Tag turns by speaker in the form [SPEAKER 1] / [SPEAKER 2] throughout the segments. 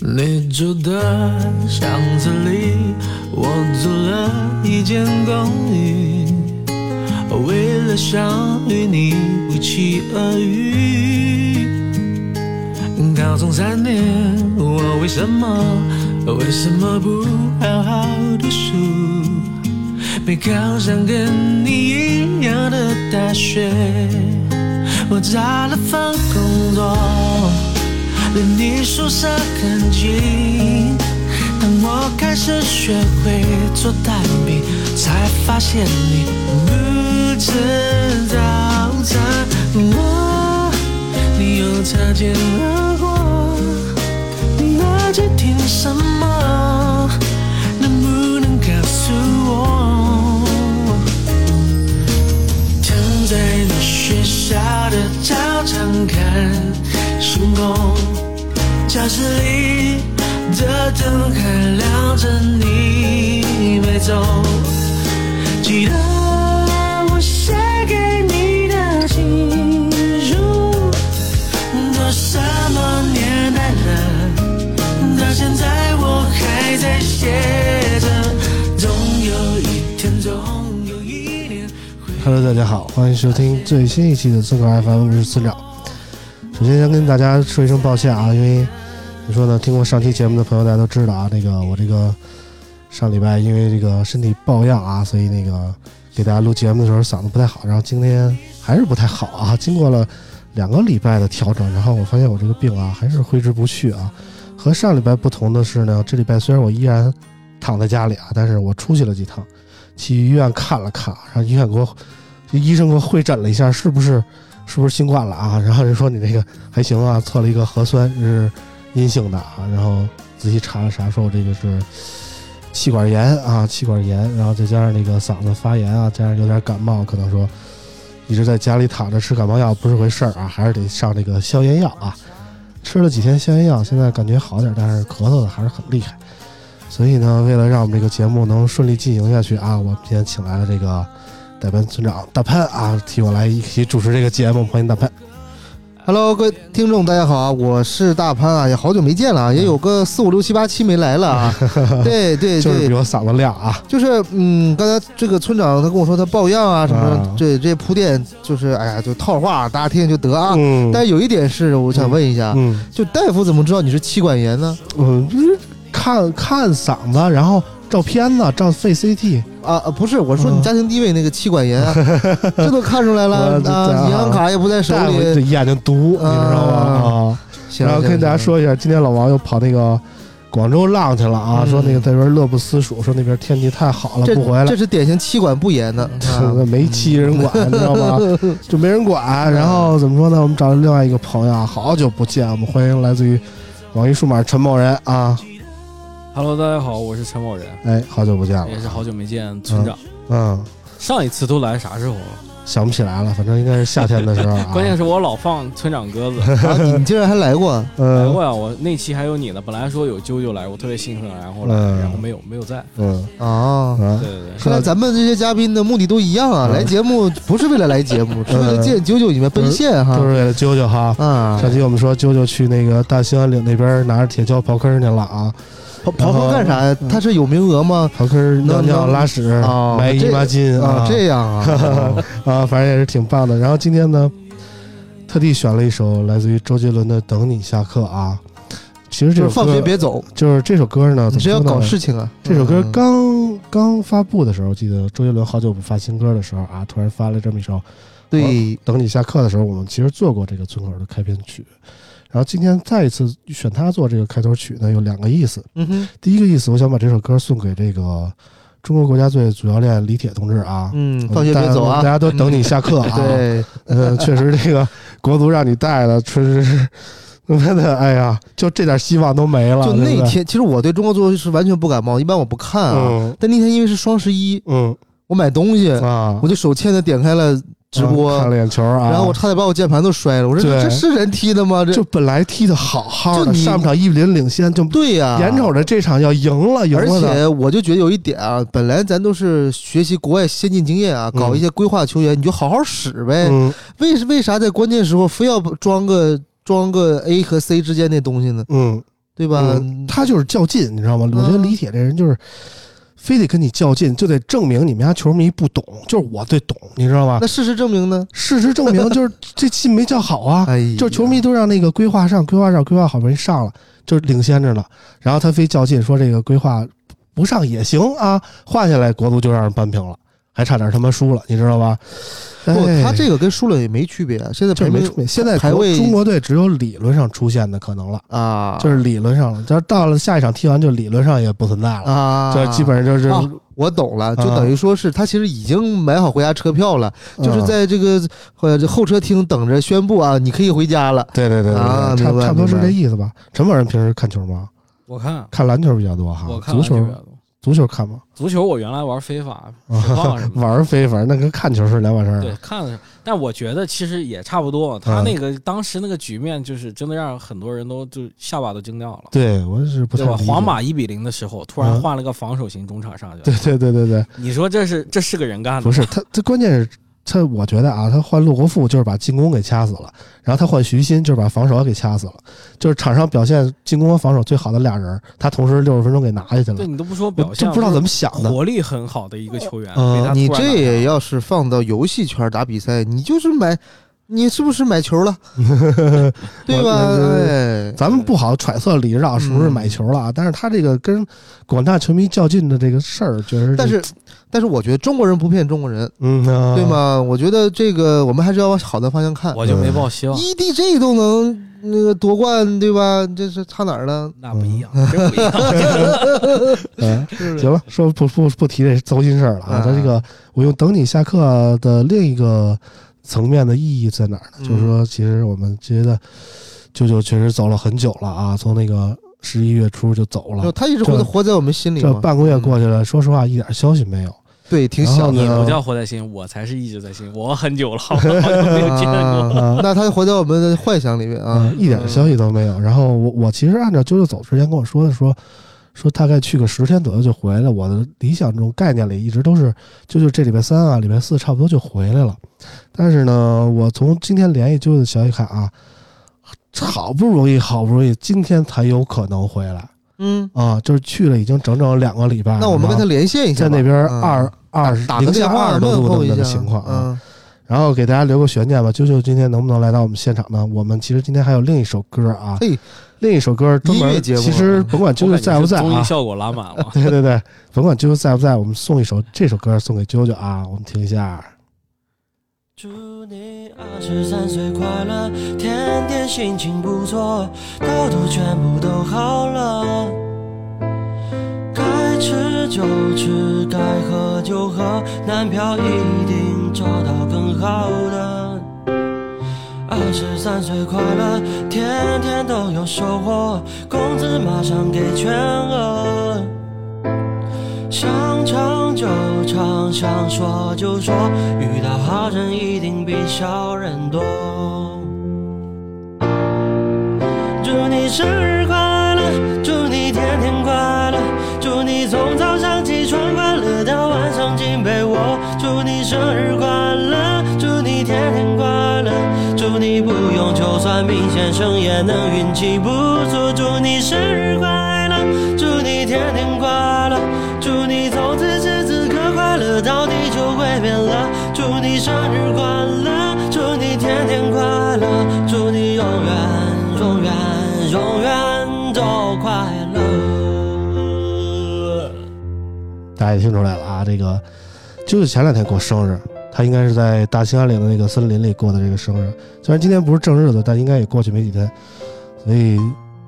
[SPEAKER 1] 你住的巷子里，我租了一间公寓，为了想与你不期而遇。高中三年，我为什么为什么不好好读书？没考上跟你一样的大学，我找了份工作。对你说声感激。当我开始学会做蛋饼，才发现你不知道怎么你又擦肩而过。你耳机听什么？能不能告诉我？躺在你学校的操场看星空，教室里的灯还亮着你没走。记得我写给你的情书，都什么年代了，到现在我还在写着。总有一天，总有一年。
[SPEAKER 2] Hello，大家好，欢迎收听最新一期的村口 FM 五十四秒。首先先跟大家说一声抱歉啊，因为怎么说呢，听过上期节目的朋友大家都知道啊，那个我这个上礼拜因为这个身体抱恙啊，所以那个给大家录节目的时候嗓子不太好，然后今天还是不太好啊。经过了两个礼拜的调整，然后我发现我这个病啊还是挥之不去啊。和上礼拜不同的是呢，这礼拜虽然我依然躺在家里啊，但是我出去了几趟，去医院看了看，然后医院给我这医生给我会诊了一下，是不是是不是新冠了啊？ 然后人说你这个还行啊，测了一个核酸是阴性的啊，然后仔细查了查，说我这个是气管炎啊，气管炎，然后再加上那个嗓子发炎啊，加上有点感冒，可能说一直在家里躺着吃感冒药不是回事儿啊，还是得上这个消炎药啊。吃了几天消炎药，现在感觉好点儿，但是咳嗽的还是很厉害。所以呢，为了让我们这个节目能顺利进行下去啊，我们今天请来了这个代班村长大潘啊，替我来一起主持这个节目，欢迎大潘。
[SPEAKER 3] Hello，各位听众，大家好啊！我是大潘啊，也好久没见了
[SPEAKER 2] 嗯
[SPEAKER 3] 啊，也有个四五六七八期没来了 啊。对对
[SPEAKER 2] 就是比
[SPEAKER 3] 对，
[SPEAKER 2] 我嗓子亮啊，
[SPEAKER 3] 就是嗯，刚才这个村长他跟我说他抱恙啊什么
[SPEAKER 2] 啊
[SPEAKER 3] 的，这这些铺垫就是哎呀，就套话，大家听听就得啊。
[SPEAKER 2] 嗯
[SPEAKER 3] 但是有一点是我想问一下，
[SPEAKER 2] 嗯
[SPEAKER 3] 就大夫怎么知道你是气管炎呢？
[SPEAKER 2] 嗯，就是看看嗓子，然后照片子，照肺 CT，
[SPEAKER 3] 啊，啊不是，我说你
[SPEAKER 2] 嗯
[SPEAKER 3] 家庭地位那个气管炎 啊，这都看出来了
[SPEAKER 2] 我
[SPEAKER 3] 啊，银行卡也不在手
[SPEAKER 2] 大夫这
[SPEAKER 3] 里。
[SPEAKER 2] 眼睛毒，你知道吗？啊，
[SPEAKER 3] 啊行
[SPEAKER 2] 然后
[SPEAKER 3] 行
[SPEAKER 2] 跟大家
[SPEAKER 3] 行
[SPEAKER 2] 说一下，今天老王又跑那个广州浪去了啊，
[SPEAKER 3] 嗯
[SPEAKER 2] 说那个在这边乐不思蜀，说那边天气太好了，
[SPEAKER 3] 这
[SPEAKER 2] 不回来
[SPEAKER 3] 这。是典型气管不严的，啊
[SPEAKER 2] 没七人管，你知道 吗？就没人管。然后怎么说呢？我们找了另外一个朋友啊，好久不见，我们欢迎来自于网易数码陈某人啊，
[SPEAKER 4] Hello，大家好，我是陈某人，
[SPEAKER 2] 哎，好久不见了，
[SPEAKER 4] 也是好久没见村长。
[SPEAKER 2] 嗯，啊
[SPEAKER 4] 上一次都来啥时候了？。
[SPEAKER 2] 想不起来了，反正应该是夏天的时候、啊
[SPEAKER 4] 关键是我老放村 长鸽子，
[SPEAKER 3] 啊你你竟然还来过？啊
[SPEAKER 4] 来
[SPEAKER 2] 嗯
[SPEAKER 4] 过呀，我那期还有你呢。本来说有啾啾来，我特别兴奋，然后来，
[SPEAKER 2] 嗯
[SPEAKER 4] 然后没有没有在。
[SPEAKER 2] 嗯
[SPEAKER 3] 哦，
[SPEAKER 2] 啊
[SPEAKER 4] 对，对对，
[SPEAKER 3] 看来咱们这些嘉宾的目的都一样啊，
[SPEAKER 2] 嗯
[SPEAKER 3] 来节目不是为了来节目，是为了见九九你们奔现哈
[SPEAKER 2] 都。是为了啾啾哈。
[SPEAKER 3] 啊，
[SPEAKER 2] 上期我们说啾啾去那个大兴安岭那边拿着铁锹刨坑去了啊，
[SPEAKER 3] 刨刨坑干啥呀？
[SPEAKER 2] 嗯
[SPEAKER 3] 他是有名额吗？
[SPEAKER 2] 刨坑尿
[SPEAKER 3] 能
[SPEAKER 2] 尿
[SPEAKER 3] 能
[SPEAKER 2] 拉屎
[SPEAKER 3] 哦，
[SPEAKER 2] 买姨
[SPEAKER 3] 这
[SPEAKER 2] 妈巾
[SPEAKER 3] 啊，这样 啊，
[SPEAKER 2] 啊，反正也是挺棒的。然后今天呢，特地选了一首来自于周杰伦的《等你下课》啊。其实这
[SPEAKER 3] 就
[SPEAKER 2] 首
[SPEAKER 3] 是
[SPEAKER 2] 歌
[SPEAKER 3] 放学别走，
[SPEAKER 2] 就是这首歌呢，
[SPEAKER 3] 你
[SPEAKER 2] 怎么
[SPEAKER 3] 是要
[SPEAKER 2] 说呢
[SPEAKER 3] 搞事情啊？
[SPEAKER 2] 这首歌
[SPEAKER 3] 嗯
[SPEAKER 2] 刚刚发布的时候，我记得周杰伦好久不发新歌的时候啊，突然发了这么一首《
[SPEAKER 3] 对，
[SPEAKER 2] 等你下课》的时候，我们其实做过这个村口的开篇曲。然后今天再一次选它做这个开头曲呢，有两个意思。
[SPEAKER 3] 嗯哼，
[SPEAKER 2] 第一个意思，我想把这首歌送给这个中国国家队主教练 李铁同志啊，
[SPEAKER 3] 嗯，
[SPEAKER 2] 我
[SPEAKER 3] 放学
[SPEAKER 2] 们大
[SPEAKER 3] 别
[SPEAKER 2] 家
[SPEAKER 3] 走
[SPEAKER 2] 大
[SPEAKER 3] 啊。
[SPEAKER 2] 家都等你下课啊。
[SPEAKER 3] 对，
[SPEAKER 2] 嗯，确实这个国足让你带的，确实是 他妈的，哎呀，就这点希望都没了。
[SPEAKER 3] 就
[SPEAKER 2] 对
[SPEAKER 3] 那
[SPEAKER 2] 不对，
[SPEAKER 3] 天，其实我对中国足球是完全不感冒，一般我不看啊。
[SPEAKER 2] 嗯
[SPEAKER 3] 但那天因为是双十一，
[SPEAKER 2] 嗯
[SPEAKER 3] 我买东西，
[SPEAKER 2] 啊，
[SPEAKER 3] 我就手欠的点开了直播
[SPEAKER 2] 啊，看了眼球啊，
[SPEAKER 3] 然后我差点把我键盘都摔了。我说
[SPEAKER 2] 对
[SPEAKER 3] 这是人踢的吗？这
[SPEAKER 2] 就本来踢的好好的，
[SPEAKER 3] 就你
[SPEAKER 2] 上半场一比零领先，就
[SPEAKER 3] 对呀，
[SPEAKER 2] 眼瞅着这场要赢了，赢
[SPEAKER 3] 而
[SPEAKER 2] 了的，
[SPEAKER 3] 且我就觉得有一点啊，本来咱都是学习国外先进经验啊，
[SPEAKER 2] 嗯
[SPEAKER 3] 搞一些规划球员，你就好好使呗。
[SPEAKER 2] 嗯
[SPEAKER 3] 为为啥在关键时候非要装个装个 A 和 C 之间那东西呢？
[SPEAKER 2] 嗯，
[SPEAKER 3] 对吧？
[SPEAKER 2] 嗯他就是较劲，你知道吗？
[SPEAKER 3] 嗯
[SPEAKER 2] 我觉得李铁这人就是。非得跟你较劲，就得证明你们家球迷不懂，就是我最懂，你知道吗
[SPEAKER 3] 那？事实证明呢？
[SPEAKER 2] 事实证明，就是这气没叫好 啊，
[SPEAKER 3] 哎呀，
[SPEAKER 2] 就是球迷都让那个规划上，规划上，规划好不容易上了，就是领先着呢。然后他非较劲说这个规划不上也行啊，换下来国足就让人扳平了，还差点他妈输了，你知道吧？
[SPEAKER 3] 不，
[SPEAKER 2] 哎
[SPEAKER 3] 他这个跟输了也没区别啊。现在
[SPEAKER 2] 就是
[SPEAKER 3] 排
[SPEAKER 2] 没
[SPEAKER 3] 名
[SPEAKER 2] 出，现在
[SPEAKER 3] 排
[SPEAKER 2] 国
[SPEAKER 3] 位
[SPEAKER 2] 中国队只有理论上出现的可能了，
[SPEAKER 3] 啊，
[SPEAKER 2] 就是理论上了，就是到了下一场踢完就理论上也不存在了，
[SPEAKER 3] 啊，
[SPEAKER 2] 这基本上就是、
[SPEAKER 3] 啊我懂了，就
[SPEAKER 2] 啊
[SPEAKER 3] 等于说是他其实已经买好回家车票了，就是
[SPEAKER 2] 嗯
[SPEAKER 3] 在这个呃这候车厅等着宣布啊，你可以回家了。
[SPEAKER 2] 对对对对对，
[SPEAKER 3] 啊
[SPEAKER 2] 差
[SPEAKER 3] 明白
[SPEAKER 2] 差不多是
[SPEAKER 3] 明
[SPEAKER 2] 这
[SPEAKER 3] 白
[SPEAKER 2] 意思吧。陈某人平时看球吗？
[SPEAKER 4] 我看
[SPEAKER 2] 看篮球比较多哈，
[SPEAKER 4] 我看
[SPEAKER 2] 啊足
[SPEAKER 4] 篮球
[SPEAKER 2] 球
[SPEAKER 4] 比较多
[SPEAKER 2] 足球看吗？
[SPEAKER 4] 足球我原来玩 非法、水棒什么的。
[SPEAKER 2] 玩儿非凡那跟看球是两码事儿啊。
[SPEAKER 4] 对，看的，但我觉得其实也差不
[SPEAKER 2] 嗯
[SPEAKER 4] 多。他那个当时那个局面，就是真的让很多人都就下巴都惊掉了，
[SPEAKER 2] 对，我是不太
[SPEAKER 4] 对吧？
[SPEAKER 2] 理解
[SPEAKER 4] 皇，马一比零的时候，突然
[SPEAKER 2] 嗯
[SPEAKER 4] 换了个防守型中场上去
[SPEAKER 2] 对
[SPEAKER 4] 了，
[SPEAKER 2] 对对对对，
[SPEAKER 4] 你说这是这是个人干的？
[SPEAKER 2] 不是他，他关键是他，我觉得啊，他换陆国富就是把进攻给掐死了，然后他换徐新就是把防守给掐死了，就是场上表现进攻和防守最好的俩人，他同时六十分钟给拿下去
[SPEAKER 4] 对
[SPEAKER 2] 了，
[SPEAKER 4] 你都不说表
[SPEAKER 2] 嗯我
[SPEAKER 4] 现，
[SPEAKER 2] 就不知道怎么想的。
[SPEAKER 4] 活力很好的一个球员，
[SPEAKER 2] 嗯
[SPEAKER 4] 被他
[SPEAKER 3] 呃你
[SPEAKER 4] 突然
[SPEAKER 3] 这
[SPEAKER 4] 打
[SPEAKER 3] 也
[SPEAKER 4] 掉
[SPEAKER 3] 要是放到游戏圈打比赛，你就是买，你是不是买 球了？对吧？哎，
[SPEAKER 2] 咱们不好揣测李指导是不是
[SPEAKER 3] 嗯
[SPEAKER 2] 买球了啊，但是他这个跟广大球迷较劲的这个事儿，确实，
[SPEAKER 3] 但是但是我觉得中国人不骗中国人，
[SPEAKER 2] 嗯、啊
[SPEAKER 3] 对？吗？我觉得这个我们还是要往好的方向看。
[SPEAKER 4] 我就没抱希
[SPEAKER 2] 嗯
[SPEAKER 4] 望，
[SPEAKER 3] EDG 都能那个夺冠，对吧？这是差哪儿了？
[SPEAKER 4] 那不一样，真不一样。
[SPEAKER 2] 嗯，
[SPEAKER 3] 是
[SPEAKER 2] 行了，说不不不提这糟心事儿了啊！
[SPEAKER 3] 啊
[SPEAKER 2] 咱这个我用等你下课的另一个层面的意义在哪儿呢？
[SPEAKER 3] 嗯
[SPEAKER 2] 就是说，其实我们觉得舅舅确实走了很久了啊，从那个十一月初就走
[SPEAKER 3] 就
[SPEAKER 2] 了，
[SPEAKER 3] 他一直活
[SPEAKER 2] 这
[SPEAKER 3] 在活在我们心里
[SPEAKER 2] 这
[SPEAKER 3] 嘛。
[SPEAKER 2] 半个月过去了，说实话一点消息没有。
[SPEAKER 3] 对，挺
[SPEAKER 2] 然后
[SPEAKER 3] 想
[SPEAKER 2] 呢
[SPEAKER 3] 的。
[SPEAKER 4] 你不叫活在心，我才是一直在心。我很久 了，好久没有见过。
[SPEAKER 3] 啊那他活在我们的幻想里面啊
[SPEAKER 2] 嗯，，一点消息都没有。然后我我其实按照啾啾走之前跟我说的说，说大概去个十天左右就回来。我的理想中概念里一直都是啾啾这礼拜三啊，礼拜四差不多就回来了。但是呢，我从今天联系啾啾的消息看啊，好不容易好不容易今天才有可能回来
[SPEAKER 3] 嗯。
[SPEAKER 2] 啊，就是去了已经整整两个礼拜了。
[SPEAKER 3] 那我们跟他连线一下
[SPEAKER 2] 在
[SPEAKER 3] 吧，
[SPEAKER 2] 那边
[SPEAKER 3] 嗯
[SPEAKER 2] 二二十
[SPEAKER 3] 打个
[SPEAKER 2] 零
[SPEAKER 3] 电
[SPEAKER 2] 下
[SPEAKER 3] 话
[SPEAKER 2] 二十多
[SPEAKER 3] 问
[SPEAKER 2] 度
[SPEAKER 3] 候
[SPEAKER 2] 的
[SPEAKER 3] 一
[SPEAKER 2] 那
[SPEAKER 3] 下
[SPEAKER 2] 个情况啊。
[SPEAKER 3] 嗯
[SPEAKER 2] 然后给大家留个悬念吧，啾啾今天能不能来到我们现场呢？我们其实今天还有另一首歌啊，
[SPEAKER 3] 哎
[SPEAKER 2] 另一首歌专
[SPEAKER 3] 音
[SPEAKER 2] 门
[SPEAKER 3] 乐节目啊
[SPEAKER 2] 其实甭管啾
[SPEAKER 4] 我
[SPEAKER 2] 啾
[SPEAKER 4] 感觉
[SPEAKER 2] 在不
[SPEAKER 4] 是
[SPEAKER 2] 在
[SPEAKER 4] 综艺
[SPEAKER 2] 啊，。
[SPEAKER 4] 效果拉满了
[SPEAKER 2] 对对对，甭管啾啾在不在，我们送一首这首歌送给啾啾啊，我们听一下。
[SPEAKER 1] 祝你二十三岁快乐，天天心情不错，痘痘全部都好了。该吃就吃，该喝就喝，男票一定找到更好的。二十三岁快乐，天天都有收获，工资马上给全额。想唱就唱，想说就说，遇到好人一定比小人多。祝你生日快乐，祝你天天快乐，祝你从早上起床快乐到晚上进被窝。祝你生日快乐，祝你天天快乐，祝你不用就算命先生也能运气不错。祝你生日快乐，祝你天天快乐，祝你从此时此刻快乐到地球会变了。祝你生日快乐，祝你天天快乐，祝你永远永远永远都快乐。
[SPEAKER 2] 大家也听出来了啊，这个就是前两天过生日，他应该是在大兴安岭的那个森林里过的这个生日。虽然今天不是正日子，但应该也过去没几天，所以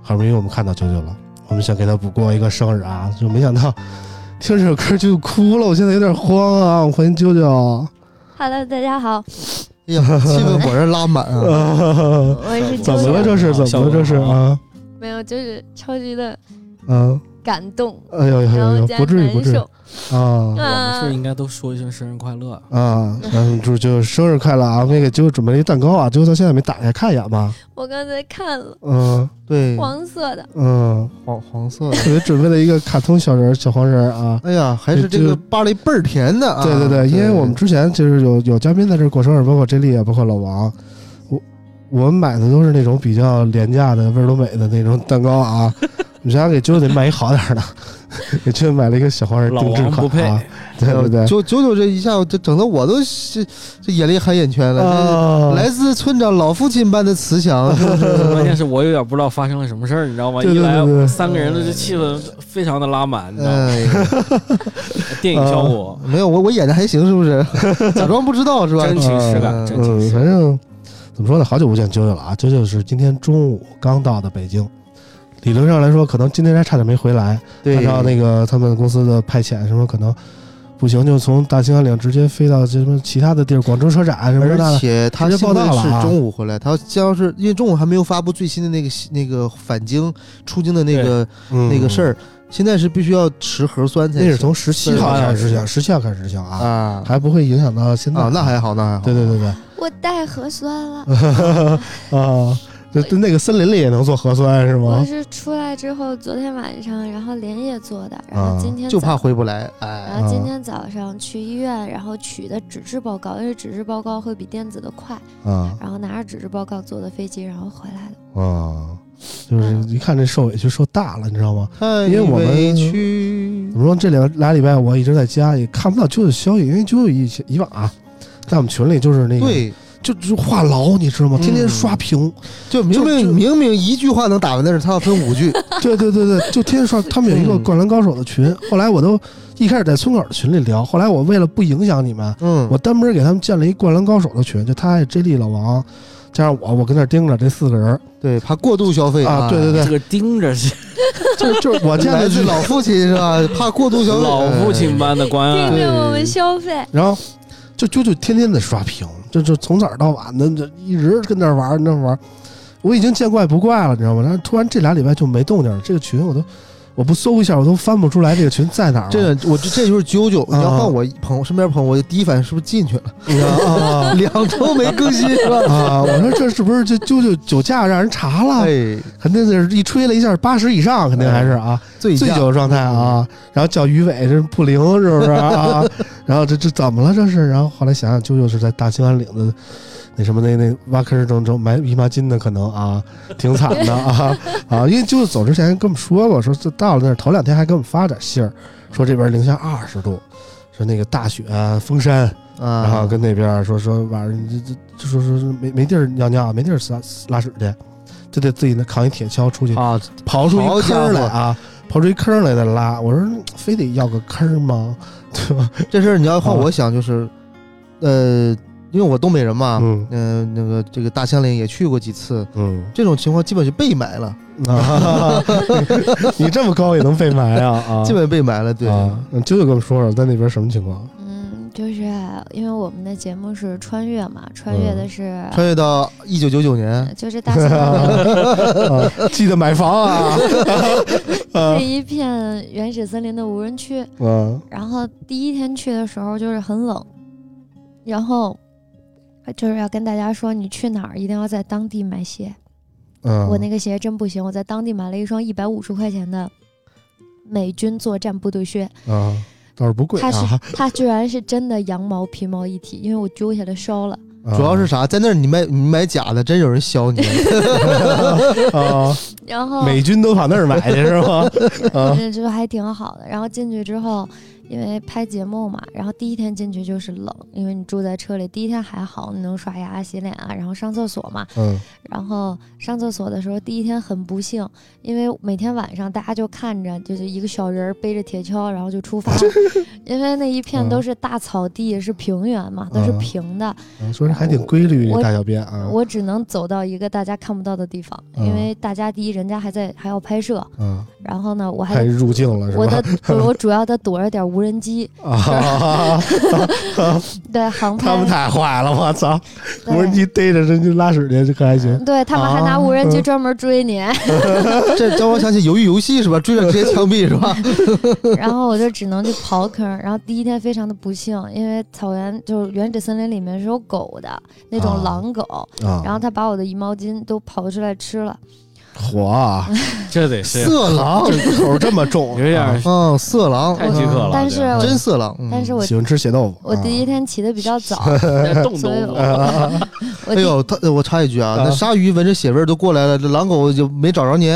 [SPEAKER 2] 好不容易我们看到九九了，我们想给他补过一个生日啊，就没想到听这首歌就哭了，我现在有点慌啊！我欢迎啾啾，
[SPEAKER 5] Hello，大家好，
[SPEAKER 3] 哎呀，气氛果然拉满啊！
[SPEAKER 2] 啊
[SPEAKER 5] 我是
[SPEAKER 2] 怎
[SPEAKER 5] 啾
[SPEAKER 2] 么了
[SPEAKER 5] 啾，
[SPEAKER 2] 这是？怎么了这是啊？
[SPEAKER 5] 没有，就是超级的
[SPEAKER 2] 啊，
[SPEAKER 5] 感动，
[SPEAKER 2] 哎呦哎呦
[SPEAKER 5] 然
[SPEAKER 2] 哎
[SPEAKER 5] 后
[SPEAKER 2] 呦，
[SPEAKER 5] 加
[SPEAKER 2] 不至于不
[SPEAKER 5] 难
[SPEAKER 2] 至于
[SPEAKER 5] 受。
[SPEAKER 2] 啊！
[SPEAKER 4] 我们是不
[SPEAKER 5] 啊
[SPEAKER 4] 是应该都说一声生日快乐？
[SPEAKER 2] 啊，嗯，祝就生日快乐啊！我们也给啾啾准备了一蛋糕啊，啾啾到现在没打开看一眼吧？
[SPEAKER 5] 我刚才看了
[SPEAKER 2] 嗯
[SPEAKER 3] 对，
[SPEAKER 5] 黄色的，
[SPEAKER 2] 嗯，
[SPEAKER 3] 黄黄色的，
[SPEAKER 2] 特别准备了一个卡通小人儿小黄人儿啊。
[SPEAKER 3] 哎呀，还是这
[SPEAKER 2] 就
[SPEAKER 3] 个芭蕾倍儿甜的啊！
[SPEAKER 2] 对对对，因为我们之前就是有有嘉宾在这儿过生日，包括 J 莉，包括老王，我我们买的都是那种比较廉价的味儿都美的那种蛋糕啊。你想想给啾啾得买一好点儿的，给啾啾买了一个小黄人
[SPEAKER 4] 老
[SPEAKER 2] 定制
[SPEAKER 4] 王
[SPEAKER 2] 款
[SPEAKER 4] 不配
[SPEAKER 2] 啊。对对对，
[SPEAKER 3] 九九九这一下，这整的我都是这眼泪含眼圈了。
[SPEAKER 2] 啊
[SPEAKER 3] 这来自村长老父亲般的慈
[SPEAKER 2] 呃
[SPEAKER 3] 祥，是不是
[SPEAKER 4] 关键是我有点不知道发生了什么事儿，你知道吗？
[SPEAKER 2] 对
[SPEAKER 4] 一
[SPEAKER 2] 对
[SPEAKER 4] 来
[SPEAKER 2] 对对
[SPEAKER 4] 我三个人的这气氛非常的拉满，你知道吗？
[SPEAKER 3] 哎呀，
[SPEAKER 2] 嗯
[SPEAKER 4] 电影效果，
[SPEAKER 3] 没有我我演的还行，是不是？假装不知 道是吧？
[SPEAKER 4] 真情实感，
[SPEAKER 3] 嗯
[SPEAKER 4] 真情
[SPEAKER 2] 嗯，
[SPEAKER 4] 实
[SPEAKER 2] 反
[SPEAKER 4] 感。
[SPEAKER 2] 正怎么说呢，好久不见啾啾了啊！啾啾是今天中午刚到的北京，理论上来说，可能今天还差点没回来。
[SPEAKER 3] 对，
[SPEAKER 2] 按照那个他们公司的派遣，什么可能不行，就从大兴安岭直接飞到什么其他的地儿，广州车展什么这那
[SPEAKER 3] 而
[SPEAKER 2] 的。
[SPEAKER 3] 且他
[SPEAKER 2] 直接
[SPEAKER 3] 现
[SPEAKER 2] 报
[SPEAKER 3] 在
[SPEAKER 2] 道了啊
[SPEAKER 3] 是中午回来，他将是因为中午还没有发布最新的那个那个返京出京的那个
[SPEAKER 2] 嗯
[SPEAKER 3] 那个事，儿，现在是必须要持核酸才
[SPEAKER 2] 那
[SPEAKER 3] 行。
[SPEAKER 2] 是从十七号开始执行，十七号开始执行啊，
[SPEAKER 3] 啊
[SPEAKER 2] 还不会影响到现在
[SPEAKER 3] 啊，那还好，那还好。
[SPEAKER 2] 对对对对
[SPEAKER 5] 我带核酸了，
[SPEAKER 2] 啊，就就那个森林里也能做核酸是
[SPEAKER 5] 我
[SPEAKER 2] 吗？
[SPEAKER 5] 是出来之后昨天晚上，然后连夜做的，然后今天
[SPEAKER 3] 就
[SPEAKER 5] 早
[SPEAKER 3] 怕回啊不来。
[SPEAKER 5] 然
[SPEAKER 3] 哎，
[SPEAKER 5] 后今天早上去医院，然后取的纸质报告，因为纸质报告会比电子的快，
[SPEAKER 2] 啊
[SPEAKER 5] 然后拿着纸质报告坐的飞机，然后回来的。
[SPEAKER 2] 啊，就是一看这受委屈受大了，你知道吗？
[SPEAKER 3] 太
[SPEAKER 2] 因为我们
[SPEAKER 3] 委屈
[SPEAKER 2] 怎么说？这两俩礼拜我一直在家，也看不到啾啾消息，因为啾啾以前以往啊，在我们群里就是那个
[SPEAKER 3] 对，
[SPEAKER 2] 就就话痨，你知道吗？天天
[SPEAKER 3] 嗯
[SPEAKER 2] 刷屏，
[SPEAKER 3] 就明
[SPEAKER 2] 就
[SPEAKER 3] 明明明一句话能打完，但是他要分五句。
[SPEAKER 2] 对对对对，就天天刷。他们有一个
[SPEAKER 3] 嗯
[SPEAKER 2] 灌篮高手的群，后来我都一开始在村口的群里聊，后来我为了不影响你们，
[SPEAKER 3] 嗯，
[SPEAKER 2] 我单门给他们建了一灌篮高手的群，就他、J 莉、老王，加上我，我跟那儿盯着这四个人儿
[SPEAKER 3] 对，怕过度消费啊
[SPEAKER 2] 啊，对对
[SPEAKER 4] 这
[SPEAKER 2] 对，
[SPEAKER 4] 个盯着是
[SPEAKER 2] 就就是 我建
[SPEAKER 3] 来
[SPEAKER 2] 的
[SPEAKER 3] 自
[SPEAKER 2] 群。
[SPEAKER 3] 老父亲 是吧？怕过度消费。
[SPEAKER 4] 老父亲般的关
[SPEAKER 5] 盯
[SPEAKER 4] 爱，
[SPEAKER 5] 着哎我们消费，
[SPEAKER 2] 然后就啾啾天天的刷屏，就就从早到晚的就一直跟那儿玩儿那儿玩儿，我已经见怪不怪了，你知道吗？然后突然这俩礼拜就没动静了，这个群我都我不搜一下我都翻不出来这个群在哪儿了。
[SPEAKER 3] 哎。这我这这就是啾啾，你要
[SPEAKER 2] 啊
[SPEAKER 3] 换我朋友身边朋友，我第一反应是不是进去了？
[SPEAKER 2] 啊
[SPEAKER 3] 两周没更新是吧？
[SPEAKER 2] 啊！我说这是不是就舅舅酒驾让人查了？
[SPEAKER 3] 哎，
[SPEAKER 2] 肯定是一吹了一下八十以上，肯定还是啊
[SPEAKER 3] 醉
[SPEAKER 2] 醉
[SPEAKER 3] 驾
[SPEAKER 2] 酒状态啊。然后叫于伟这不灵是不是啊？然后这这怎么了这是？然后后来想想舅舅是在大兴安岭的那什么那那挖坑中中埋姨妈巾的，可能啊挺惨的啊啊！因为舅舅走之前跟我们说过，说这到了那儿头两天还给我们发点信儿，说这边零下二十度，说那个大雪啊封山。然后
[SPEAKER 3] 啊，
[SPEAKER 2] 跟那边儿说说晚上这这这说说说没没地儿尿尿，没地儿撒拉屎去，就得自己那扛一铁锹出去，
[SPEAKER 3] 啊，
[SPEAKER 2] 刨出
[SPEAKER 3] 好
[SPEAKER 2] 一
[SPEAKER 3] 家
[SPEAKER 2] 坑儿来
[SPEAKER 3] 伙
[SPEAKER 2] 啊，刨出一坑儿来再拉。我说非得要个坑儿吗？对吧？
[SPEAKER 3] 这事儿你要换
[SPEAKER 2] 啊
[SPEAKER 3] 我想就是，呃，因为我东北人嘛，
[SPEAKER 2] 嗯
[SPEAKER 3] 嗯，那个这个大兴安岭也去过几次，
[SPEAKER 2] 嗯，
[SPEAKER 3] 这种情况基本就被埋了，
[SPEAKER 2] 啊， 你这么高也能被埋啊啊！
[SPEAKER 3] 基本被埋了，对。
[SPEAKER 2] 啊，嗯舅舅跟我们说说在那边什么情况？
[SPEAKER 5] 嗯，就是因为我们的节目是穿越嘛，穿越的是、
[SPEAKER 3] 穿越到一九九九年，
[SPEAKER 5] 就是大兴安岭
[SPEAKER 2] 啊记得买房 啊！呃
[SPEAKER 5] 这一片原始森林的无人区。
[SPEAKER 2] 嗯
[SPEAKER 5] 然后第一天去的时候就是很冷，然后就是要跟大家说，你去哪儿一定要在当地买鞋。
[SPEAKER 2] 嗯，
[SPEAKER 5] 我那个鞋真不行，我在当地买了一双一百五十块钱的美军作战部队靴，
[SPEAKER 2] 个啊倒是不贵
[SPEAKER 5] 它是、
[SPEAKER 2] 啊，
[SPEAKER 5] 它居然是真的羊毛皮毛一体，因为我揪下来烧了。
[SPEAKER 2] 啊
[SPEAKER 3] 主要是啥？在那儿你买你买假的，真有人削 你。
[SPEAKER 5] 哦
[SPEAKER 2] 啊，
[SPEAKER 5] 然后
[SPEAKER 2] 美军都跑那儿买去是吗？啊
[SPEAKER 5] 那就还挺好的。然后进去之后，因为拍节目嘛，然后第一天进去就是冷，因为你住在车里，第一天还好，你能刷牙、洗脸啊，然后上厕所嘛。
[SPEAKER 2] 嗯
[SPEAKER 5] 然后上厕所的时候，第一天很不幸，因为每天晚上大家就看着，就是一个小人儿背着铁锹，然后就 出发，因为那一片都
[SPEAKER 2] 嗯
[SPEAKER 5] 是大草地，是平原嘛，都是
[SPEAKER 2] 嗯
[SPEAKER 5] 平的，
[SPEAKER 2] 啊，说是还挺规律，
[SPEAKER 5] 我
[SPEAKER 2] 大小便啊，
[SPEAKER 5] 我只能走到一个大家看不到的地方，因为大家第一人家还在还要拍摄，
[SPEAKER 2] 嗯
[SPEAKER 5] 然后呢，我还
[SPEAKER 2] 太
[SPEAKER 5] 得
[SPEAKER 2] 入境了是
[SPEAKER 5] 我
[SPEAKER 2] 吧
[SPEAKER 5] 的？ 不是我主要得躲着点无人机，
[SPEAKER 2] 啊，
[SPEAKER 5] 对航 拍
[SPEAKER 2] 他们太坏了，我操！
[SPEAKER 5] 对
[SPEAKER 2] 无人机逮着人家拉屎去，这啊可还行。
[SPEAKER 5] 对他们还拿无人机专门追你，
[SPEAKER 3] 这让我想起鱿鱼游戏是吧？追着直接枪毙是 吧？
[SPEAKER 5] 然后我就只能去刨坑儿。然后第一天非常的不幸，因为草原就是原始森林里面是有狗的那
[SPEAKER 2] 啊
[SPEAKER 5] 种狼狗，
[SPEAKER 2] 啊，
[SPEAKER 5] 嗯然后它把我的姨毛巾都刨出来吃了。
[SPEAKER 2] 火啊，
[SPEAKER 4] 这得是
[SPEAKER 3] 色狼，
[SPEAKER 2] 口 这么重，啊
[SPEAKER 4] 有点儿
[SPEAKER 3] 嗯，色狼，
[SPEAKER 4] 太饥渴了。
[SPEAKER 5] 但是
[SPEAKER 4] 对
[SPEAKER 5] 我
[SPEAKER 3] 真色狼。嗯
[SPEAKER 5] 但是我
[SPEAKER 2] 喜欢吃血豆腐。
[SPEAKER 5] 我第一
[SPEAKER 2] 啊
[SPEAKER 5] 天起的比较早，
[SPEAKER 4] 在动
[SPEAKER 5] 所以
[SPEAKER 4] 动
[SPEAKER 5] 我
[SPEAKER 2] 嗯
[SPEAKER 4] 我，
[SPEAKER 5] 我
[SPEAKER 3] 哎
[SPEAKER 5] 第
[SPEAKER 3] 呦，他我插一句啊，
[SPEAKER 2] 啊
[SPEAKER 3] 那鲨鱼闻着血味儿都过来了，这狼狗就没找着您，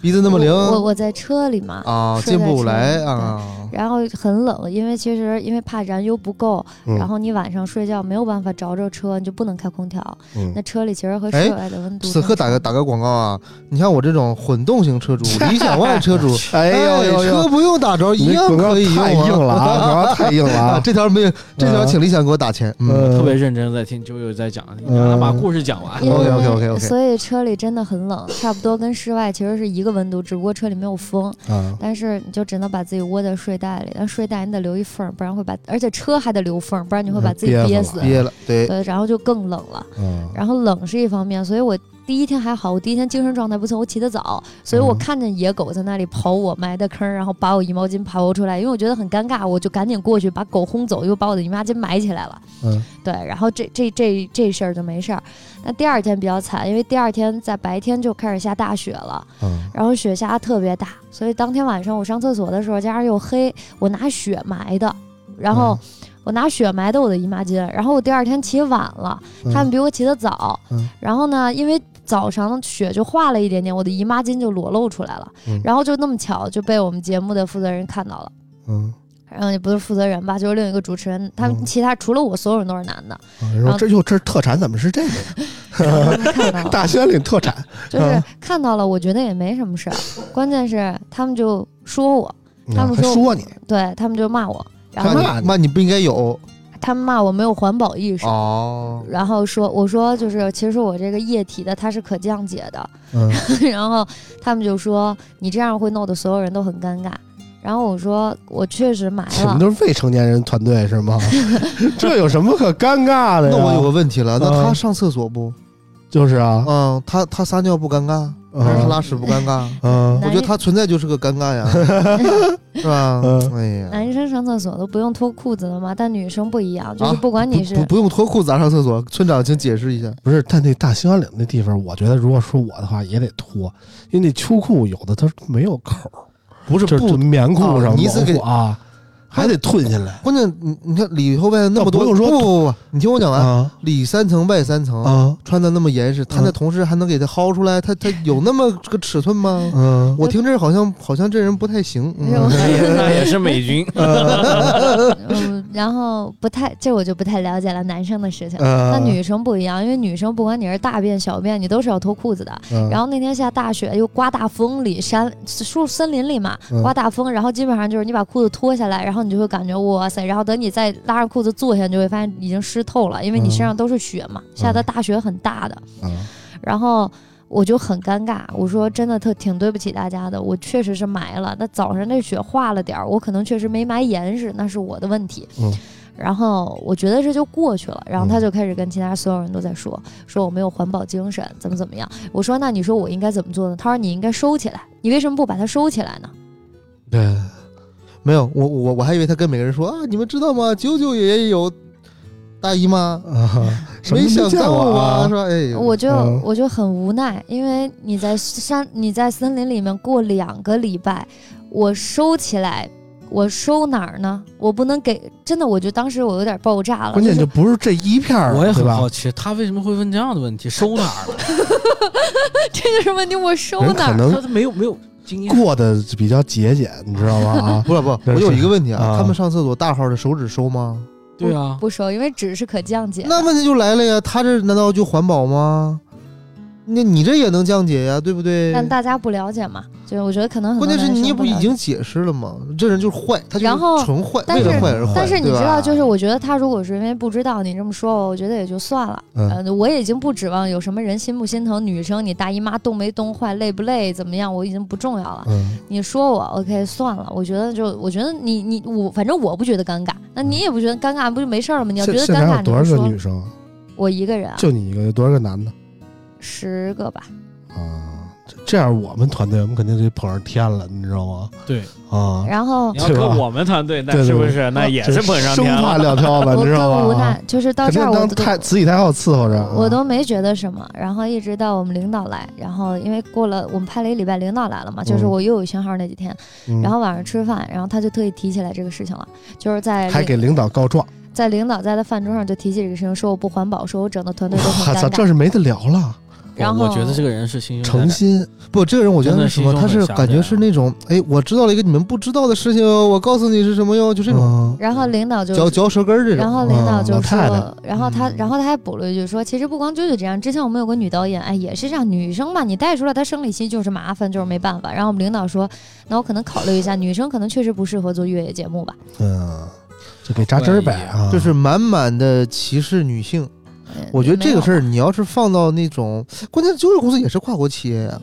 [SPEAKER 3] 鼻子那么灵
[SPEAKER 5] 我我我在车里嘛，
[SPEAKER 3] 啊，
[SPEAKER 5] 睡
[SPEAKER 3] 进
[SPEAKER 5] 在
[SPEAKER 3] 不
[SPEAKER 5] 车
[SPEAKER 3] 来
[SPEAKER 5] 里
[SPEAKER 3] 啊。
[SPEAKER 5] 然后很冷，因为其实因为怕燃油不够，
[SPEAKER 2] 嗯
[SPEAKER 5] 然后你晚上睡觉没有办法着着车，你就不能开空调，
[SPEAKER 2] 嗯
[SPEAKER 5] 那车里其实和
[SPEAKER 3] 哎
[SPEAKER 5] 室外的温度
[SPEAKER 3] 此
[SPEAKER 5] 相
[SPEAKER 3] 刻打
[SPEAKER 5] 差
[SPEAKER 3] 个打个广告啊！你像我这种混动 型车主、理想 ONE 车主，
[SPEAKER 2] 哎呦呦
[SPEAKER 3] 车
[SPEAKER 2] 呦，
[SPEAKER 3] 不用打着，一
[SPEAKER 2] 你
[SPEAKER 3] 样
[SPEAKER 2] 广告
[SPEAKER 3] 可以用
[SPEAKER 2] 太硬 了啊，广告太硬了
[SPEAKER 3] 啊！
[SPEAKER 2] 啊。
[SPEAKER 3] 这条没有，这条
[SPEAKER 2] 嗯
[SPEAKER 3] 请理想给我打钱。嗯，
[SPEAKER 2] 嗯
[SPEAKER 4] 特别认真在听啾啾在讲，你
[SPEAKER 2] 呃
[SPEAKER 4] 让他把故事讲完
[SPEAKER 5] 因。为
[SPEAKER 3] OK，OK，OK，OK
[SPEAKER 5] 所以车里真的很冷，差不多跟室外其实是一个温度，只不过车里没有风，
[SPEAKER 3] 嗯
[SPEAKER 2] 啊，
[SPEAKER 5] 但是你就只能把自己窝在睡袋里，但睡袋你得留一缝儿，不然会把，而且车还得留缝儿，不然你会把自己
[SPEAKER 2] 憋死了
[SPEAKER 3] 嗯
[SPEAKER 5] 憋死。
[SPEAKER 3] 憋了，对，
[SPEAKER 5] 对，然后就更冷了。
[SPEAKER 2] 嗯
[SPEAKER 5] 然后冷是一方面，所以我第一天还好，我第一天精神状态不错，我起得早，所以我
[SPEAKER 2] 嗯
[SPEAKER 5] 看见野狗在那里刨我埋的坑儿，然后把我姨毛巾刨出来，因为我觉得很尴尬，我就赶紧过去把狗轰走，又把我的姨妈巾埋起来了。
[SPEAKER 2] 嗯，
[SPEAKER 5] 对，然后这这这这事儿就没事儿。那第二天比较惨，因为第二天在白天就开始下大雪了，
[SPEAKER 2] 嗯
[SPEAKER 5] 然后雪下得特别大，所以当天晚上我上厕所的时候，加上又黑，我拿雪埋的，然后
[SPEAKER 2] 嗯
[SPEAKER 5] 我拿雪埋的我的姨妈巾，然后我第二天起晚了。
[SPEAKER 2] 嗯
[SPEAKER 5] 他们比我起得早。
[SPEAKER 2] 嗯
[SPEAKER 5] 然后呢，因为早上雪就化了一点点，我的姨妈巾就裸露出来了。
[SPEAKER 2] 嗯
[SPEAKER 5] 然后就那么巧就被我们节目的负责人看到了。
[SPEAKER 2] 嗯，
[SPEAKER 5] 然后也不是负责人吧，就是另一个主持人，他
[SPEAKER 2] 嗯
[SPEAKER 5] 们其他除了我，所有人都是男的。
[SPEAKER 2] 啊然后这又这特产怎么是这 个？
[SPEAKER 5] 然后他们看到了，
[SPEAKER 2] 大兴安岭特产。
[SPEAKER 5] 就是
[SPEAKER 2] 嗯
[SPEAKER 5] 看到了，我觉得也没什么事儿。关键是他们就说我，他
[SPEAKER 2] 嗯
[SPEAKER 5] 们
[SPEAKER 2] 还
[SPEAKER 5] 说
[SPEAKER 2] 说你，
[SPEAKER 5] 对他们就骂我，然后
[SPEAKER 2] 骂
[SPEAKER 3] 骂
[SPEAKER 2] 你
[SPEAKER 3] 你骂你不应该有
[SPEAKER 5] 他们骂我没有环保意识。
[SPEAKER 3] 哦。
[SPEAKER 5] 然后说，我说就是，其实我这个液体的它是可降解的，
[SPEAKER 2] 嗯，
[SPEAKER 5] 然后他们就说你这样会弄得所有人都很尴尬。然后我说我确实埋
[SPEAKER 2] 你们
[SPEAKER 5] 了，
[SPEAKER 2] 都是未成年人团队 是吗？这有什么可尴尬的呀？
[SPEAKER 3] 那我有个问题了，那
[SPEAKER 2] 啊嗯
[SPEAKER 3] 他上厕所不？
[SPEAKER 2] 就是啊，
[SPEAKER 3] 嗯，他他撒尿不尴尬，还是他拉屎不尴尬？
[SPEAKER 2] 嗯
[SPEAKER 3] 我觉得他存在就是个 尴尬呀，是吧
[SPEAKER 2] 嗯？
[SPEAKER 3] 哎呀，
[SPEAKER 5] 男生上厕所都不用脱裤子的嘛，但女生不一样，就是
[SPEAKER 3] 啊
[SPEAKER 5] 不管你是、
[SPEAKER 3] 不不用脱裤子啊上厕所，村长请解释一下。
[SPEAKER 2] 不是，但那大兴安岭那地方，我觉得如果说我的话也得脱，因为那秋裤有的它没有口儿，
[SPEAKER 3] 不是
[SPEAKER 2] 就是
[SPEAKER 3] 不，
[SPEAKER 2] 棉裤上
[SPEAKER 3] 啊你
[SPEAKER 2] 毛
[SPEAKER 3] 是给
[SPEAKER 2] 裤啊，还得吞下来
[SPEAKER 3] 关键你你看里头外那么
[SPEAKER 2] 倒
[SPEAKER 3] 多，
[SPEAKER 2] 啊不用说
[SPEAKER 3] 不不不，你听我讲完，
[SPEAKER 2] 啊
[SPEAKER 3] 里三层外三层，
[SPEAKER 2] 啊
[SPEAKER 3] 穿的那么严实，他
[SPEAKER 2] 嗯
[SPEAKER 3] 那同事还能给他薅出来，他他有那么个尺寸吗？
[SPEAKER 2] 嗯，
[SPEAKER 3] 我听这好像好像这人不太行，嗯
[SPEAKER 5] 哎呦
[SPEAKER 4] 那也那也是美 军，
[SPEAKER 5] 嗯，然后不太这我就不太了解了男生的事情。
[SPEAKER 3] 啊嗯
[SPEAKER 5] 那女生不一样，因为女生不管你是大便小便，你都是要脱裤子的。
[SPEAKER 2] 嗯，
[SPEAKER 5] 然后那天下大雪，又刮大风里，山树森林里嘛
[SPEAKER 2] 嗯，
[SPEAKER 5] 刮大风，然后基本上就是你把裤子脱下来，然后你就会感觉哇塞，然后等你再拉上裤子坐下，你就会发现已经湿透了，因为你身上都是雪嘛，下的大雪很大的，
[SPEAKER 2] 嗯
[SPEAKER 5] 然后。我就很尴尬，我说真的特挺对不起大家的，我确实是埋了。那早上那雪化了点儿，我可能确实没埋严实，那是我的问题。
[SPEAKER 2] 嗯
[SPEAKER 5] 然后我觉得这就过去了，然后他
[SPEAKER 2] 嗯
[SPEAKER 5] 就开始跟其他所有人都在说，说我没有环保精神，怎么怎么样。我说那你说我应该怎么做呢？他说你应该收起来，你为什么不把它收起来呢？
[SPEAKER 2] 对，
[SPEAKER 3] 没有，我我我还以为他跟每个人说啊，你们知道吗？九九爷爷有大姨妈，
[SPEAKER 2] 啊，什么
[SPEAKER 3] 没
[SPEAKER 2] 都
[SPEAKER 3] 想
[SPEAKER 2] 见
[SPEAKER 3] 到
[SPEAKER 2] 过
[SPEAKER 3] 啊，
[SPEAKER 2] 啊
[SPEAKER 3] 是，吧？哎，
[SPEAKER 5] 我就
[SPEAKER 2] 嗯
[SPEAKER 5] 我就很无奈，因为你在山你在森林里面过两个礼拜，我收起来。我收哪儿呢？我不能给，真的，我就当时我有点爆炸了。
[SPEAKER 2] 关键就是
[SPEAKER 5] 就
[SPEAKER 2] 不是这一片儿，
[SPEAKER 4] 我也
[SPEAKER 2] 对
[SPEAKER 4] 很
[SPEAKER 2] 吧
[SPEAKER 4] 好？奇，他为什么会问这样的问题？收哪儿了？
[SPEAKER 5] 这就是 问题，我收
[SPEAKER 2] 人
[SPEAKER 5] 哪
[SPEAKER 2] 可
[SPEAKER 5] 儿？
[SPEAKER 2] 能
[SPEAKER 4] 他没有没有经验，
[SPEAKER 2] 过得比较节俭，你知道吗？ 啊，
[SPEAKER 3] 不是不，
[SPEAKER 2] 是
[SPEAKER 3] 我有一个问题啊
[SPEAKER 2] 啊，
[SPEAKER 3] 他们上厕所大号的手指收吗？
[SPEAKER 4] 对啊，
[SPEAKER 5] 不收，因为纸是可降解的。
[SPEAKER 3] 那问题就来了呀，他这难道就环保吗？那你这也能降解呀，对不对？
[SPEAKER 5] 但大家不了解嘛，就是我觉得可能很多
[SPEAKER 3] 关键是
[SPEAKER 5] 男生
[SPEAKER 3] 你也
[SPEAKER 5] 不
[SPEAKER 3] 不已
[SPEAKER 5] 了
[SPEAKER 3] 经解释了吗？这人就是坏，他就
[SPEAKER 5] 然后
[SPEAKER 3] 是纯坏，
[SPEAKER 5] 但
[SPEAKER 3] 为了
[SPEAKER 5] 是
[SPEAKER 3] 坏而坏。
[SPEAKER 5] 但是你
[SPEAKER 3] 对
[SPEAKER 5] 知
[SPEAKER 3] 吧
[SPEAKER 5] 道，就是我觉得他如果是因为不知道你这么说，我觉得也就算了。
[SPEAKER 2] 嗯
[SPEAKER 5] 呃，我已经不指望有什么人心不心疼女生，你大姨妈冻没冻坏，累不累，怎么样，我已经不重要了。
[SPEAKER 2] 嗯，
[SPEAKER 5] 你说我 OK 算了，我觉得就我觉得你你我反正我不觉得尴尬，那你也不觉得尴尬，不就没事儿了吗？你要觉
[SPEAKER 2] 现
[SPEAKER 5] 得
[SPEAKER 2] 现
[SPEAKER 5] 尴
[SPEAKER 2] 场
[SPEAKER 5] 尬，
[SPEAKER 2] 有
[SPEAKER 5] 你就
[SPEAKER 2] 多少
[SPEAKER 5] 说
[SPEAKER 2] 个女生啊？
[SPEAKER 5] 我一个人啊，
[SPEAKER 2] 就你一个，有多少个男的
[SPEAKER 5] 十个吧。
[SPEAKER 2] 啊？这这样我们团队我们肯定得捧上天了，你知道吗？
[SPEAKER 4] 对
[SPEAKER 2] 啊，
[SPEAKER 5] 然后
[SPEAKER 4] 你要
[SPEAKER 2] 对
[SPEAKER 4] 跟
[SPEAKER 2] 吧
[SPEAKER 4] 我们团队，那
[SPEAKER 2] 对对
[SPEAKER 4] 是不
[SPEAKER 2] 对
[SPEAKER 4] 是那也是捧上
[SPEAKER 2] 生
[SPEAKER 4] 天
[SPEAKER 2] 怕
[SPEAKER 4] 了？
[SPEAKER 2] 撂挑 子，
[SPEAKER 5] 我
[SPEAKER 2] 你知
[SPEAKER 5] 更
[SPEAKER 2] 道
[SPEAKER 5] 无
[SPEAKER 2] 吗？
[SPEAKER 5] 奈，就是到
[SPEAKER 2] 啊肯
[SPEAKER 5] 这
[SPEAKER 2] 定
[SPEAKER 5] 儿我
[SPEAKER 2] 当
[SPEAKER 5] 都
[SPEAKER 2] 太慈禧太后伺候着啊，
[SPEAKER 5] 我都没觉得什么，然后一直到我们领导来，然后因为过了我们拍了一礼拜，领导来了嘛，就是
[SPEAKER 2] 嗯
[SPEAKER 5] 我又有讯号那几天，
[SPEAKER 2] 嗯
[SPEAKER 5] 然后晚上吃饭，然后他就特意提起来这个事情了，就是在
[SPEAKER 2] 还
[SPEAKER 5] 领
[SPEAKER 2] 给领导告状，
[SPEAKER 5] 在领导在他饭桌上就提起这个事情，说我不环保，说我整的团队都
[SPEAKER 2] 我
[SPEAKER 5] 很
[SPEAKER 2] 操，
[SPEAKER 5] 尴
[SPEAKER 2] 这
[SPEAKER 5] 尬。
[SPEAKER 2] 是没得聊了，
[SPEAKER 5] 然后
[SPEAKER 4] 我觉得这个人是心胸太
[SPEAKER 2] 诚
[SPEAKER 4] 窄
[SPEAKER 2] 心
[SPEAKER 3] 不，这个人我觉得
[SPEAKER 4] 真的
[SPEAKER 3] 是什
[SPEAKER 4] 心
[SPEAKER 3] 么？
[SPEAKER 4] 胸
[SPEAKER 3] 他
[SPEAKER 4] 很
[SPEAKER 3] 是
[SPEAKER 4] 狭
[SPEAKER 3] 感觉
[SPEAKER 4] 窄啊
[SPEAKER 3] 是那种，哎，我知道了一个你们不知道的事情哦，我告诉你是什么哟，就这种
[SPEAKER 2] 嗯
[SPEAKER 5] 然后领导就
[SPEAKER 3] 嚼嚼舌根儿这
[SPEAKER 5] 然
[SPEAKER 3] 种。
[SPEAKER 5] 后领导
[SPEAKER 2] 嗯
[SPEAKER 5] 就
[SPEAKER 2] 老
[SPEAKER 5] 说，
[SPEAKER 2] 太太
[SPEAKER 5] 然后他，
[SPEAKER 2] 嗯
[SPEAKER 5] 然后他还补了一句说，其实不光啾啾这样，之前我们有个女导演，哎，也是这样，女生嘛，你带出来她生理期就是麻烦，就是没办法。然后我们领导说，那我可能考虑一下，女生可能确实不适合做越野节目吧。
[SPEAKER 2] 嗯，就给扎针儿呗啊，
[SPEAKER 3] 就是满满的歧视女性，
[SPEAKER 5] 嗯
[SPEAKER 3] 我觉得这个事，儿
[SPEAKER 5] 没有吧
[SPEAKER 3] 你要是放到那种，关键就是公司也是跨国企业呀，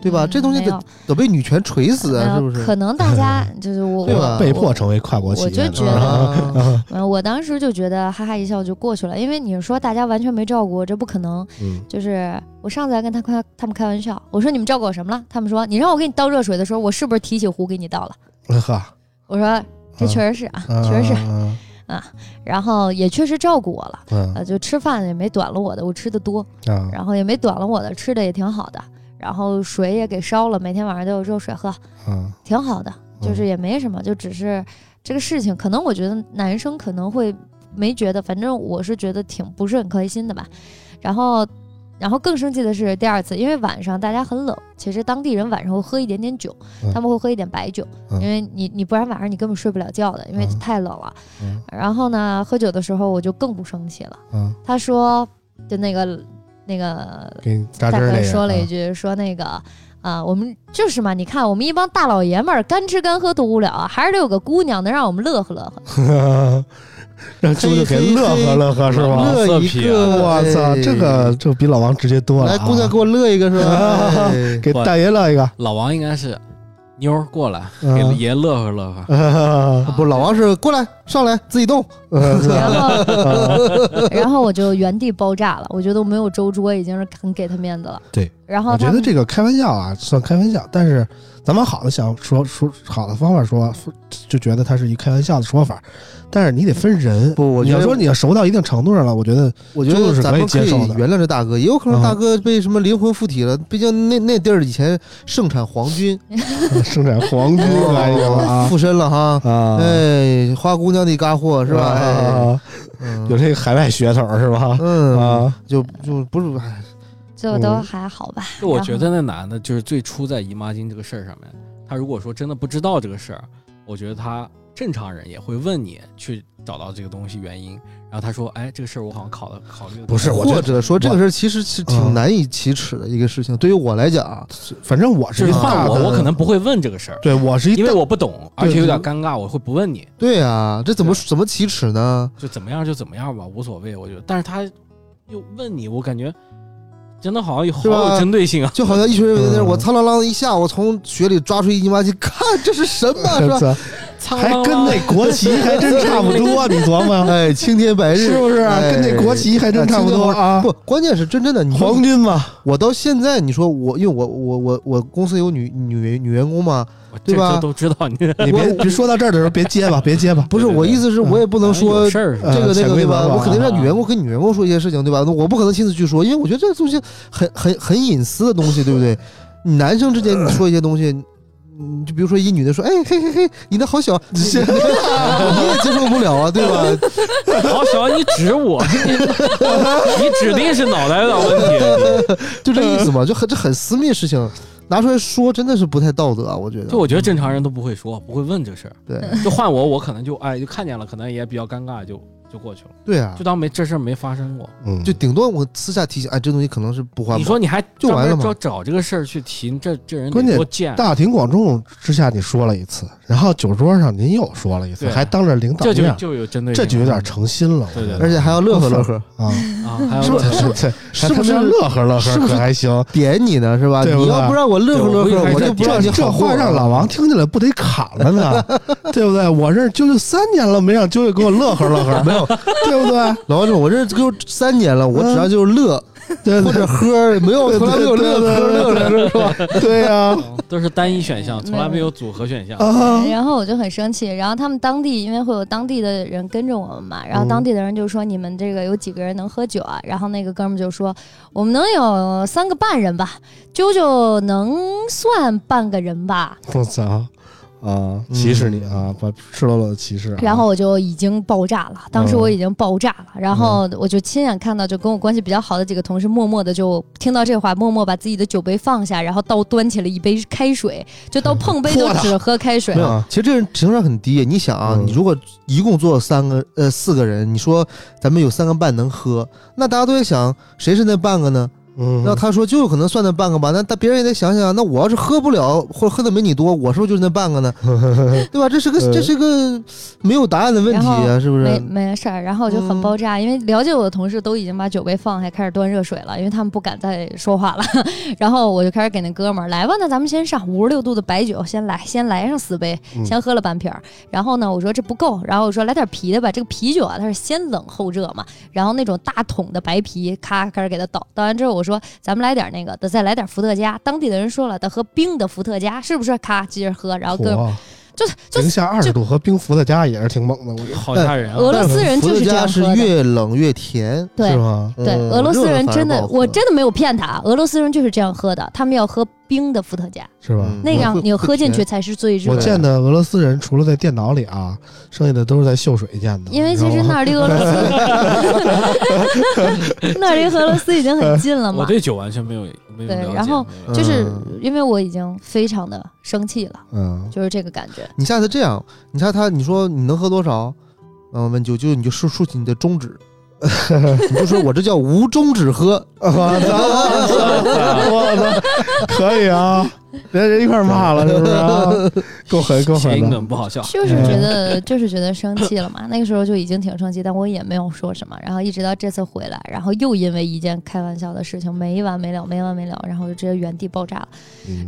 [SPEAKER 3] 对吧？
[SPEAKER 5] 嗯
[SPEAKER 3] 这东西
[SPEAKER 5] 没
[SPEAKER 3] 得
[SPEAKER 5] 有
[SPEAKER 3] 得被女权锤死
[SPEAKER 5] 没
[SPEAKER 3] 啊，是
[SPEAKER 5] 有
[SPEAKER 3] 不是？
[SPEAKER 5] 可能大 家就是我
[SPEAKER 3] 对吧
[SPEAKER 5] 我
[SPEAKER 2] 被迫成为跨国企业的，
[SPEAKER 5] 我就觉得
[SPEAKER 3] 啊
[SPEAKER 5] 嗯，我当时就觉得哈哈一笑就过去了，因为你说大家完全没照顾我，这不可能。
[SPEAKER 2] 嗯
[SPEAKER 5] 就是我上次还跟他开他们开玩笑，我说你们照顾我什么了？他们说你让我给你倒热水的时候，我是不是提起壶给你倒了？
[SPEAKER 2] 嗯呵，
[SPEAKER 5] 我说
[SPEAKER 2] 嗯
[SPEAKER 5] 这确实是啊，
[SPEAKER 2] 嗯
[SPEAKER 5] 确实是，
[SPEAKER 2] 嗯
[SPEAKER 5] 然后也确实照顾我了，
[SPEAKER 2] 嗯
[SPEAKER 5] 呃，就吃饭也没短了我的，我吃的多，
[SPEAKER 2] 啊
[SPEAKER 5] 呃然后也没短了我的，吃的也挺好的，然后水也给烧了，每天晚上都有热水喝，
[SPEAKER 2] 啊
[SPEAKER 5] 挺好的，就
[SPEAKER 2] 嗯
[SPEAKER 5] 是也没什么，就只是这个事情，可能我觉得男生可能会没觉得，反正我是觉得挺不是很开心的吧。然后，然后更生气的是第二次，因为晚上大家很冷，其实当地人晚上会喝一点点酒，
[SPEAKER 2] 嗯
[SPEAKER 5] 他们会喝一点白酒，
[SPEAKER 2] 嗯
[SPEAKER 5] 因为你你不然晚上你根本睡不了觉的，因为
[SPEAKER 2] 嗯
[SPEAKER 5] 太冷了。
[SPEAKER 2] 嗯
[SPEAKER 5] 然后呢，喝酒的时候我就更不生气了，
[SPEAKER 2] 啊，
[SPEAKER 5] 他说就那个那个
[SPEAKER 2] 给你扎
[SPEAKER 5] 大
[SPEAKER 2] 针儿
[SPEAKER 5] 哥
[SPEAKER 2] 那个
[SPEAKER 5] 说了一
[SPEAKER 2] 啊
[SPEAKER 5] 句，说那个啊、我们就是嘛，你看我们一帮大老爷们儿，干吃干喝多无聊啊，还是得有个姑娘能让我们乐呵乐呵。
[SPEAKER 2] 让舅舅给乐呵乐呵是吧？啊
[SPEAKER 3] 乐一个，
[SPEAKER 2] 我操，
[SPEAKER 3] 哎
[SPEAKER 2] 这个这比老王直接多了
[SPEAKER 3] 来
[SPEAKER 2] 啊，
[SPEAKER 3] 姑娘给我乐一个是吧？ 哎
[SPEAKER 2] 给大爷乐一个，
[SPEAKER 4] 老王应该是妞儿过来给
[SPEAKER 2] 嗯
[SPEAKER 4] 爷乐呵乐呵。
[SPEAKER 2] 啊
[SPEAKER 3] 不，老王是过来上来自己动，
[SPEAKER 5] 然 后，
[SPEAKER 2] 嗯
[SPEAKER 5] 然后我就原地爆炸了，我觉得我没有周桌已经是很给他面子了。
[SPEAKER 2] 对，
[SPEAKER 5] 然后
[SPEAKER 2] 我觉
[SPEAKER 5] 他
[SPEAKER 2] 得
[SPEAKER 5] 们
[SPEAKER 2] 这个开玩笑啊，算开玩笑，但是咱往好的想说说好的方法说，就觉得它是一开玩笑的说法，但是你得分人。
[SPEAKER 3] 不我
[SPEAKER 2] 你
[SPEAKER 3] 觉
[SPEAKER 2] 要
[SPEAKER 3] 得
[SPEAKER 2] 说你要熟到一定程度上了，我觉 得
[SPEAKER 3] 我觉
[SPEAKER 2] 就是
[SPEAKER 3] 得咱
[SPEAKER 2] 可以
[SPEAKER 3] 们
[SPEAKER 2] 接受的
[SPEAKER 3] 原谅这大哥，也有可
[SPEAKER 2] 嗯
[SPEAKER 3] 能大哥被什么灵魂附体了。毕竟那那地儿以前盛产皇军，
[SPEAKER 2] 生产黄金来着啊
[SPEAKER 3] 附身了哈。
[SPEAKER 2] 啊，
[SPEAKER 3] 哎，花姑娘的嘎货是吧？哎，
[SPEAKER 2] 啊， 有
[SPEAKER 3] 嗯
[SPEAKER 2] 这个海外噱头是吧？
[SPEAKER 3] 嗯，
[SPEAKER 2] 啊，
[SPEAKER 3] 就就不是，哎
[SPEAKER 5] 就都
[SPEAKER 2] 嗯
[SPEAKER 5] 还好吧。
[SPEAKER 4] 就我
[SPEAKER 5] 然后
[SPEAKER 4] 觉得那男的就是最初在姨妈巾这个事儿上面，他如果说真的不知道这个事儿，我觉得他正常人也会问你去找到这个东西原因。然后他说：“哎，这个事儿我好像考了考虑了
[SPEAKER 2] 不是我觉
[SPEAKER 3] 或
[SPEAKER 2] 得
[SPEAKER 3] 者说这个事儿其实是
[SPEAKER 2] 嗯
[SPEAKER 3] 挺难以启齿的一个事情。对于我来讲啊，
[SPEAKER 2] 反正我
[SPEAKER 4] 就是是
[SPEAKER 2] 一
[SPEAKER 4] 换
[SPEAKER 2] 大
[SPEAKER 4] 我，
[SPEAKER 2] 的，
[SPEAKER 4] 我可能不会问这个事儿，
[SPEAKER 2] 对我是一
[SPEAKER 4] 因为我不懂，
[SPEAKER 2] 对
[SPEAKER 4] 而且有点尴尬，我会不问你，
[SPEAKER 3] 对啊，这怎么
[SPEAKER 4] 对
[SPEAKER 3] 怎么启齿呢？
[SPEAKER 4] 就怎么样就怎么样吧，无所谓。我觉得，但是他又问你，我感觉真的好像有好
[SPEAKER 3] 是吧
[SPEAKER 4] 有针对性啊。
[SPEAKER 3] 就好像一群人在那儿，
[SPEAKER 2] 嗯
[SPEAKER 3] 我苍啷啷的一下，我从雪里抓出一姨妈巾，看这是什 么是吧？
[SPEAKER 2] 大，还跟那国旗还真差不多，你琢 磨
[SPEAKER 3] 哎，青天白日
[SPEAKER 2] 是不是啊？
[SPEAKER 3] 哎
[SPEAKER 2] 跟那国旗还真差不多啊
[SPEAKER 3] 不，，关键是真真的，你说
[SPEAKER 2] 黄金嘛，
[SPEAKER 3] 我到现在，你说我，因为我我我我公司有女女女员工嘛，
[SPEAKER 4] 我这
[SPEAKER 3] 对吧
[SPEAKER 4] 这都知道你
[SPEAKER 2] 你别别说到这儿的时候，别结巴，别结巴。
[SPEAKER 3] 不是
[SPEAKER 4] 对对
[SPEAKER 3] 我
[SPEAKER 4] 对
[SPEAKER 3] 意思是，
[SPEAKER 2] 嗯
[SPEAKER 3] 我也不能说
[SPEAKER 4] 有事儿是吧
[SPEAKER 2] 呃
[SPEAKER 3] 这个那
[SPEAKER 2] 潜
[SPEAKER 3] 个
[SPEAKER 2] 规
[SPEAKER 3] 对
[SPEAKER 2] 则
[SPEAKER 3] 吧？
[SPEAKER 2] 吧
[SPEAKER 3] 我肯定让
[SPEAKER 4] 啊
[SPEAKER 3] 女员工跟女员工说一些事情对吧？那我不可能亲自去说，因为我觉得这东西很很很隐私的东西，对不对？你男生之间你说一些东西。嗯，就比如说一女的说，哎嘿嘿嘿，你的好小， 你你也接受不了啊，对吧？
[SPEAKER 4] 好小，你指我，你你指定是脑袋有点问题。
[SPEAKER 3] 就这意思
[SPEAKER 2] 嗯
[SPEAKER 3] 嘛，就很这很私密的事情，拿出来说真的是不太道德啊，我觉得。
[SPEAKER 4] 就我觉得正常人都不会说，不会问这事儿。
[SPEAKER 3] 对，
[SPEAKER 4] 就换我，我可能就哎，就看见了，可能也比较尴尬，就就过去了，
[SPEAKER 3] 对啊
[SPEAKER 4] 就，当没这事儿没发生过。
[SPEAKER 2] 嗯，
[SPEAKER 3] 就顶多我私下提醒，哎，这东西可能是不环
[SPEAKER 4] 你
[SPEAKER 3] 保。
[SPEAKER 4] 说你还
[SPEAKER 3] 就完了
[SPEAKER 4] 专门
[SPEAKER 3] 嘛
[SPEAKER 4] 找找这个事儿去提，这这人得
[SPEAKER 2] 关键
[SPEAKER 4] 多贱，啊
[SPEAKER 2] 大庭广众之下你说了一次，然后酒桌上您又说了一次，
[SPEAKER 4] 对
[SPEAKER 2] 还当着领导
[SPEAKER 4] 这就
[SPEAKER 2] 面，
[SPEAKER 4] 就有针对
[SPEAKER 2] 啊这
[SPEAKER 4] 性了，
[SPEAKER 2] 就有点诚心了。我觉得
[SPEAKER 4] 对对
[SPEAKER 3] 而且还要乐呵乐呵，
[SPEAKER 2] 啊，
[SPEAKER 4] 啊，还有
[SPEAKER 2] 是不是？是是
[SPEAKER 3] 是不是
[SPEAKER 2] 乐呵乐呵
[SPEAKER 3] 是不是
[SPEAKER 2] 可还行？
[SPEAKER 3] 点你呢是吧？
[SPEAKER 2] 对不
[SPEAKER 3] 你
[SPEAKER 2] 对
[SPEAKER 3] 要不让我乐呵乐
[SPEAKER 4] 对我
[SPEAKER 3] 呵，
[SPEAKER 4] 一
[SPEAKER 3] 我
[SPEAKER 4] 开始
[SPEAKER 3] 就不让你
[SPEAKER 2] 这这
[SPEAKER 3] 好
[SPEAKER 2] 话
[SPEAKER 3] 过
[SPEAKER 2] 让老王听起来不得砍了 呢？对不对？我认识啾啾三年了，没让啾啾给我乐呵乐呵， 没有，对不对？
[SPEAKER 3] 老王这种，我这就三年了，我只要就是乐
[SPEAKER 2] 对
[SPEAKER 3] 或
[SPEAKER 2] 对
[SPEAKER 3] 者喝，没有
[SPEAKER 2] 嗯对
[SPEAKER 3] 从来没有乐呵乐呵是吧？
[SPEAKER 2] 对呀，
[SPEAKER 4] 嗯都是单一选项，从
[SPEAKER 5] 嗯
[SPEAKER 4] 来没有组合选项。
[SPEAKER 2] 啊，
[SPEAKER 5] 然后我就很生气，然后他们当地因为会有当地的人跟着我们嘛，然后
[SPEAKER 2] 嗯
[SPEAKER 5] 当地的人就说你们这个有几个人能喝酒啊？然后那个哥们儿就说我们能有三个半人吧，啾啾能算半个人吧。
[SPEAKER 2] 我操啊！歧视你啊，把赤裸裸的歧视啊。
[SPEAKER 5] 然后我就已经爆炸了，当时我已经爆炸了，然后我就亲眼看到，就跟我关系比较好的几个同事，默默的就听到这话，默默把自己的酒杯放下，然后倒端起了一杯开水，就到碰杯都
[SPEAKER 2] 嚯的
[SPEAKER 5] 只喝开水
[SPEAKER 3] 没。有，其实这人情商很低。你想啊，
[SPEAKER 2] 嗯
[SPEAKER 3] 你如果一共坐三个呃四个人，你说咱们有三个半能喝，那大家都在想谁是那半个呢？
[SPEAKER 2] 嗯，
[SPEAKER 3] 那他说就有可能算那半个吧，那但别人也得想想，那我要是喝不了或者喝的没你多，我是不是就是那半个 呢？对吧？这是个
[SPEAKER 2] 嗯
[SPEAKER 3] 这是个没有答案的问题
[SPEAKER 5] 然
[SPEAKER 3] 啊，
[SPEAKER 5] 后
[SPEAKER 3] 是不
[SPEAKER 5] 没
[SPEAKER 3] 是？
[SPEAKER 5] 没事儿，然后我就很爆炸，因为了解我的同事都已经把酒杯放下，开始端热水了，因为他们不敢再说话了。 然后我就开始给那哥们儿来吧，那咱们先上五十六度的白酒，先来，先来上四杯，
[SPEAKER 2] 嗯
[SPEAKER 5] 先喝了半瓶儿。然后呢，我说这不够，然后我说来点啤的吧，这个啤酒啊，它是先冷后热嘛。然后那种大桶的白啤，咔开始给他倒，倒完之后我说咱们来点那个的，再来点伏特加。当地的人说了，得喝冰的伏特加，是不是？咔接着喝，然后哥们儿
[SPEAKER 2] 嚯
[SPEAKER 5] 就就
[SPEAKER 2] 啊零下二十度和冰伏在家也是挺猛的，我觉得
[SPEAKER 4] 好吓人
[SPEAKER 5] 俄
[SPEAKER 4] 啊！
[SPEAKER 5] 罗斯人就是这样
[SPEAKER 3] 伏特
[SPEAKER 5] 喝
[SPEAKER 3] 加是
[SPEAKER 5] 的。
[SPEAKER 3] 越冷越甜，
[SPEAKER 5] 对
[SPEAKER 2] 是，吗？
[SPEAKER 5] 对，
[SPEAKER 3] 嗯
[SPEAKER 5] 俄罗斯人真
[SPEAKER 3] 热反而
[SPEAKER 5] 的，
[SPEAKER 3] 不好喝
[SPEAKER 5] 我真的没有骗他，啊俄罗斯人就是这样喝的，他们要喝冰的伏特加，
[SPEAKER 2] 是吧？
[SPEAKER 3] 嗯
[SPEAKER 5] 那个
[SPEAKER 3] 会
[SPEAKER 5] 样你
[SPEAKER 3] 会
[SPEAKER 5] 喝进去
[SPEAKER 3] 甜
[SPEAKER 5] 才是最热
[SPEAKER 2] 我
[SPEAKER 5] 的。
[SPEAKER 2] 见的俄罗斯人除了在电脑里啊，剩下的都是在秀水见的。
[SPEAKER 5] 因为
[SPEAKER 2] 你知道
[SPEAKER 5] 其实
[SPEAKER 2] 吗
[SPEAKER 5] 那儿离俄罗斯， 那儿离俄罗斯已经很近了
[SPEAKER 4] 我
[SPEAKER 5] 嘛，
[SPEAKER 4] 对酒完全没有没有
[SPEAKER 5] 对
[SPEAKER 4] 了解。
[SPEAKER 5] 然后
[SPEAKER 4] 没
[SPEAKER 3] 嗯
[SPEAKER 4] 有
[SPEAKER 5] 就是因为我已经非常的生气了，
[SPEAKER 2] 嗯，
[SPEAKER 5] 就是这个感觉。
[SPEAKER 3] 你下次这样，你下次他你说你能喝多少？嗯，问就就你就竖竖起你的中指， 你就说我这叫无中指 喝，
[SPEAKER 2] 我
[SPEAKER 4] 啊
[SPEAKER 2] 操！我操！可以啊，连人一块儿骂了，是不是 啊？够狠，够
[SPEAKER 4] 谐
[SPEAKER 2] 狠
[SPEAKER 4] 音
[SPEAKER 2] 的！
[SPEAKER 4] 梗不好笑，
[SPEAKER 5] 就是觉得， 就是觉得生气了嘛。那个时候就已经挺生气，但我也没有说什么。然后一直到这次回来，然后又因为一件开玩笑的事情没完没了，没完没了，然后就直接原地爆炸了。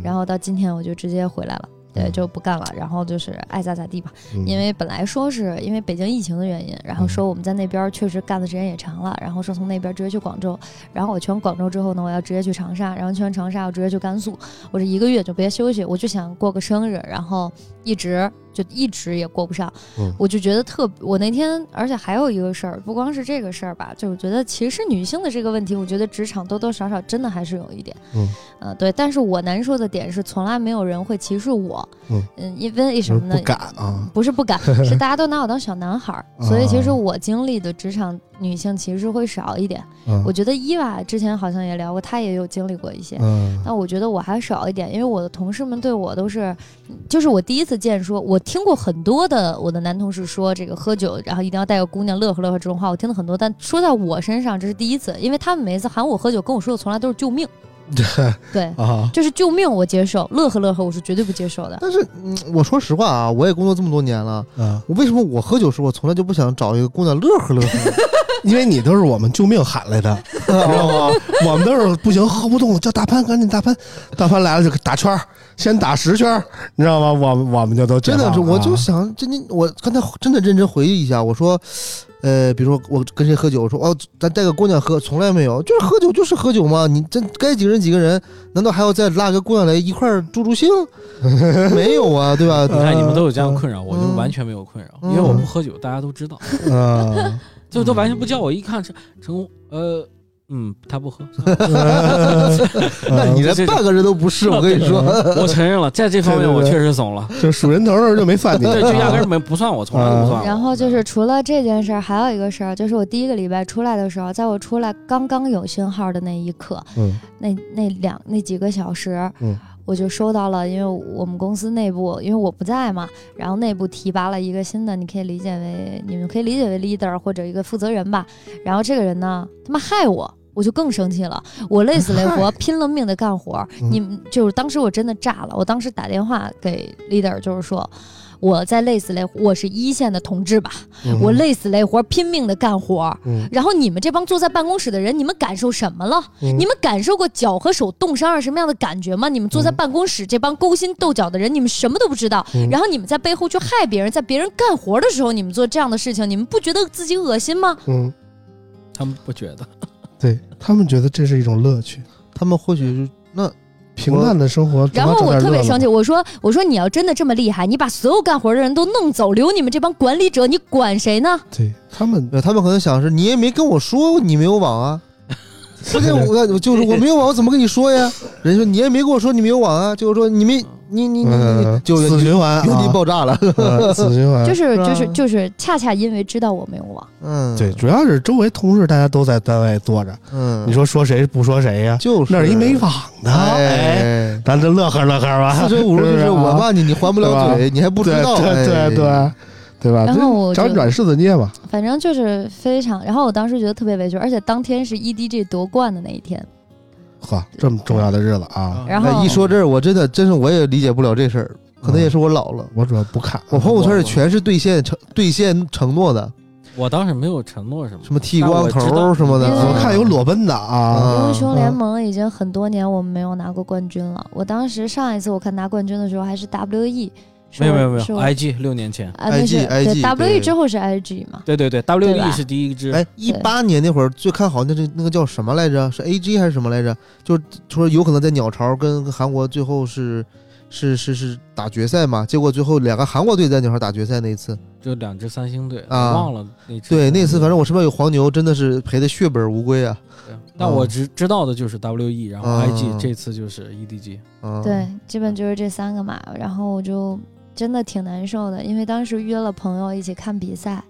[SPEAKER 5] 然后到今天我就直接回来了。对，
[SPEAKER 2] 嗯
[SPEAKER 5] 就不干了，然后就是爱咋咋地吧。
[SPEAKER 2] 嗯
[SPEAKER 5] 因为本来说是因为北京疫情的原因，然后说我们在那边确实干的时间也长了，然后说从那边直接去广州，然后我去完广州之后呢，我要直接去长沙，然后去完长沙我直接去甘肃，我这一个月就别休息，我就想过个生日，然后一直就一直也过不上，
[SPEAKER 2] 嗯
[SPEAKER 5] 我就觉得特，我那天而且还有一个事儿，不光是这个事儿吧，就我觉得歧视女性的这个问题，我觉得职场多多少少真的还是有一点，
[SPEAKER 2] 嗯
[SPEAKER 5] 呃，对，但是我难受的点是从来没有人会歧视我，
[SPEAKER 2] 嗯
[SPEAKER 5] 因为为什么呢？
[SPEAKER 2] 不敢啊，
[SPEAKER 5] 不是不敢，是大家都拿我当小男孩儿，所以其实
[SPEAKER 2] 啊
[SPEAKER 5] 我经历的职场女性歧视会少一点。
[SPEAKER 2] 嗯
[SPEAKER 5] 我觉得伊娃之前好像也聊过，她也有经历过一些，
[SPEAKER 2] 嗯
[SPEAKER 5] 但我觉得我还少一点，因为我的同事们对我都是，就是我第一次见说，我听过很多的我的男同事说这个喝酒，然后一定要带个姑娘乐呵乐呵这种话，我听了很多，但说在我身上这是第一次，因为他们每次喊我喝酒跟我说的从来都是救命，对，
[SPEAKER 2] 啊，
[SPEAKER 5] 就是救命我接受，乐呵乐呵我是绝对不接受的。
[SPEAKER 3] 但是嗯，我说实话啊，我也工作这么多年了，
[SPEAKER 2] 嗯，
[SPEAKER 3] 我为什么我喝酒时候我从来就不想找一个姑娘乐呵乐呵？
[SPEAKER 2] 因为你都是我们救命喊来的， 你知道吗？我们都是不行，喝不动了，叫大潘，赶紧大潘，大潘来了就打圈儿，先打十圈儿，你知道吗？我们我们就都
[SPEAKER 3] 真的是，
[SPEAKER 2] 解放了
[SPEAKER 3] 我
[SPEAKER 2] 啊
[SPEAKER 3] 就想真的，我刚才真的认真回忆一下，我说，呃，比如说我跟谁喝酒，我说哦，咱带个姑娘喝，从来没有，就是喝酒就是喝酒嘛，你这该几个人几个人，难道还要再拉个姑娘来一块儿助助兴？没有啊，对吧？
[SPEAKER 2] 呃
[SPEAKER 4] 你看你们都有这样的困扰，我就
[SPEAKER 3] 嗯
[SPEAKER 4] 完全没有困扰，
[SPEAKER 3] 嗯
[SPEAKER 4] 因为我不喝酒，大家都知道，
[SPEAKER 2] 嗯，
[SPEAKER 4] 就都完全不叫我。一看是成功，呃，嗯，他不 喝，
[SPEAKER 3] 那你
[SPEAKER 4] 这
[SPEAKER 3] 连半个人都不是，我跟你说，
[SPEAKER 4] 我承认了，在这方面我确实怂了，
[SPEAKER 2] 嗯就数人头的时候就没犯你，
[SPEAKER 4] 对，就压根儿没不算我，从来都不算我。
[SPEAKER 5] 然后就是除了这件事儿，还有一个事儿，就是我第一个礼拜出来的时候，在我出来刚刚有信号的那一刻，
[SPEAKER 2] 嗯
[SPEAKER 5] 那那两那几个小时，
[SPEAKER 2] 嗯
[SPEAKER 5] 我就收到了，因为我们公司内部因为我不在嘛，然后内部提拔了一个新的，你可以理解为你们可以理解为 leader 或者一个负责人吧。然后这个人呢，他妈害我。我就更生气了，我累死累活，拼了命的干活。你们就是当时我真的炸了，我当时打电话给 leader，就是说我在累死累活，我是一线的同志吧，我累死累活，拼命的干活。
[SPEAKER 2] 嗯
[SPEAKER 5] 然后你们这帮坐在办公室的人，你们感受什么了？
[SPEAKER 2] 嗯
[SPEAKER 5] 你们感受过脚和手冻伤是什么样的感觉吗？你们坐在办公室这帮勾心斗角的人，你们什么都不知道。
[SPEAKER 2] 嗯
[SPEAKER 5] 然后你们在背后去害别人，在别人干活的时候，你们做这样的事情，你们不觉得自己恶心吗？
[SPEAKER 2] 嗯，
[SPEAKER 4] 他们不觉得，
[SPEAKER 2] 对他们觉得这是一种乐趣，
[SPEAKER 3] 他们或许是那
[SPEAKER 2] 平淡的生活。
[SPEAKER 5] 然后我特别生气，
[SPEAKER 2] 气，
[SPEAKER 5] 我说我说你要真的这么厉害，你把所有干活的人都弄走，留你们这帮管理者，你管谁呢？
[SPEAKER 2] 对他们
[SPEAKER 3] 呃他们可能想是你也没跟我说你没有网啊，不给 我我 就是我没有网，我怎么跟你说呀？人家说你也没跟我说你没有网啊，就是说你没你你你你
[SPEAKER 2] 嗯
[SPEAKER 3] 你就
[SPEAKER 2] 死循环啊，
[SPEAKER 3] 原地爆 炸了，
[SPEAKER 2] 嗯死循环
[SPEAKER 5] 就。是
[SPEAKER 3] 是啊
[SPEAKER 5] 就是就是，恰恰因为知道我没有网，
[SPEAKER 3] 嗯，
[SPEAKER 2] 对，，主要是周围同事大家都在单位坐着，
[SPEAKER 3] 嗯，
[SPEAKER 2] 你说说谁不说谁呀？
[SPEAKER 3] 就是
[SPEAKER 2] 那
[SPEAKER 3] 啊
[SPEAKER 2] 儿一没网的，哎，
[SPEAKER 3] 哎，
[SPEAKER 2] 咱这乐呵乐呵吧。
[SPEAKER 3] 四舍五入就是是
[SPEAKER 2] 啊
[SPEAKER 3] 我骂你，你还不了
[SPEAKER 2] 对
[SPEAKER 3] 嘴，你还不知道，
[SPEAKER 2] 对对
[SPEAKER 3] 哎
[SPEAKER 2] 对对，啊对吧？
[SPEAKER 5] 然后我
[SPEAKER 2] 找
[SPEAKER 5] 就
[SPEAKER 2] 软柿子捏吧。
[SPEAKER 5] 反正就是非常。然后我当时觉得特别委屈，而且当天是 EDG 夺冠的那一
[SPEAKER 2] 啊
[SPEAKER 5] 天，
[SPEAKER 2] 呵，这么重要的日子啊，
[SPEAKER 5] 然
[SPEAKER 3] 哎
[SPEAKER 5] 后
[SPEAKER 3] 一说这儿，我真的真是我也理解不了这事儿，可能也是我老了。
[SPEAKER 2] 我主要不看。
[SPEAKER 3] 我朋友圈里全是兑现承兑现承诺的，
[SPEAKER 4] 我当时没有承诺什么
[SPEAKER 3] 什么剃光
[SPEAKER 4] 但我知
[SPEAKER 3] 头
[SPEAKER 4] 道
[SPEAKER 3] 什么的。
[SPEAKER 5] 因为
[SPEAKER 2] 我看有裸奔的啊，
[SPEAKER 3] 啊
[SPEAKER 4] 嗯
[SPEAKER 5] 英雄联盟已经很多年我们没有拿过冠军了。我当时上一次我看拿冠军的时候还是 WE，是
[SPEAKER 4] 没有
[SPEAKER 5] 我
[SPEAKER 4] 没有没有
[SPEAKER 5] 是我
[SPEAKER 4] ，IG 六年前，
[SPEAKER 5] 啊那
[SPEAKER 3] IG
[SPEAKER 5] 是
[SPEAKER 3] IG
[SPEAKER 5] 对 WE
[SPEAKER 3] 对
[SPEAKER 5] 之后是 IG 嘛？
[SPEAKER 4] 对对对
[SPEAKER 5] 对吧
[SPEAKER 4] ，WE 是第一支，
[SPEAKER 3] 哎，一八年那会儿最看好那是那个叫什么来着？是 A G 还是什么来着？就是说有可能在鸟巢跟跟韩国最后是是是是打决赛嘛？结果最后两个韩国队在鸟巢打决赛那一次，
[SPEAKER 4] 就两支三星队，我
[SPEAKER 3] 啊
[SPEAKER 4] 忘了那支。
[SPEAKER 3] 对，那次反正我身边有黄牛，真的是赔的血本无归啊！
[SPEAKER 4] 对，但我只知道的就是 WE，然后
[SPEAKER 3] 嗯
[SPEAKER 4] IG 这次就是 E EDG，
[SPEAKER 3] 啊，
[SPEAKER 5] 对，基本就是这三个嘛。然后我就真的挺难受的，因为当时约了朋友一起看比赛，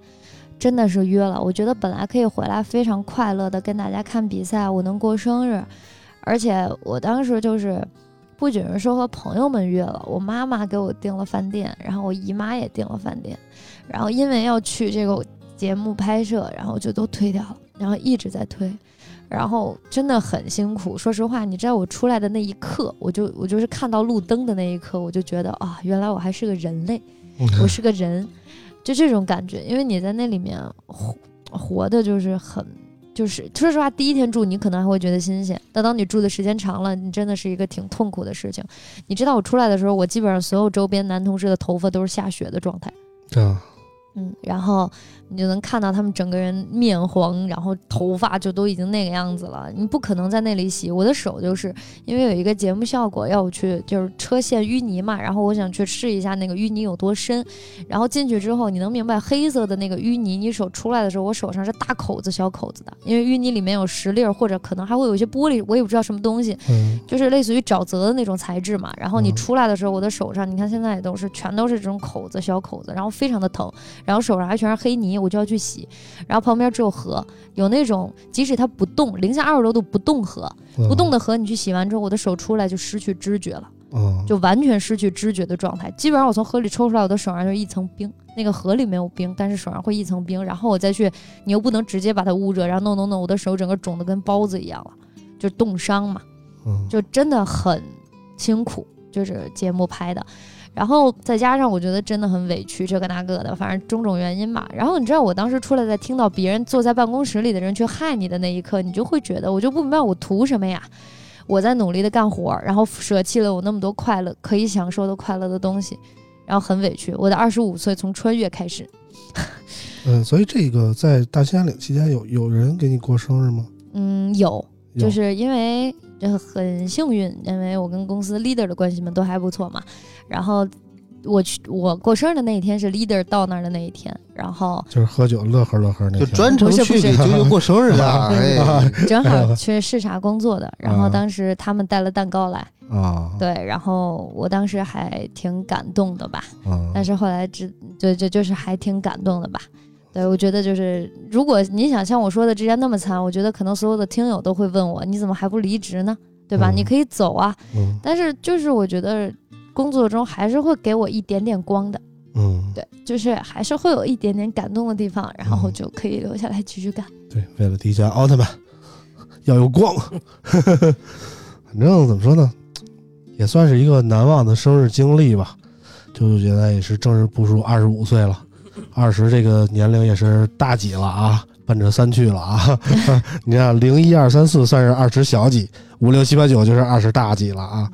[SPEAKER 5] 真的是约了。我觉得本来可以回来非常快乐的跟大家看比赛，我能过生日，而且我当时就是。不仅是说和朋友们约了，我妈妈给我订了饭店，然后我姨妈也订了饭店，然后因为要去这个节目拍摄，然后就都推掉了，然后一直在推，然后真的很辛苦。说实话，你知道我出来的那一刻，我就我就是看到路灯的那一刻，我就觉得啊，原来我还是个人类，
[SPEAKER 3] 嗯
[SPEAKER 5] 我是个人，就这种感觉。因为你在那里面活活的，就是很。就是说实话，第一天住你可能还会觉得新鲜，但当你住的时间长了，你真的是一个挺痛苦的事情。你知道我出来的时候，我基本上所有周边男同事的头发都是下雪的状态。
[SPEAKER 2] 啊，
[SPEAKER 5] 嗯，然后你就能看到他们整个人面黄，然后头发就都已经那个样子了。你不可能在那里洗。我的手就是因为有一个节目效果要我去，就是车线淤泥嘛，然后我想去试一下那个淤泥有多深。然后进去之后，你能明白黑色的那个淤泥，你手出来的时候，我手上是大口子小口子的，因为淤泥里面有石粒儿，或者可能还会有一些玻璃，我也不知道什么东西。
[SPEAKER 2] 嗯，
[SPEAKER 5] 就是类似于沼泽的那种材质嘛。然后你
[SPEAKER 2] 嗯
[SPEAKER 5] 出来的时候，我的手上，你看现在也都是全都是这种口子、小口子，然后非常的疼，然后手上还全是黑泥，我就要去洗。然后旁边只有河，有那种即使它不动，零下二十多度不动河，不动的河，你去洗完之后，我的手出来就失去知觉了，
[SPEAKER 2] 嗯，
[SPEAKER 5] 就完全失去知觉的状态。基本上我从河里抽出来，我的手上就是一层冰。那个河里没有冰，但是手上会一层冰，然后我再去，你又不能直接把它捂着，然后弄弄弄，我的手整个肿的跟包子一样了，就冻伤嘛。
[SPEAKER 2] 嗯
[SPEAKER 5] 就真的很辛苦，就是节目拍的。然后再加上我觉得真的很委屈，这个那个的，反正种种原因吧。然后你知道我当时出来，在听到别人坐在办公室里的人去害你的那一刻，你就会觉得我就不明白我图什么呀？我在努力的干活，然后舍弃了我那么多快乐可以享受的快乐的东西，然后很委屈。我的二十五岁从穿越开始，
[SPEAKER 2] 嗯，所以这个在大兴安岭期间有有人给你过生日吗？
[SPEAKER 5] 嗯，有
[SPEAKER 2] 有
[SPEAKER 5] 就是因为呃很幸运，因为我跟公司 leader 的关系们都还不错嘛。然后我去我过生日的那一天是 leader 到那儿的那一天，然后
[SPEAKER 2] 就是喝酒乐呵乐呵那
[SPEAKER 3] 就
[SPEAKER 2] 天，
[SPEAKER 3] 专程
[SPEAKER 5] 不是不
[SPEAKER 3] 去
[SPEAKER 5] 是
[SPEAKER 3] 给舅舅过生日的，
[SPEAKER 5] 不是不
[SPEAKER 3] 哎，
[SPEAKER 5] 正好去视察工作的，然后
[SPEAKER 2] 啊
[SPEAKER 5] 当时他们带了蛋糕来，
[SPEAKER 2] 啊
[SPEAKER 5] 对，然后我当时还挺感动的吧，
[SPEAKER 2] 啊，
[SPEAKER 5] 但是后来只对就就是还挺感动的吧。对，我觉得就是，如果你想像我说的之前那么惨，我觉得可能所有的听友都会问我，你怎么还不离职呢？对吧？
[SPEAKER 2] 嗯
[SPEAKER 5] 你可以走啊，
[SPEAKER 2] 嗯
[SPEAKER 5] 但是就是我觉得工作中还是会给我一点点光的，
[SPEAKER 2] 嗯，
[SPEAKER 5] 对，就是还是会有一点点感动的地方，然
[SPEAKER 2] 嗯
[SPEAKER 5] 后
[SPEAKER 2] 啊
[SPEAKER 5] 就可以留下来继续干。
[SPEAKER 2] 对，为了迪迦奥特曼要有光， 反正怎么说呢，也算是一个难忘的生日经历吧。就现在也是正式步入二十五岁了，二十这个年龄也是大几了啊，奔着三去了啊。 你看零一二三四算是二十小几，五六七八九就是二十大几了啊。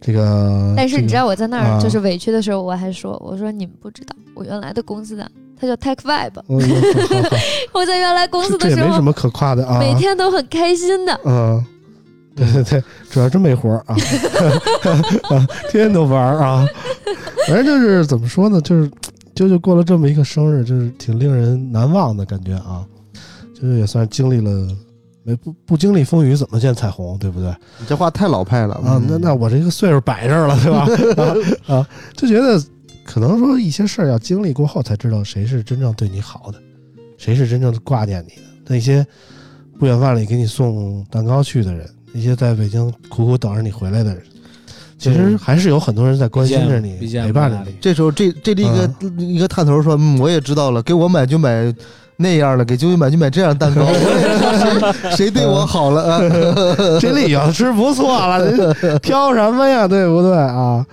[SPEAKER 2] 这个，
[SPEAKER 5] 但是你知
[SPEAKER 2] 这个
[SPEAKER 5] 道我在那儿
[SPEAKER 2] 啊
[SPEAKER 5] 就是委屈的时候，我还说，我说你们不知道，我原来的公司啊，它叫 Tech Vibe，
[SPEAKER 2] 嗯，好 好好
[SPEAKER 5] 我在原来公司
[SPEAKER 2] 这
[SPEAKER 5] 的
[SPEAKER 2] 也
[SPEAKER 5] 时
[SPEAKER 2] 没什
[SPEAKER 5] 候，
[SPEAKER 2] 么可夸的啊。
[SPEAKER 5] 每天都很开心的。
[SPEAKER 2] 嗯，对对对，主要真没活儿啊， 啊天天都玩儿啊，反正就是怎么说呢，就是啾啾过了这么一个生日，就是挺令人难忘的感觉啊，就是也算经历了。没不不经历风雨怎么见彩虹，对不对？
[SPEAKER 3] 你这话太老派了
[SPEAKER 2] 啊，那那我这个岁数摆这儿了，对吧？啊啊，就觉得可能说一些事儿要经历过后才知道谁是真正对你好的，谁是真正挂念你的。那些不远万里给你送蛋糕去的人，那些在北京苦苦等着你回来的人，其实还是有很多人在关心着你，
[SPEAKER 4] 毕竟
[SPEAKER 2] 陪伴着你。
[SPEAKER 3] 这时候这这另一个、一个探头说，嗯，我也知道了，给我买就买那样的，给舅舅买就买这样的 蛋糕，我也知道谁谁对我好了
[SPEAKER 2] 嗯
[SPEAKER 3] 啊？
[SPEAKER 2] 这里有吃不错了，这挑什么呀？对不对啊？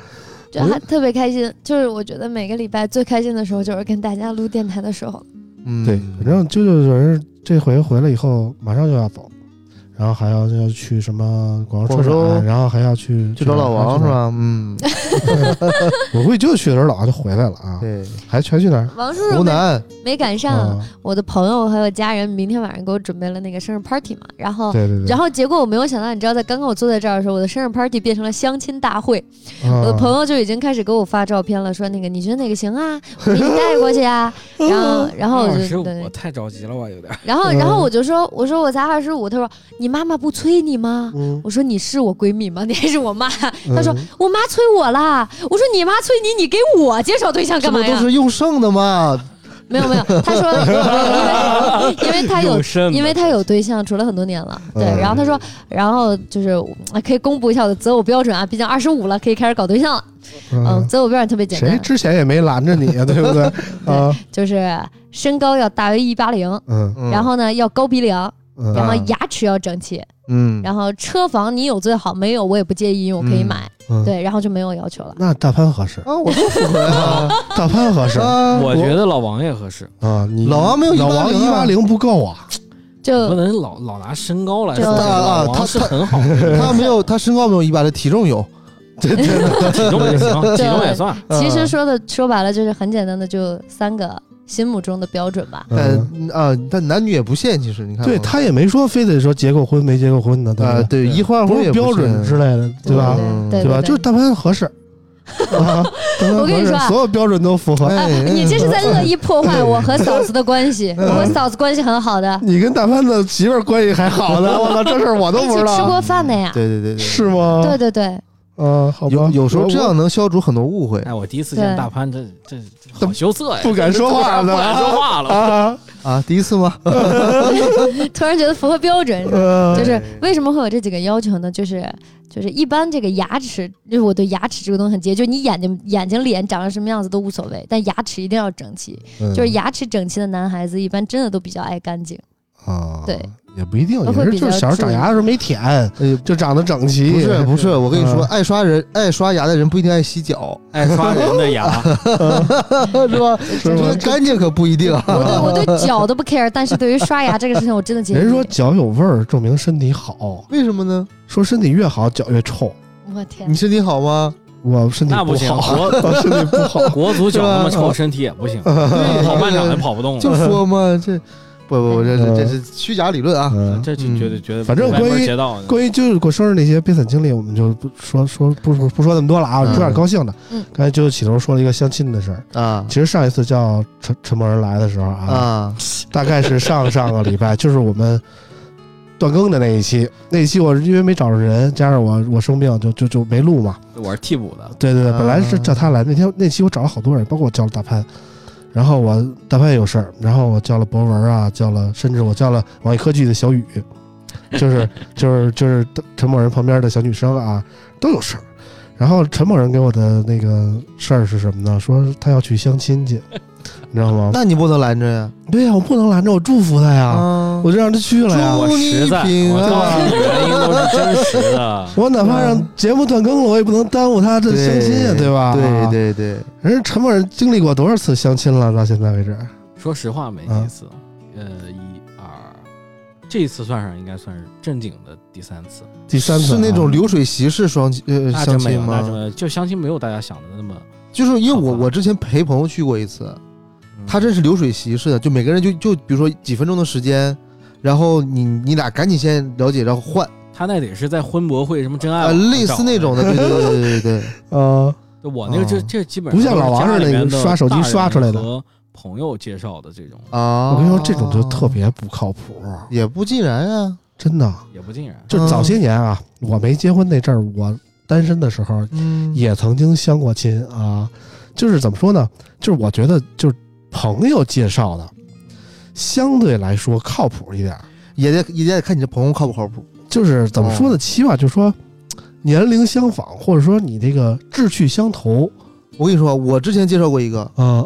[SPEAKER 5] 就还特别开心，就是我觉得每个礼拜最开心的时候就是跟大家录电台的时候，
[SPEAKER 3] 嗯，
[SPEAKER 2] 对，反正舅舅人这回回来以后，马上就要走，然后还要要去什么广州车
[SPEAKER 3] 广州
[SPEAKER 2] 展，然后还要去
[SPEAKER 3] 去找老王是？吧？嗯，
[SPEAKER 2] 我估计舅舅去的时候，老王就回来了啊，
[SPEAKER 3] 对，
[SPEAKER 2] 还全去哪儿？
[SPEAKER 5] 王叔叔
[SPEAKER 3] 湖
[SPEAKER 5] 没
[SPEAKER 3] 南，
[SPEAKER 5] 没赶上，
[SPEAKER 2] 啊，
[SPEAKER 5] 我的朋友还有家人明天晚上给我准备了那个生日 party 嘛，然后。
[SPEAKER 2] 对对对
[SPEAKER 5] 哦然。后结果我没有想到，你知道，在刚刚我坐在这儿的时候，我的生日 party 变成了相亲大会。我的
[SPEAKER 2] 啊
[SPEAKER 5] 朋友就已经开始给我发照片了，说那个你觉得哪个行 啊，我给你带过去啊。然后，然后我
[SPEAKER 4] 二十
[SPEAKER 5] 就
[SPEAKER 4] 五
[SPEAKER 5] 对，
[SPEAKER 4] 太着急了吧，有点。
[SPEAKER 5] 然后，然
[SPEAKER 2] 哦嗯
[SPEAKER 5] 后我就说，我说我才二十五。他说你妈妈不催你吗？
[SPEAKER 2] 嗯，
[SPEAKER 5] 我说你是我闺蜜吗？你还是我妈？他说
[SPEAKER 2] 嗯
[SPEAKER 5] 我妈催我啦。我说你妈催你，你给我介绍对象
[SPEAKER 3] 这
[SPEAKER 5] 干
[SPEAKER 3] 不
[SPEAKER 5] 嘛
[SPEAKER 3] 都
[SPEAKER 5] 呀？
[SPEAKER 3] 是用剩的吗？
[SPEAKER 5] 没有没有，他说因为因为他有
[SPEAKER 4] 用肾吗
[SPEAKER 5] 因为他有对象，处了很多年了，对。
[SPEAKER 2] 嗯
[SPEAKER 5] 然后他说，然后就是呃可以公布一下我的择偶标准啊，毕竟二十五了，可以开始搞对象了。嗯，
[SPEAKER 2] 嗯，
[SPEAKER 5] 择偶标准特别简
[SPEAKER 2] 谁
[SPEAKER 5] 单，
[SPEAKER 2] 之前也没拦着你啊，对 不对？啊，
[SPEAKER 5] 就是身高要大于一八零，
[SPEAKER 2] 嗯
[SPEAKER 3] 嗯
[SPEAKER 5] 然后呢要高鼻梁，
[SPEAKER 2] 嗯，
[SPEAKER 5] 然后
[SPEAKER 3] 嗯
[SPEAKER 5] 牙齿要整齐，
[SPEAKER 3] 嗯，
[SPEAKER 5] 然后车房你有最好，没有我也不介意，因为我可以买。
[SPEAKER 2] 嗯，
[SPEAKER 5] 对，然后就没有要求了。
[SPEAKER 2] 那大潘合 适，
[SPEAKER 3] 啊，我都符合啊，
[SPEAKER 2] 大潘合适
[SPEAKER 3] 啊，
[SPEAKER 4] 我觉得老王也合适，
[SPEAKER 2] 啊，你
[SPEAKER 3] 老王没有
[SPEAKER 2] 老王
[SPEAKER 3] 180
[SPEAKER 2] 一八
[SPEAKER 3] 啊
[SPEAKER 2] 零不够啊，
[SPEAKER 4] 不
[SPEAKER 5] 就
[SPEAKER 4] 能老老拿身高来
[SPEAKER 5] 呃就
[SPEAKER 4] 说。
[SPEAKER 5] 啊
[SPEAKER 3] 啊
[SPEAKER 4] 老
[SPEAKER 3] 他
[SPEAKER 4] 王是很好，
[SPEAKER 3] 他没有，他身高没有一八零，体 重有，对对
[SPEAKER 4] 体重也行，体重也算。
[SPEAKER 5] 其实说的说白了就是很简单的，就三个心目中的标准吧。
[SPEAKER 2] 嗯，
[SPEAKER 3] 但啊，但男女也不限，其实你看，
[SPEAKER 2] 对他也没说非得说结过婚没结过婚的，对
[SPEAKER 3] 啊，
[SPEAKER 2] 吧？
[SPEAKER 3] 对一换
[SPEAKER 2] 不
[SPEAKER 3] 婚
[SPEAKER 2] 是
[SPEAKER 3] 也
[SPEAKER 2] 标准之
[SPEAKER 3] 是
[SPEAKER 2] 类的，对吧？
[SPEAKER 5] 对
[SPEAKER 2] 对吧？就是大潘 合适，啊，大潘
[SPEAKER 5] 我跟
[SPEAKER 2] 合
[SPEAKER 5] 你
[SPEAKER 2] 适
[SPEAKER 5] 说啊，
[SPEAKER 2] 所有标准都符合。
[SPEAKER 5] 啊，你这是在
[SPEAKER 2] 嗯
[SPEAKER 5] 恶意破坏我和嫂子的关系。我和嫂子关系很好的，
[SPEAKER 2] 你跟大潘的媳妇儿关系还好呢，我操，这事儿我都啊
[SPEAKER 5] 一
[SPEAKER 2] 不知
[SPEAKER 5] 起吃
[SPEAKER 2] 道，
[SPEAKER 5] 过饭的呀。
[SPEAKER 3] 对对对对，
[SPEAKER 2] 是吗？
[SPEAKER 5] 对，对对，
[SPEAKER 2] 嗯，好吧
[SPEAKER 3] 有，有时候这
[SPEAKER 2] 我
[SPEAKER 3] 样能消除很多误会
[SPEAKER 4] 哎，哦我第一次见
[SPEAKER 5] 对
[SPEAKER 4] 大潘，这这这好羞涩呀，
[SPEAKER 2] 不敢说话
[SPEAKER 4] 不
[SPEAKER 2] 了
[SPEAKER 4] 敢说话
[SPEAKER 2] 我
[SPEAKER 4] 了。
[SPEAKER 2] 啊，
[SPEAKER 4] 哎
[SPEAKER 3] 啊，第一次吗？
[SPEAKER 5] 突然觉得符合标准是吧。
[SPEAKER 2] 呃
[SPEAKER 5] 就是为什么会有这几个要求呢？就是就是一般这个牙齿，就是我对牙齿这个东西很介意，就是你眼睛眼睛脸长成什么样子都无所谓，但牙齿一定要整齐。就是牙齿整齐的男孩子，一般真的都比较爱干净。
[SPEAKER 2] 啊，
[SPEAKER 5] 对，
[SPEAKER 2] 也不一定，
[SPEAKER 5] 我
[SPEAKER 2] 有
[SPEAKER 5] 会
[SPEAKER 2] 人
[SPEAKER 5] 比较
[SPEAKER 2] 就是小时候长牙的时候没舔，
[SPEAKER 3] 哎，
[SPEAKER 2] 就长得整齐。
[SPEAKER 3] 不是不是，我跟你说，
[SPEAKER 2] 嗯
[SPEAKER 3] 爱刷人爱刷牙的人不一定爱洗脚，
[SPEAKER 4] 爱哎刷人的牙，
[SPEAKER 3] 是吧？
[SPEAKER 2] 是吗
[SPEAKER 3] 这干净可不一定啊。
[SPEAKER 5] 我
[SPEAKER 2] 嗯
[SPEAKER 5] 对我对脚都不 care，但是对于刷牙这个事情，我真的介 意。
[SPEAKER 2] 人说脚有味儿，证明身体好，
[SPEAKER 3] 为什么呢？
[SPEAKER 2] 说身体越好脚越臭。
[SPEAKER 5] 我天
[SPEAKER 3] 你，身体好吗？
[SPEAKER 2] 我身体
[SPEAKER 4] 那不行，
[SPEAKER 2] 好，
[SPEAKER 4] 国
[SPEAKER 2] 身体不好。
[SPEAKER 4] 国足脚那么臭，身体也不行，
[SPEAKER 3] 对
[SPEAKER 4] 跑半场就跑不动
[SPEAKER 3] 就
[SPEAKER 4] 了。
[SPEAKER 3] 说嘛，这不不不，这
[SPEAKER 4] 嗯
[SPEAKER 3] 这这是虚假理论啊。
[SPEAKER 2] 嗯，
[SPEAKER 4] 这就觉得觉得
[SPEAKER 2] 反正
[SPEAKER 4] 歪门
[SPEAKER 2] 关于
[SPEAKER 4] 邪道呢
[SPEAKER 2] 关于就是过生日那些悲惨经历，我们就不说说不说不说那么多了啊，
[SPEAKER 3] 嗯
[SPEAKER 2] 说点高兴的。
[SPEAKER 5] 嗯
[SPEAKER 2] 刚才就起头说了一个相亲的事儿，
[SPEAKER 3] 啊
[SPEAKER 2] 其实上一次叫陈陈某人来的时候啊，
[SPEAKER 3] 啊，
[SPEAKER 2] 大概是上上个礼拜，就是我们断更的那一期，那一期我是因为没找着人，加上我我生病就就就没录嘛。
[SPEAKER 4] 我是替补的，
[SPEAKER 2] 对对对，
[SPEAKER 3] 啊
[SPEAKER 2] 本来是叫他来，那天那期我找了好多人，包括我叫了大潘，然后我大潘也有事儿，然后我叫了博文啊，叫了甚至我叫了网易科技的小雨，就是 就是就是陈某人旁边的小女生啊，都有事儿。然后陈某人给我的那个事儿是什么呢？说他要去相亲去，你知道吗？
[SPEAKER 3] 那你不能拦着呀！
[SPEAKER 2] 对呀、我不能拦着，我祝福他呀，
[SPEAKER 3] 啊，
[SPEAKER 2] 我就让他去了呀。
[SPEAKER 3] 祝
[SPEAKER 4] 我实在，
[SPEAKER 3] 啊
[SPEAKER 4] 我告
[SPEAKER 2] 啊
[SPEAKER 4] 诉你，原因都是真实的。
[SPEAKER 2] 我哪怕让
[SPEAKER 3] 嗯
[SPEAKER 2] 节目断更了，我也不能耽误他的
[SPEAKER 3] 对
[SPEAKER 2] 相亲呀，吧？
[SPEAKER 3] 对对
[SPEAKER 4] 啊
[SPEAKER 3] 对，
[SPEAKER 2] 人家陈某人经历过多少次相亲了？到现在为止，
[SPEAKER 4] 说实话，没
[SPEAKER 2] 嗯
[SPEAKER 4] 几次，呃，一二，这一次算上应该算是正经的第三次。
[SPEAKER 2] 第三次
[SPEAKER 3] 是
[SPEAKER 2] 啊
[SPEAKER 3] 那种流水席式双亲呃
[SPEAKER 4] 那
[SPEAKER 3] 相
[SPEAKER 4] 真没
[SPEAKER 3] 亲
[SPEAKER 4] 有，那
[SPEAKER 3] 吗？
[SPEAKER 4] 真就相亲没有大家想的那么。
[SPEAKER 3] 就是因为我
[SPEAKER 4] 好吧
[SPEAKER 3] 我之前陪朋友去过一次，
[SPEAKER 4] 嗯
[SPEAKER 3] 他真是流水席似的，就每个人就就比如说几分钟的时间，然后你你俩赶紧先了解，然后换，
[SPEAKER 4] 他那得是在婚博会什么
[SPEAKER 2] 哎
[SPEAKER 4] 真爱
[SPEAKER 3] 啊，
[SPEAKER 4] 网
[SPEAKER 3] 类
[SPEAKER 4] 上
[SPEAKER 3] 似
[SPEAKER 4] 找
[SPEAKER 3] 那种的，对对对对对对，
[SPEAKER 2] 呃，
[SPEAKER 4] 对我那个这
[SPEAKER 3] 哦
[SPEAKER 4] 这基本
[SPEAKER 2] 不像
[SPEAKER 4] 上都是
[SPEAKER 2] 老王
[SPEAKER 4] 家
[SPEAKER 2] 似的
[SPEAKER 4] 里面
[SPEAKER 2] 你刷手机
[SPEAKER 4] 大人
[SPEAKER 2] 刷出来的
[SPEAKER 4] 和朋友介绍的这种
[SPEAKER 3] 啊，
[SPEAKER 2] 我跟你说，这种就特别不靠谱，
[SPEAKER 3] 也不尽然啊，
[SPEAKER 2] 真的。
[SPEAKER 4] 也不尽然。
[SPEAKER 2] 就早些年啊，我没结婚那阵儿，我单身的时候
[SPEAKER 3] 嗯，
[SPEAKER 2] 也曾经相过亲啊。就是怎么说呢？就是我觉得，就是朋友介绍的，相对来说靠谱一点儿。
[SPEAKER 3] 也得也得看你这朋友靠不靠谱，
[SPEAKER 2] 就是怎么说
[SPEAKER 3] 哦
[SPEAKER 2] 呢？起码就是说年龄相仿，或者说你这个志趣相投
[SPEAKER 3] 我跟你说，啊我之前介绍过一个，
[SPEAKER 2] 啊。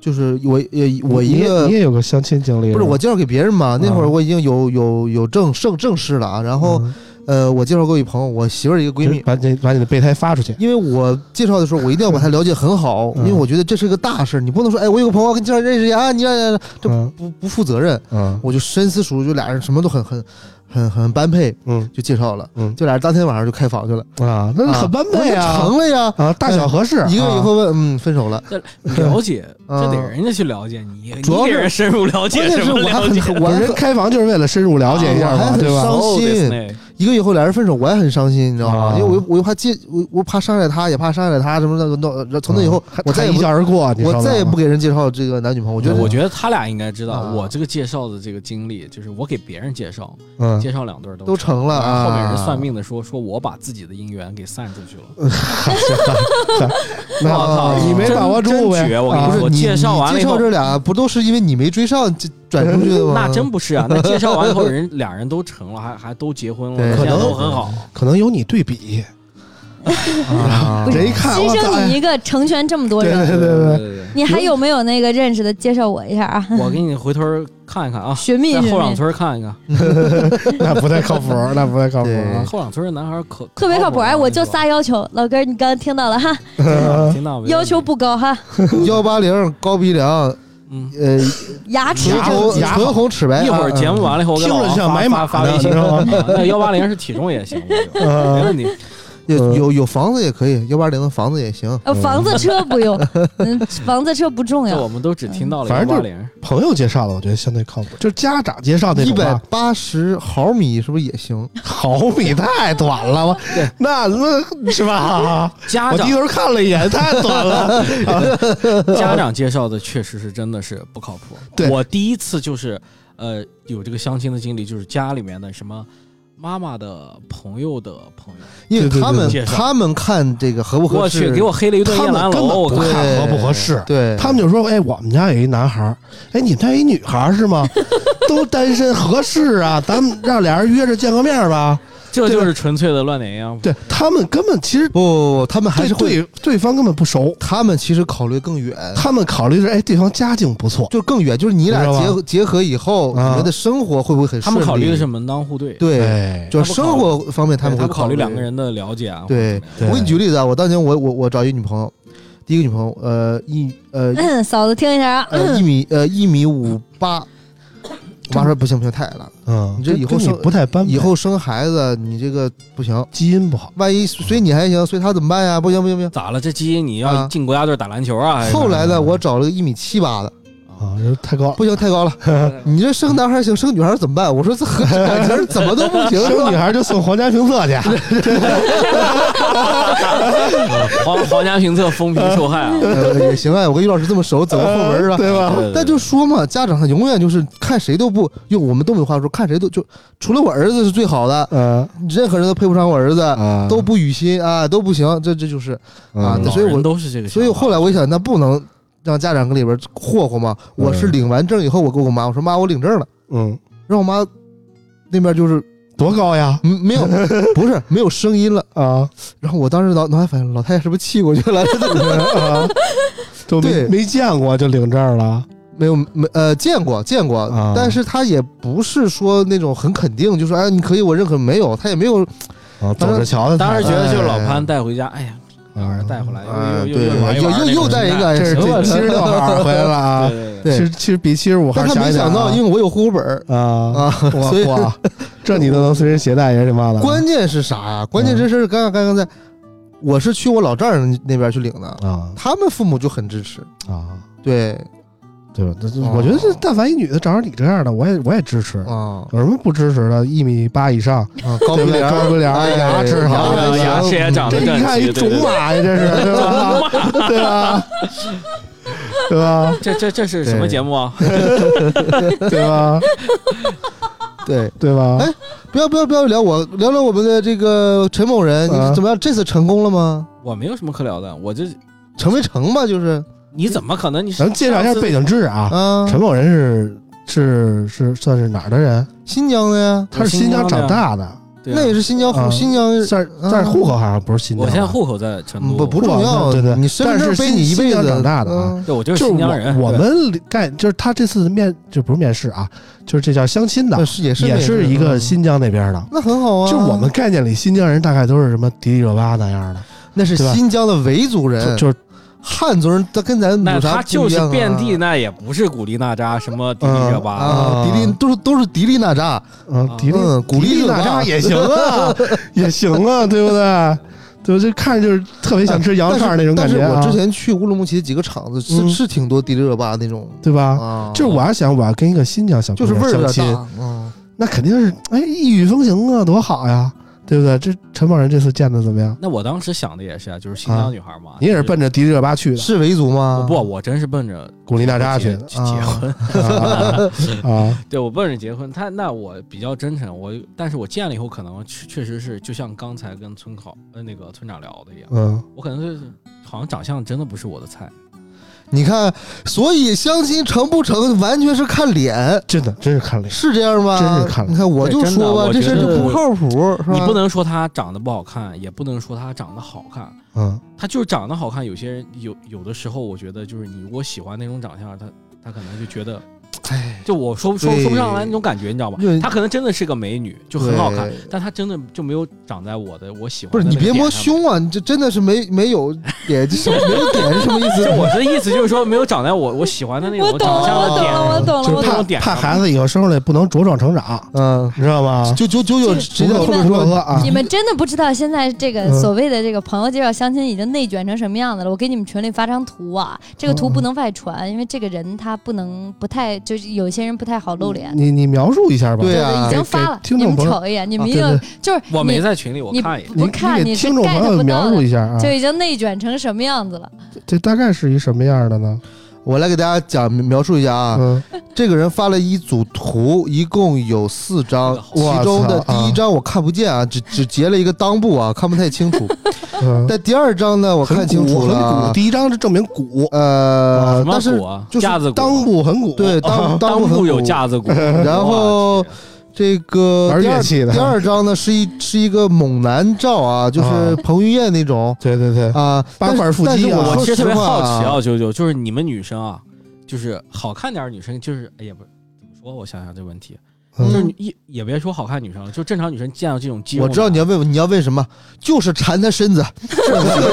[SPEAKER 3] 就是我也我
[SPEAKER 2] 你
[SPEAKER 3] 一
[SPEAKER 2] 也
[SPEAKER 3] 个
[SPEAKER 2] 你也有个相亲经历吧，
[SPEAKER 3] 不是我介绍给别人嘛，那会儿
[SPEAKER 2] 嗯
[SPEAKER 3] 我已经有有有正正正式了啊，然后
[SPEAKER 2] 嗯
[SPEAKER 3] 呃，我介绍过一朋友，我媳妇儿一个闺
[SPEAKER 2] 就
[SPEAKER 3] 蜜。
[SPEAKER 2] 把你把你的备胎发出去。
[SPEAKER 3] 因为我介绍的时候，我一定要把她了解很好，
[SPEAKER 2] 嗯
[SPEAKER 3] 因为我觉得这是个大事儿，你不能说，哎，我有个朋友跟你介绍认识一下啊，你让让让这
[SPEAKER 2] 嗯
[SPEAKER 3] 不不负责任。
[SPEAKER 2] 嗯
[SPEAKER 3] 我就深思熟虑，就俩人什么都很很很很般配，
[SPEAKER 2] 嗯
[SPEAKER 3] 就介绍了，
[SPEAKER 2] 嗯
[SPEAKER 3] 就俩人当天晚上就开房去了，
[SPEAKER 2] 啊，那很般配
[SPEAKER 3] 啊
[SPEAKER 2] 啊
[SPEAKER 3] 成了呀，
[SPEAKER 2] 啊，大小合适。
[SPEAKER 3] 一个月以
[SPEAKER 2] 啊
[SPEAKER 3] 后问，嗯，分手了。
[SPEAKER 4] 了解，
[SPEAKER 3] 嗯
[SPEAKER 4] 这得人家去了解你，
[SPEAKER 3] 主要
[SPEAKER 4] 你
[SPEAKER 3] 是
[SPEAKER 4] 给人深入了
[SPEAKER 3] 关
[SPEAKER 4] 解
[SPEAKER 3] 键
[SPEAKER 4] 什
[SPEAKER 3] 是
[SPEAKER 4] 么
[SPEAKER 3] 我还
[SPEAKER 4] 了解？
[SPEAKER 3] 很我还
[SPEAKER 2] 人
[SPEAKER 3] 很
[SPEAKER 2] 开房就是为了深入了解一下
[SPEAKER 3] 啊我还
[SPEAKER 2] 嘛，
[SPEAKER 3] 很
[SPEAKER 2] 对吧？
[SPEAKER 3] 伤心
[SPEAKER 4] Oh, this name
[SPEAKER 3] 一个月后俩人分手，我也很伤心，你知道吗？
[SPEAKER 2] 啊
[SPEAKER 3] 因为我又我又怕介我我怕伤害他，也怕伤害他什么的。那从那以后，我
[SPEAKER 2] 嗯
[SPEAKER 3] 再
[SPEAKER 2] 还
[SPEAKER 3] 也
[SPEAKER 2] 一
[SPEAKER 3] 不
[SPEAKER 2] 笑而过，你
[SPEAKER 3] 我
[SPEAKER 2] 受得
[SPEAKER 3] 再也
[SPEAKER 2] 了吗
[SPEAKER 3] 不给人介绍这个男女朋友。我觉得
[SPEAKER 4] 我觉得他俩应该知道
[SPEAKER 3] 啊
[SPEAKER 4] 我这个介绍的这个经历，就是我给别人介绍，
[SPEAKER 2] 嗯，
[SPEAKER 4] 介绍两对儿
[SPEAKER 3] 都
[SPEAKER 4] 都
[SPEAKER 3] 成了
[SPEAKER 4] 然
[SPEAKER 3] 啊。
[SPEAKER 4] 后后面人算命的说，说我把自己的姻缘给散出去了。
[SPEAKER 2] 那
[SPEAKER 4] 我
[SPEAKER 3] 操
[SPEAKER 2] 啊你没把握住
[SPEAKER 4] 真真
[SPEAKER 2] 呗？
[SPEAKER 4] 绝我跟你
[SPEAKER 2] 啊
[SPEAKER 3] 啊不是
[SPEAKER 4] 我
[SPEAKER 3] 你
[SPEAKER 4] 介绍完
[SPEAKER 3] 你
[SPEAKER 4] 了以
[SPEAKER 3] 介
[SPEAKER 4] 后
[SPEAKER 3] 绍这俩不都是因为你没追上就转出去的吗？
[SPEAKER 4] 那
[SPEAKER 2] 嗯
[SPEAKER 4] 真不是啊！那介绍完以后，人俩人都成了，还还都结婚
[SPEAKER 3] 对
[SPEAKER 4] 了，现在
[SPEAKER 2] 可能
[SPEAKER 4] 都很好。
[SPEAKER 2] 可能有你对比，
[SPEAKER 3] 啊
[SPEAKER 5] 不是
[SPEAKER 2] 人一看
[SPEAKER 5] 牺
[SPEAKER 2] 我操，
[SPEAKER 5] 牲你
[SPEAKER 2] 哎
[SPEAKER 5] 一个，成全这么多
[SPEAKER 2] 对
[SPEAKER 5] 人，
[SPEAKER 2] 对对对，
[SPEAKER 4] 对
[SPEAKER 5] 你还有没有那个认识的？介绍我一下啊，
[SPEAKER 4] 我给你回头看一看啊，
[SPEAKER 5] 寻觅
[SPEAKER 4] 在
[SPEAKER 5] 寻
[SPEAKER 4] 后两
[SPEAKER 5] 觅，
[SPEAKER 4] 村看一看。
[SPEAKER 2] 那不太靠谱，那不太靠谱
[SPEAKER 3] 对
[SPEAKER 2] 啊。
[SPEAKER 4] 后两村的男孩可
[SPEAKER 5] 特别靠谱。哎，我就
[SPEAKER 4] 仨，
[SPEAKER 5] 仨要求，老哥你刚刚听到了哈，
[SPEAKER 4] 听到没？
[SPEAKER 5] 要求不高哈，
[SPEAKER 3] 幺八零高鼻梁，
[SPEAKER 4] 嗯，
[SPEAKER 3] 呃，
[SPEAKER 5] 牙齿
[SPEAKER 3] 唇
[SPEAKER 2] 牙
[SPEAKER 3] 红
[SPEAKER 2] 牙
[SPEAKER 3] 唇红齿白。
[SPEAKER 4] 一会儿
[SPEAKER 3] 啊
[SPEAKER 4] 节目完了以后，我给
[SPEAKER 2] 嗯听
[SPEAKER 4] 老
[SPEAKER 2] 着
[SPEAKER 4] 王
[SPEAKER 2] 像
[SPEAKER 4] 发
[SPEAKER 2] 买马
[SPEAKER 4] 发发
[SPEAKER 2] 的
[SPEAKER 4] 微信
[SPEAKER 2] 你知道吗
[SPEAKER 4] 啊 那幺八零是体重也行，我觉得没
[SPEAKER 2] 嗯，
[SPEAKER 4] 问题。
[SPEAKER 3] 有
[SPEAKER 2] 嗯
[SPEAKER 3] 有有房子也可以，幺八零的房子也行。
[SPEAKER 5] 呃，房子 车不用，嗯，房子车不重
[SPEAKER 4] 这
[SPEAKER 5] 要
[SPEAKER 4] 我。们都只听到了
[SPEAKER 2] 反
[SPEAKER 4] 幺
[SPEAKER 2] 正
[SPEAKER 4] 八
[SPEAKER 2] 就
[SPEAKER 4] 零。
[SPEAKER 2] 朋友介绍的，我觉得相对靠谱，就是家长介绍那
[SPEAKER 3] 一
[SPEAKER 2] 种
[SPEAKER 3] 百
[SPEAKER 2] 吧，
[SPEAKER 3] 啊八十毫米是不是也行？
[SPEAKER 2] 毫米太短了，我
[SPEAKER 4] 对
[SPEAKER 2] 那那是 吧？
[SPEAKER 4] 家
[SPEAKER 2] 我
[SPEAKER 4] 长
[SPEAKER 2] 低头看了一眼，太短了。
[SPEAKER 4] 家长介绍的确实是真的是不靠谱。
[SPEAKER 2] 对
[SPEAKER 4] 我第一次就是呃有这个相亲的经历，就是家里面的什么妈妈的朋友的朋友，
[SPEAKER 3] 因为
[SPEAKER 2] 对对
[SPEAKER 3] 他们
[SPEAKER 4] 对
[SPEAKER 3] 他们看这个合不合
[SPEAKER 4] 我
[SPEAKER 3] 适。
[SPEAKER 4] 去给我黑了一顿
[SPEAKER 2] 他
[SPEAKER 4] 夜
[SPEAKER 2] 们
[SPEAKER 4] 兰
[SPEAKER 2] 根本
[SPEAKER 4] 楼，
[SPEAKER 2] 不
[SPEAKER 4] 对
[SPEAKER 2] 看合不合适，
[SPEAKER 3] 哦对，
[SPEAKER 2] 他们就说：“哎，我们家有一男孩儿，哎，你们家有一女孩儿是 吗？都单身，合适啊，咱们让俩人约着见个面儿吧。
[SPEAKER 4] 这就是纯粹的乱点鸳鸯。
[SPEAKER 2] 对”他们根本其实
[SPEAKER 3] 不不不，他们还
[SPEAKER 2] 对
[SPEAKER 3] 是会，呃
[SPEAKER 2] 对对方根本不熟，
[SPEAKER 3] 他们其实考虑更远，
[SPEAKER 2] 他们考虑的是：哎，对方家境不错，
[SPEAKER 3] 就更远，就是你俩
[SPEAKER 2] 你知道吧
[SPEAKER 3] 结合结合以后，你
[SPEAKER 2] 啊
[SPEAKER 3] 们的生活会不会很
[SPEAKER 4] 啊他
[SPEAKER 3] 顺利？
[SPEAKER 4] 们考虑的是门当户对，
[SPEAKER 3] 对，
[SPEAKER 2] 哎，
[SPEAKER 3] 就是生活方面
[SPEAKER 4] 他
[SPEAKER 3] 他们会
[SPEAKER 4] 不考
[SPEAKER 3] 虑
[SPEAKER 4] 虑两个。人的了解啊。
[SPEAKER 3] 对
[SPEAKER 4] 或者怎
[SPEAKER 2] 对
[SPEAKER 4] 么样，
[SPEAKER 3] 我给你举个例子啊，我当年我我我找一女朋友，第一个女朋友，呃一呃
[SPEAKER 5] 嗯，嫂子听一下啊，
[SPEAKER 3] 呃一米呃一米五八，我妈说不行不行太矮了，
[SPEAKER 2] 嗯，
[SPEAKER 3] 你这以后
[SPEAKER 2] 跟你
[SPEAKER 3] 生
[SPEAKER 2] 不太般配，
[SPEAKER 3] 以后生孩子你这个不行，
[SPEAKER 2] 基因不好。
[SPEAKER 3] 万一随你还行，随他怎么办呀？不行不行不行。
[SPEAKER 4] 咋了？这基因你要
[SPEAKER 3] 啊
[SPEAKER 4] 进国家队打篮球啊？还是
[SPEAKER 3] 后来呢，我找了个一米七八的，
[SPEAKER 2] 啊，人太高了，
[SPEAKER 3] 不行太高了， 你这生男孩行，生女孩怎么办？我说这和这感情怎么都不行，啊是
[SPEAKER 2] 生女
[SPEAKER 3] 吧？！
[SPEAKER 2] 孩儿就送皇家评测去，
[SPEAKER 4] 皇皇家评测风评受害啊
[SPEAKER 3] 呃， 也行啊，我跟于老师这么熟，走个后门是吧？
[SPEAKER 2] 呃对吧？
[SPEAKER 4] 对
[SPEAKER 3] 但就说嘛，家长他永远就是看谁都不用我们东北话说，看谁都就除了我儿子是最好的，
[SPEAKER 2] 嗯
[SPEAKER 3] 任何人都配不上我儿子，
[SPEAKER 2] 啊
[SPEAKER 3] 都不语心啊，都不行，这这就是。啊
[SPEAKER 2] 嗯
[SPEAKER 3] 对所以我
[SPEAKER 4] 老人都是这个想法，
[SPEAKER 3] 所以后来我一想，那不能让家长跟里边
[SPEAKER 2] 嗯
[SPEAKER 3] 霍霍嘛。我是领完证以后，我跟我妈我说妈，我领证了，
[SPEAKER 2] 嗯
[SPEAKER 3] 让我妈那边就是
[SPEAKER 2] 多高呀？
[SPEAKER 3] 嗯没有， 不是没有声音了。
[SPEAKER 2] 啊，
[SPEAKER 3] 然后我当时脑脑海反应，老太太是不是气过去了？
[SPEAKER 2] 啊就没
[SPEAKER 3] 对
[SPEAKER 2] 没见过就领证了，
[SPEAKER 3] 没有没呃见过见过，
[SPEAKER 2] 啊
[SPEAKER 3] 但是他也不是说那种很肯定，就说哎你可以我认可没有，他也没有
[SPEAKER 2] 啊，走着瞧的。
[SPEAKER 4] 当时觉得就是老潘带回家，哎呀，把儿子带回来，
[SPEAKER 3] 啊
[SPEAKER 4] 又
[SPEAKER 3] 对
[SPEAKER 4] 又又玩一
[SPEAKER 3] 又
[SPEAKER 4] 玩
[SPEAKER 3] 又
[SPEAKER 4] 那个
[SPEAKER 3] 又带一个，哎
[SPEAKER 2] 这是
[SPEAKER 3] 行吧
[SPEAKER 2] 七十六号回来了 啊，
[SPEAKER 4] 对
[SPEAKER 3] 对
[SPEAKER 2] 其实其实比七十五号
[SPEAKER 3] 但他
[SPEAKER 2] 强
[SPEAKER 3] 没
[SPEAKER 2] 一点啊。
[SPEAKER 3] 想到，因为我有户口本儿
[SPEAKER 2] 啊，
[SPEAKER 3] 啊，所以
[SPEAKER 2] 我 哇，这你都能随身携带，也是你妈的。啊
[SPEAKER 3] 关键是啥呀？关键这事儿刚刚刚才我是去我老丈人那边去领的，
[SPEAKER 2] 啊
[SPEAKER 3] 他们父母就很支持，
[SPEAKER 2] 啊，
[SPEAKER 3] 对
[SPEAKER 2] 对吧？这这
[SPEAKER 3] 哦
[SPEAKER 2] 我觉得这但凡一女的长成你这样的，我也我也支持。
[SPEAKER 3] 啊
[SPEAKER 2] 有什么不支持的？一米八以上，
[SPEAKER 3] 啊高
[SPEAKER 2] 对
[SPEAKER 3] 鼻
[SPEAKER 2] 不对
[SPEAKER 3] 梁
[SPEAKER 2] 高鼻梁
[SPEAKER 3] 哎
[SPEAKER 2] 牙齿好啊
[SPEAKER 4] 对对，牙
[SPEAKER 3] 行
[SPEAKER 4] 齿也长
[SPEAKER 2] 这
[SPEAKER 4] 得
[SPEAKER 2] 一
[SPEAKER 4] 整
[SPEAKER 2] 看
[SPEAKER 4] 齐，
[SPEAKER 2] 一啊种
[SPEAKER 4] 对对对
[SPEAKER 2] 马呀，这是对 吧？对吧？对吧？
[SPEAKER 4] 这这这是什么
[SPEAKER 3] 对
[SPEAKER 4] 节目啊？
[SPEAKER 2] 对吧？
[SPEAKER 3] 对，
[SPEAKER 2] 对吧？
[SPEAKER 3] 哎不要不要不要聊我，聊聊我们的这个陈某人，你
[SPEAKER 2] 啊
[SPEAKER 3] 是怎么样？这次成功了吗？
[SPEAKER 4] 我没有什么可聊的，我这
[SPEAKER 3] 成没成吧？就是
[SPEAKER 4] 你怎么可能？你
[SPEAKER 2] 咱们介绍一下背景知识啊。
[SPEAKER 3] 啊，
[SPEAKER 2] 陈某人是是是算是哪儿的人？
[SPEAKER 3] 新疆的呀，
[SPEAKER 2] 他是新疆长大的，
[SPEAKER 4] 对啊
[SPEAKER 3] 那也是新疆户，
[SPEAKER 2] 啊
[SPEAKER 3] 新疆
[SPEAKER 2] 但是但是户口好像不是新疆
[SPEAKER 4] 我
[SPEAKER 2] 的。
[SPEAKER 4] 现在户口在成
[SPEAKER 3] 嗯
[SPEAKER 4] 都，
[SPEAKER 3] 不
[SPEAKER 2] 户
[SPEAKER 3] 不
[SPEAKER 2] 口
[SPEAKER 3] 重要，
[SPEAKER 2] 对对
[SPEAKER 3] 你身份
[SPEAKER 2] 但
[SPEAKER 3] 证
[SPEAKER 2] 是
[SPEAKER 3] 背
[SPEAKER 2] 新
[SPEAKER 3] 你一辈
[SPEAKER 2] 新疆
[SPEAKER 3] 子
[SPEAKER 2] 长大的啊
[SPEAKER 3] 嗯
[SPEAKER 4] 对我就是
[SPEAKER 2] 就是
[SPEAKER 4] 新
[SPEAKER 2] 我
[SPEAKER 4] 疆人，
[SPEAKER 2] 我
[SPEAKER 4] 对
[SPEAKER 2] 们干就是他这次面就不是面试啊，就是这叫相亲的
[SPEAKER 3] 那，是也是
[SPEAKER 2] 也
[SPEAKER 3] 美
[SPEAKER 2] 是
[SPEAKER 3] 式
[SPEAKER 2] 一个
[SPEAKER 3] 嗯
[SPEAKER 2] 新疆那边的。
[SPEAKER 3] 那很好啊，
[SPEAKER 2] 就是我们概念里新疆人大概都是什么迪丽热巴那样的，
[SPEAKER 3] 那是
[SPEAKER 2] 对吧
[SPEAKER 3] 新疆的维族人，
[SPEAKER 2] 就就是
[SPEAKER 3] 汉族人，他跟咱
[SPEAKER 4] 那
[SPEAKER 3] 有啥
[SPEAKER 4] 他
[SPEAKER 3] 不
[SPEAKER 4] 就
[SPEAKER 3] 一
[SPEAKER 4] 是
[SPEAKER 3] 样啊
[SPEAKER 4] 遍地，那也不是古力娜扎什么迪丽热巴，
[SPEAKER 3] 啊，迪丽都是都是迪丽娜扎，
[SPEAKER 2] 嗯
[SPEAKER 4] 啊，
[SPEAKER 2] 迪丽
[SPEAKER 3] 嗯古力
[SPEAKER 2] 迪丽娜扎
[SPEAKER 3] 娜扎
[SPEAKER 2] 也行 啊， 也行啊，对不对？对，就看着就是特别想吃羊肉串那种感
[SPEAKER 3] 但是
[SPEAKER 2] 觉啊
[SPEAKER 3] 我之，前去乌鲁木齐的几个厂子，是
[SPEAKER 2] 嗯
[SPEAKER 3] 是挺多迪丽热巴那种
[SPEAKER 2] 对吧？
[SPEAKER 3] 啊，
[SPEAKER 2] 就是我还想我要跟一个新疆小姑
[SPEAKER 3] 就是味
[SPEAKER 2] 娘
[SPEAKER 3] 儿有
[SPEAKER 2] 相
[SPEAKER 3] 点
[SPEAKER 2] 亲，
[SPEAKER 3] 大，嗯，
[SPEAKER 2] 那肯定是哎异域风情啊，多好呀，对不对？这陈宝人这次见的怎么样？
[SPEAKER 4] 那我当时想的也是啊，就是新疆女孩嘛。
[SPEAKER 2] 你也是奔着迪丽热巴去的，
[SPEAKER 3] 是维族吗
[SPEAKER 4] 我？不，我真是奔着
[SPEAKER 2] 古力娜扎去的
[SPEAKER 4] 结结婚，
[SPEAKER 2] 啊啊 啊！
[SPEAKER 4] 对我奔着结婚。他那我比较真诚，我但是我见了以后，可能确确实是就像刚才跟村口呃那个村长聊的一样，
[SPEAKER 2] 嗯，
[SPEAKER 4] 我可能就是好像长相真的不是我的菜。
[SPEAKER 3] 你看，所以相亲成不成，完全是看脸，
[SPEAKER 2] 真的真是看脸，
[SPEAKER 3] 是这样吗？
[SPEAKER 2] 真是看脸
[SPEAKER 3] 你看，我就
[SPEAKER 4] 对真的
[SPEAKER 3] 说吧，
[SPEAKER 4] 我
[SPEAKER 3] 这
[SPEAKER 4] 觉
[SPEAKER 3] 事儿就
[SPEAKER 4] 得
[SPEAKER 3] 不靠谱，是吧？
[SPEAKER 4] 你不能说她长得不好看，也不能说她长得好看，
[SPEAKER 2] 嗯，
[SPEAKER 4] 她就是长得好看。有些人有有的时候，我觉得就是你如果喜欢那种长相，她她可能就觉得，哎，就我说说
[SPEAKER 3] 对
[SPEAKER 4] 说不上来那种感觉，你知道吗
[SPEAKER 3] 因为？
[SPEAKER 4] 她可能真的是个美女，就很好看
[SPEAKER 3] 对，
[SPEAKER 4] 但她真的就没有长在我的我喜欢
[SPEAKER 3] 不
[SPEAKER 4] 的
[SPEAKER 3] 是
[SPEAKER 4] 那
[SPEAKER 3] 你
[SPEAKER 4] 个
[SPEAKER 3] 别
[SPEAKER 4] 点
[SPEAKER 3] 摸
[SPEAKER 4] 上面。
[SPEAKER 3] 胸啊，你这真的是没没有点，这什么没有点是什么意思？
[SPEAKER 4] 就我的意思就是说，没有长在我我喜欢的那
[SPEAKER 5] 我
[SPEAKER 4] 种
[SPEAKER 5] 懂
[SPEAKER 4] 长相
[SPEAKER 5] 了，我
[SPEAKER 4] 的
[SPEAKER 5] 懂
[SPEAKER 4] 点。
[SPEAKER 5] 了，我懂了，
[SPEAKER 2] 就是
[SPEAKER 5] 我
[SPEAKER 4] 这
[SPEAKER 5] 懂
[SPEAKER 2] 怕
[SPEAKER 4] 种
[SPEAKER 5] 了。
[SPEAKER 4] 点
[SPEAKER 2] 怕
[SPEAKER 4] 上
[SPEAKER 2] 孩子以后生出来不能茁壮成长，
[SPEAKER 3] 嗯，
[SPEAKER 2] 你知道吗？
[SPEAKER 3] 九九九九
[SPEAKER 5] 这
[SPEAKER 3] 直接
[SPEAKER 2] 不
[SPEAKER 3] 后
[SPEAKER 2] 够
[SPEAKER 3] 面
[SPEAKER 2] 吃喝喝
[SPEAKER 3] 说
[SPEAKER 2] 啊
[SPEAKER 5] 你！们真的不知道现在这个
[SPEAKER 2] 嗯
[SPEAKER 5] 所谓的这个朋友介绍相亲已经内卷成什么样子了。我给你们群里发张图啊，这个图不能外传，因为这个人他不能不太，就是有些人不太好露脸。
[SPEAKER 2] 你你描述一下吧。
[SPEAKER 3] 对
[SPEAKER 5] 对
[SPEAKER 3] 啊
[SPEAKER 5] 已经发
[SPEAKER 2] 给
[SPEAKER 5] 了
[SPEAKER 2] 给，听
[SPEAKER 5] 你
[SPEAKER 2] 众
[SPEAKER 5] 们
[SPEAKER 2] 朋友
[SPEAKER 5] 瞅一眼，你们
[SPEAKER 2] 啊
[SPEAKER 5] 一
[SPEAKER 2] 对
[SPEAKER 5] 定就是
[SPEAKER 4] 我没
[SPEAKER 5] 你
[SPEAKER 4] 在群里，我
[SPEAKER 5] 你
[SPEAKER 4] 看一眼。
[SPEAKER 5] 不
[SPEAKER 2] 你
[SPEAKER 5] 看
[SPEAKER 2] 你给
[SPEAKER 5] 是
[SPEAKER 2] 听众朋
[SPEAKER 5] get
[SPEAKER 2] 友
[SPEAKER 5] 不到
[SPEAKER 2] 描述
[SPEAKER 5] 的，
[SPEAKER 2] 一下啊，
[SPEAKER 5] 就已经内卷成什么样子了。
[SPEAKER 2] 这大概是一什么样的呢？
[SPEAKER 3] 我来给大家讲描述一下啊，
[SPEAKER 2] 嗯，
[SPEAKER 3] 这个人发了一组图，一共有四张，
[SPEAKER 2] 这个好
[SPEAKER 3] 其中的
[SPEAKER 2] 哇操啊
[SPEAKER 3] 第一张我看不见啊，只只截了一个裆部啊，看不太清楚。
[SPEAKER 2] 嗯
[SPEAKER 3] 但第二张呢，我看清楚了
[SPEAKER 2] 很
[SPEAKER 3] 啊
[SPEAKER 2] 鼓。，第一张是证明鼓，
[SPEAKER 3] 呃
[SPEAKER 4] 什，么
[SPEAKER 3] 但是
[SPEAKER 4] 鼓啊？
[SPEAKER 3] 就是
[SPEAKER 4] 架子
[SPEAKER 2] 裆
[SPEAKER 4] 鼓，
[SPEAKER 2] 部很鼓，啊
[SPEAKER 3] 对裆
[SPEAKER 4] 裆
[SPEAKER 3] 部
[SPEAKER 4] 部有
[SPEAKER 3] 架，
[SPEAKER 4] 架子 鼓，
[SPEAKER 3] 然后
[SPEAKER 4] 哇塞
[SPEAKER 3] 这个
[SPEAKER 2] 玩
[SPEAKER 3] 第
[SPEAKER 2] 乐
[SPEAKER 3] 二
[SPEAKER 2] 器的
[SPEAKER 3] 第二张呢是一是一个猛男照啊，就是
[SPEAKER 2] 啊
[SPEAKER 3] 彭于晏那种
[SPEAKER 2] 对对对，
[SPEAKER 3] 啊，
[SPEAKER 2] 八块腹肌啊
[SPEAKER 3] 但是但是我
[SPEAKER 4] 我其
[SPEAKER 3] 说
[SPEAKER 4] 实
[SPEAKER 3] 实
[SPEAKER 4] 特别
[SPEAKER 3] 话
[SPEAKER 4] 好奇啊，九九，就是你们女生啊，就是好看点儿女生，就是哎也不是怎么说，我想想这问题，
[SPEAKER 2] 嗯
[SPEAKER 4] 就是一也别说好看女生了，就正常女生见到这种肌肉
[SPEAKER 3] 我
[SPEAKER 4] 男，
[SPEAKER 3] 知道你要问你要问什么，就是馋他身子，
[SPEAKER 4] 是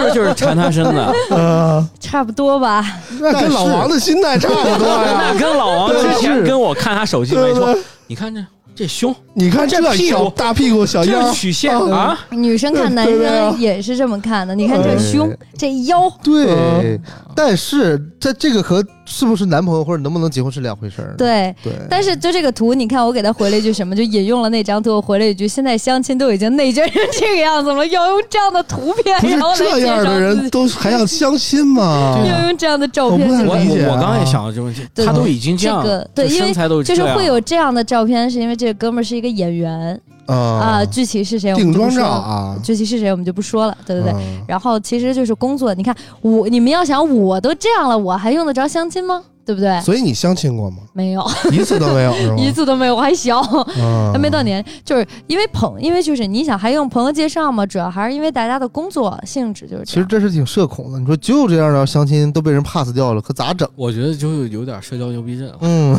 [SPEAKER 4] 不是就是馋她 身子？啊
[SPEAKER 2] 呃，
[SPEAKER 5] 差不多吧，
[SPEAKER 2] 那跟老王的心态差不多呀
[SPEAKER 3] 啊
[SPEAKER 4] 那。跟老王之前跟我看他手机没说，你看这这胸，
[SPEAKER 2] 你看这
[SPEAKER 4] 这屁股
[SPEAKER 2] 小大屁股
[SPEAKER 3] 哎
[SPEAKER 2] 小腰
[SPEAKER 4] 这，曲线
[SPEAKER 2] 啊
[SPEAKER 4] 啊，
[SPEAKER 5] 女生看男
[SPEAKER 2] 对啊
[SPEAKER 5] 生也是这么看的。你看这
[SPEAKER 3] 对
[SPEAKER 5] 胸，这腰，
[SPEAKER 3] 对，嗯但是在这个和是不是男朋友或者能不能结婚是两回事儿。
[SPEAKER 5] 对。
[SPEAKER 3] 对，
[SPEAKER 5] 但是就这个图，你看我给他回了一句什么，就引用了那张图，我回了一句：现在相亲都已经内卷成这个样子了，要用这样的图片，
[SPEAKER 2] 不是
[SPEAKER 5] 然后来
[SPEAKER 2] 这
[SPEAKER 5] 介
[SPEAKER 2] 样
[SPEAKER 5] 绍
[SPEAKER 2] 的
[SPEAKER 5] 自
[SPEAKER 2] 人
[SPEAKER 5] 己
[SPEAKER 2] 都还要相亲吗？
[SPEAKER 5] 要用这样的照
[SPEAKER 2] 我
[SPEAKER 5] 片
[SPEAKER 2] 不
[SPEAKER 5] 介
[SPEAKER 2] 太
[SPEAKER 5] 绍
[SPEAKER 4] 我我
[SPEAKER 2] 理解啊
[SPEAKER 4] 我刚刚也想到这个问题，
[SPEAKER 5] 对
[SPEAKER 4] 他都已经这样
[SPEAKER 5] 这
[SPEAKER 4] 了
[SPEAKER 5] 个，对
[SPEAKER 4] 就
[SPEAKER 5] 因为
[SPEAKER 4] 身材都
[SPEAKER 5] 就是
[SPEAKER 4] 这样
[SPEAKER 5] 会有这样的照片，是因为这个哥们儿是一个演员啊，
[SPEAKER 2] 啊，
[SPEAKER 5] 具体是谁我
[SPEAKER 2] 定
[SPEAKER 5] 们就不
[SPEAKER 2] 妆
[SPEAKER 5] 说
[SPEAKER 2] 照
[SPEAKER 5] 了，
[SPEAKER 2] 啊，
[SPEAKER 5] 具体是谁我们就不说了，对对对。
[SPEAKER 2] 嗯
[SPEAKER 5] 然后其实就是工作，你看我，你们要想我都这样了，我还用得着相亲吗？对不对？
[SPEAKER 2] 啊所以你相亲过吗？
[SPEAKER 5] 没有，
[SPEAKER 2] 一次都没有是吗？
[SPEAKER 5] 一次都没有，我还小，
[SPEAKER 2] 啊
[SPEAKER 5] 还没
[SPEAKER 3] 哦
[SPEAKER 5] 到年，就是因为朋，因为就是你想还用朋友介绍嘛，主要还是因为大家的工作性质就是
[SPEAKER 3] 其
[SPEAKER 5] 这
[SPEAKER 3] 实
[SPEAKER 5] 样。
[SPEAKER 3] 这是挺社恐的。你说就这样的相亲都被人 pass 掉了，可咋整？
[SPEAKER 4] 我觉得就是有点社交牛逼症，
[SPEAKER 3] 嗯，
[SPEAKER 2] 嗯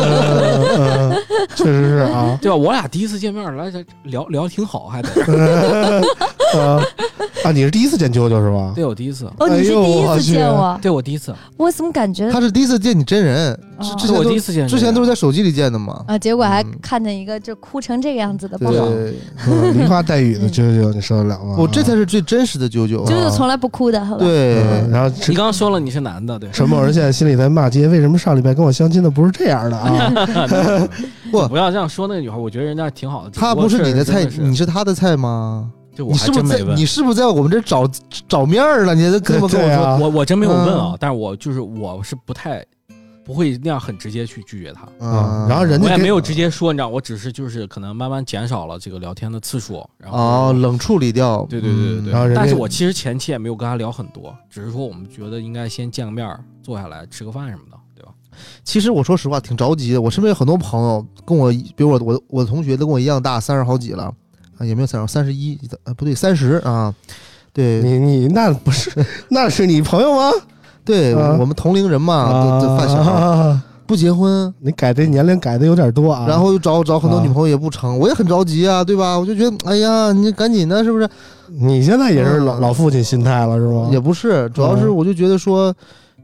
[SPEAKER 2] 嗯嗯确实是啊。
[SPEAKER 4] 对吧？我俩第一次见面来这聊聊挺好，还得
[SPEAKER 2] 啊啊！你是第一次见啾啾是吧？
[SPEAKER 4] 对我第一次，
[SPEAKER 5] 哦，你是第
[SPEAKER 2] 哎呦
[SPEAKER 5] 一
[SPEAKER 2] 我
[SPEAKER 5] 次
[SPEAKER 2] 去
[SPEAKER 5] 见我，
[SPEAKER 4] 对我第一次，
[SPEAKER 5] 我怎么感 觉
[SPEAKER 3] 他是第一次见你真人，之
[SPEAKER 5] 哦
[SPEAKER 3] 之
[SPEAKER 4] 是
[SPEAKER 3] 前
[SPEAKER 4] 我第
[SPEAKER 3] 都
[SPEAKER 4] 一次见人，
[SPEAKER 3] 之前都是在手机里见的嘛。
[SPEAKER 5] 啊？结果还
[SPEAKER 3] 嗯
[SPEAKER 5] 看见一个就哭成这个样子的，不好。
[SPEAKER 3] 对，
[SPEAKER 2] 嗯梨花带雨的啾啾，你受得了吗？
[SPEAKER 3] 我这才是最真实的九九。
[SPEAKER 5] 九九从来不哭的，好吧？
[SPEAKER 3] 对，
[SPEAKER 2] 嗯然后
[SPEAKER 4] 你
[SPEAKER 2] 陈
[SPEAKER 4] 刚刚说了你是男的，对，
[SPEAKER 2] 陈某人现在心里在骂街，为什么上礼拜跟我相亲的不是这样的啊？
[SPEAKER 3] 不
[SPEAKER 4] 不要这样说那个女孩，我觉得人家挺好的。
[SPEAKER 3] 他不
[SPEAKER 4] 只
[SPEAKER 3] 是你
[SPEAKER 4] 过
[SPEAKER 3] 的
[SPEAKER 4] 确实
[SPEAKER 3] 菜，
[SPEAKER 4] 真的
[SPEAKER 3] 你
[SPEAKER 4] 是
[SPEAKER 3] 是他的菜吗？
[SPEAKER 4] 就我
[SPEAKER 3] 你
[SPEAKER 4] 还
[SPEAKER 3] 是不
[SPEAKER 4] 真
[SPEAKER 3] 是
[SPEAKER 4] 没
[SPEAKER 3] 在
[SPEAKER 4] 问
[SPEAKER 3] 你。是不是在我们这找找面儿了？你还这么跟我
[SPEAKER 2] 对
[SPEAKER 3] 说？
[SPEAKER 2] 啊，
[SPEAKER 4] 我我真没有问啊
[SPEAKER 3] 嗯，
[SPEAKER 4] 但是我就是我是不太不会那样很直接去拒绝他，
[SPEAKER 2] 啊
[SPEAKER 3] 嗯，
[SPEAKER 2] 然后人
[SPEAKER 4] 我
[SPEAKER 2] 家
[SPEAKER 4] 也
[SPEAKER 2] 给
[SPEAKER 4] 没有直接说，你知道，我只是就是可能慢慢减少了这个聊天的次数，然后
[SPEAKER 3] 哦，冷处理掉。
[SPEAKER 4] 对对对对
[SPEAKER 3] 嗯
[SPEAKER 4] 对，
[SPEAKER 2] 然后人家
[SPEAKER 4] 但是我其实前期也没有跟他聊很多，只是说我们觉得应该先见个面儿，坐下来吃个饭什么的，对吧？
[SPEAKER 3] 其实我说实话挺着急的，我身边有很多朋友跟我，比如我我我的同学都跟我一样大，三十好几了啊，也没有三十，三十一啊不对，三十啊，对
[SPEAKER 2] 你你那不 是那是你朋友吗？
[SPEAKER 3] 对，
[SPEAKER 2] 啊
[SPEAKER 3] 我们同龄人嘛，都都发小
[SPEAKER 2] 啊
[SPEAKER 3] 不结婚，
[SPEAKER 2] 你改这年龄改的有点多啊。
[SPEAKER 3] 然后又找找很多
[SPEAKER 2] 啊
[SPEAKER 3] 女朋友也不成，我也很着急啊，对吧？我就觉得哎呀，你赶紧的，是不是？
[SPEAKER 2] 你现在也是老
[SPEAKER 3] 嗯
[SPEAKER 2] 老父亲心态了是
[SPEAKER 4] 哦
[SPEAKER 2] 吗？
[SPEAKER 3] 也不是，主要是
[SPEAKER 2] 嗯
[SPEAKER 3] 我就觉得说，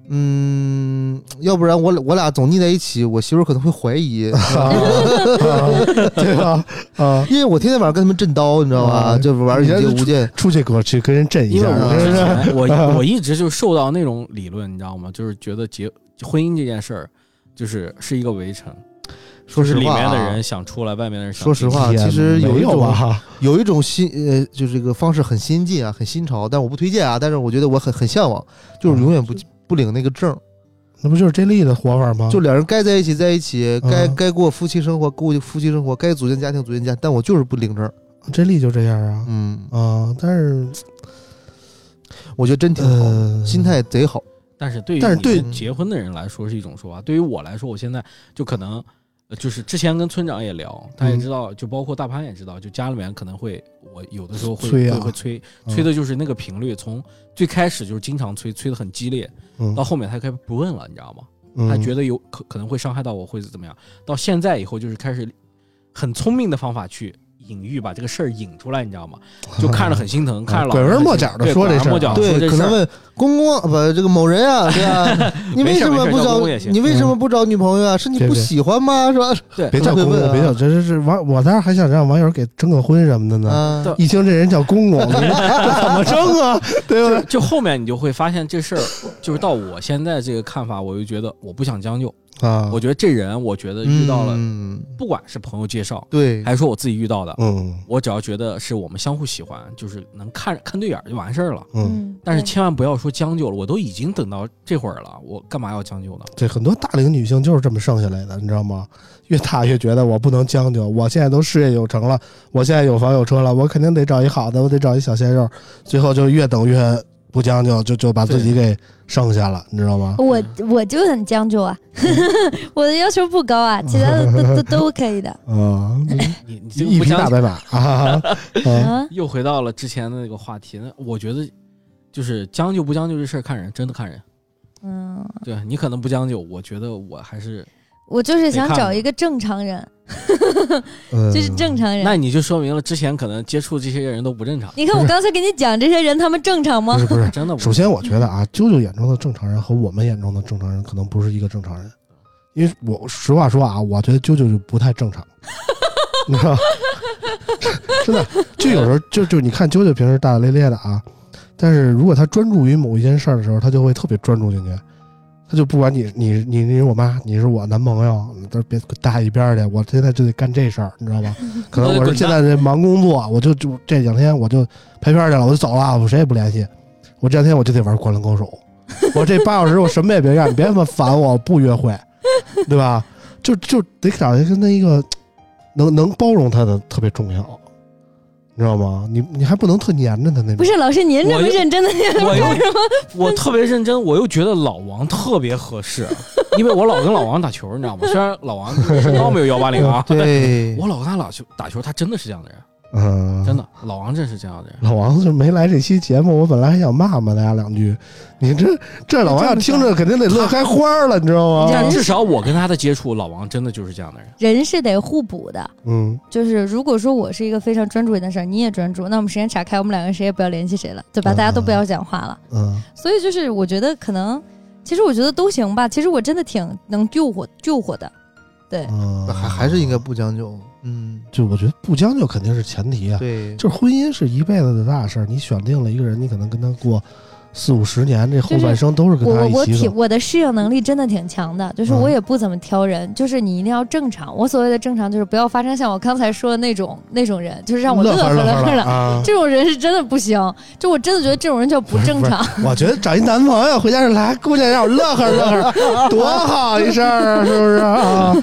[SPEAKER 3] 嗯，要不然我俩我俩总腻在一起，我媳妇儿可能会怀 疑，
[SPEAKER 2] 啊，啊对吧？啊，
[SPEAKER 3] 因为我天天晚上跟他们震刀，你知道
[SPEAKER 4] 哦哎
[SPEAKER 3] 吧？
[SPEAKER 2] 啊
[SPEAKER 3] 就玩
[SPEAKER 2] 你
[SPEAKER 3] 一
[SPEAKER 2] 这
[SPEAKER 3] 节
[SPEAKER 2] 是
[SPEAKER 3] 无间，
[SPEAKER 2] 出去给我去跟人震一
[SPEAKER 4] 因为
[SPEAKER 2] 下，
[SPEAKER 4] 我
[SPEAKER 2] 是
[SPEAKER 4] 之
[SPEAKER 2] 不是？
[SPEAKER 4] 前我我一直就受到那种理论，你知道吗？就是觉得结婚姻这件事儿，就是是一个围城，
[SPEAKER 3] 说
[SPEAKER 4] 就是
[SPEAKER 3] 实
[SPEAKER 4] 里
[SPEAKER 3] 话、
[SPEAKER 4] 面的
[SPEAKER 3] 啊
[SPEAKER 4] 人。想出来，外面的人想
[SPEAKER 3] 说实
[SPEAKER 4] 进
[SPEAKER 3] 话，
[SPEAKER 2] 天
[SPEAKER 3] 其实有
[SPEAKER 2] 没
[SPEAKER 3] 一
[SPEAKER 2] 有
[SPEAKER 3] 种
[SPEAKER 2] 吧？
[SPEAKER 3] 有一种新呃，就是这个方式很新进啊，很新潮，但是我不推荐啊。但是我觉得我很很向往，
[SPEAKER 4] 哦
[SPEAKER 3] 就是永远不不领那个证，
[SPEAKER 2] 那不就是 J 莉的活法吗？
[SPEAKER 3] 就两人该在一起在一起，
[SPEAKER 4] 哦
[SPEAKER 2] 嗯
[SPEAKER 3] 该该过夫妻生活过夫妻生活，该组建家庭组建家，但我就是不领证。
[SPEAKER 4] 哦
[SPEAKER 2] J 莉就这样啊
[SPEAKER 3] 嗯，
[SPEAKER 2] 啊！但是
[SPEAKER 3] 我觉得真挺好，
[SPEAKER 2] 呃，
[SPEAKER 3] 心态贼好。
[SPEAKER 4] 但是对于
[SPEAKER 2] 但是
[SPEAKER 4] 你
[SPEAKER 2] 对
[SPEAKER 4] 们结婚的人来说是一种说法，对于我来说，我现在就可能呃就是之前跟村长也聊，他也知道，就包括大潘也知道，就家里面可能会我有的时候会
[SPEAKER 2] 催啊
[SPEAKER 4] 会会催
[SPEAKER 2] 嗯
[SPEAKER 4] 催的就是那个频率，从最开始就是经常催，催的很激烈，
[SPEAKER 2] 嗯
[SPEAKER 4] 到后面他开始不问了，你知道吗？
[SPEAKER 2] 嗯
[SPEAKER 4] 他觉得有可可能会伤害到我，会怎么样？到现在以后就是开始很聪明的方法去。隐喻把这个事儿引出来，你知道吗？就看着很 心疼，看着老
[SPEAKER 2] 拐
[SPEAKER 4] 人
[SPEAKER 2] 弯
[SPEAKER 4] 很
[SPEAKER 2] 抹
[SPEAKER 4] 心
[SPEAKER 2] 角
[SPEAKER 4] 疼
[SPEAKER 2] 地
[SPEAKER 4] 对
[SPEAKER 2] 说
[SPEAKER 4] 拐
[SPEAKER 2] 这啊事
[SPEAKER 4] 弯
[SPEAKER 2] 儿
[SPEAKER 4] 抹
[SPEAKER 2] 啊
[SPEAKER 4] 角
[SPEAKER 3] 对
[SPEAKER 4] 说，这
[SPEAKER 3] 可
[SPEAKER 4] 事
[SPEAKER 3] 能
[SPEAKER 4] 儿
[SPEAKER 3] 问公公啊不这个某人啊，对 吧？你为
[SPEAKER 4] 没事
[SPEAKER 3] 什
[SPEAKER 4] 儿
[SPEAKER 3] 么
[SPEAKER 4] 没事儿
[SPEAKER 3] 不
[SPEAKER 4] 叫
[SPEAKER 3] 找
[SPEAKER 4] 公公也？行嗯
[SPEAKER 3] 你为什么不找女朋友啊？是你
[SPEAKER 2] 对
[SPEAKER 3] 不
[SPEAKER 2] 对
[SPEAKER 3] 喜欢吗？是吧？
[SPEAKER 4] 对
[SPEAKER 2] 别叫公
[SPEAKER 3] 会问
[SPEAKER 2] 公，
[SPEAKER 3] 啊
[SPEAKER 2] 别叫，这是是网，我当时还想让网友给征个婚什么的呢。
[SPEAKER 3] 啊，
[SPEAKER 2] 一听这人叫公公，我说这 怎么征啊？对不
[SPEAKER 4] 就
[SPEAKER 2] 对？
[SPEAKER 4] 就后面你就会发现这事儿，就是到我现在这个看法，我就觉得我不想将就。
[SPEAKER 2] 啊，
[SPEAKER 4] 我觉得这人，我觉得遇到了，
[SPEAKER 3] 嗯
[SPEAKER 4] 不管是朋友介绍，
[SPEAKER 3] 对，
[SPEAKER 4] 还是说我自己遇到的，
[SPEAKER 2] 嗯
[SPEAKER 4] 我只要觉得是我们相互喜欢，就是能看看对眼儿就完事儿了。
[SPEAKER 2] 嗯，
[SPEAKER 5] 嗯，
[SPEAKER 4] 但是
[SPEAKER 5] 对
[SPEAKER 4] 千万不要说将就了，我都已经等到这会儿了，我干嘛要将就呢？
[SPEAKER 2] 对，很多大龄女性就是这么剩下来的，你知道吗？ 越大越觉得我不能将就，我现在都事业有成了，我现在有房有车了，我肯定得找一好的，我得找一小鲜肉，最后就越等越不将就，就就把自己给剩下了，你知道吗？
[SPEAKER 5] 我
[SPEAKER 3] 嗯
[SPEAKER 5] 我就很将就啊， 我的要求不高啊，其他 的都都都可以的。
[SPEAKER 2] 啊，
[SPEAKER 4] 你你这个
[SPEAKER 2] 一
[SPEAKER 4] 不
[SPEAKER 2] 匹大
[SPEAKER 4] 将就，
[SPEAKER 2] 白马啊！
[SPEAKER 3] 哎
[SPEAKER 2] 啊
[SPEAKER 5] 嗯，
[SPEAKER 4] 又回到了之前的那个话题。那我觉得就是将就不将就这事儿看人，真的看人。
[SPEAKER 5] 嗯，
[SPEAKER 4] 对你可能不将就，我觉得我还是
[SPEAKER 5] 我就是想
[SPEAKER 4] 得看
[SPEAKER 5] 找
[SPEAKER 4] 嘛
[SPEAKER 5] 一个正常人，
[SPEAKER 2] 嗯
[SPEAKER 5] 就是正常
[SPEAKER 4] 那
[SPEAKER 5] 人。
[SPEAKER 4] 你就说明了之前可能接触这些人都不正常，
[SPEAKER 5] 你看我刚才给你讲这些人，他们正常吗
[SPEAKER 3] 嗯
[SPEAKER 2] 不？是不是，
[SPEAKER 4] 真的不
[SPEAKER 2] 首先，我觉得啊，啾啾眼中的正常人和我们眼中的正常人可能不是一个正常人，因为我实话说啊，我觉得啾啾就不太正常，你知道吗？ 真的，就有时候就就你看啾啾平时大大咧咧的啊，但是如果他专注于某一件事儿的时候，他就会特别专注进去，他就不管你你你你是我妈，你是我男朋友，你都别搭一边儿去，我现在就得干这事儿，你知道吗？可能我是现在这忙工作，我就就这两天我就拍片儿去了，我就走了，我谁也不联系。我这两天我就得玩《灌篮高手》， 我这八小时我什么也别干，你别他妈烦我，我不约会，对吧？就就得找一个那一个能能包容他的特别重要，你知道吗？你你还不能特粘着他那种。
[SPEAKER 5] 不是老师，您这
[SPEAKER 4] 我
[SPEAKER 5] 么
[SPEAKER 4] 又
[SPEAKER 5] 认真的，
[SPEAKER 4] 我又
[SPEAKER 5] 什么？
[SPEAKER 4] 我特别认真，我又觉得老王特别合适，因为我老跟老王打球，你知道吗？虽然老王身高没有幺八零啊，但
[SPEAKER 3] 对，
[SPEAKER 4] 我老跟他打球打球，他真的是这样的人，
[SPEAKER 2] 嗯，
[SPEAKER 4] 真的，老王真是这样的人。
[SPEAKER 2] 老王是没来这期节目，我本来还想骂骂大家两句，你这这老王要听着肯定得乐开花了，你知道
[SPEAKER 3] 哦
[SPEAKER 2] 吗？
[SPEAKER 4] 但至少我跟他的接触，老王真的就是这样的人。
[SPEAKER 5] 人是得互补的。
[SPEAKER 2] 嗯，
[SPEAKER 5] 就是如果说我是一个非常专注一件事儿，你也专注，那我们时间岔开，我们两个谁也不要联系谁了，对吧？
[SPEAKER 2] 嗯
[SPEAKER 5] 大家都不要讲话了。
[SPEAKER 2] 嗯，
[SPEAKER 5] 所以就是我觉得可能，其实我觉得都行吧。其实我真的挺能救火救火的，
[SPEAKER 2] 嗯，
[SPEAKER 3] 还还是应该不将就。嗯，
[SPEAKER 2] 就我觉得不将就肯定是前提啊，
[SPEAKER 3] 对，
[SPEAKER 2] 就是婚姻是一辈子的大事儿，你选定了一个人，你可能跟他过四五十年，这后半生都是跟
[SPEAKER 5] 我
[SPEAKER 2] 他
[SPEAKER 5] 我我
[SPEAKER 2] 一起
[SPEAKER 5] 挺
[SPEAKER 2] 走。
[SPEAKER 5] 我的适应能力真的挺强的，就是
[SPEAKER 2] 嗯
[SPEAKER 5] 我也不怎么挑人，就是你一定要正常。我所谓的正常就是不要发生像我刚才说的那种那种人，就是让我乐
[SPEAKER 2] 呵
[SPEAKER 5] 呵
[SPEAKER 2] 乐
[SPEAKER 5] 呵
[SPEAKER 2] 了
[SPEAKER 5] 了。
[SPEAKER 2] 啊！
[SPEAKER 5] 这种人是真的不行，就我真的觉得这种人叫不正常。
[SPEAKER 2] 我觉得找一男朋友回家就来，姑娘让我乐呵乐呵，多好一事儿，是不是 啊？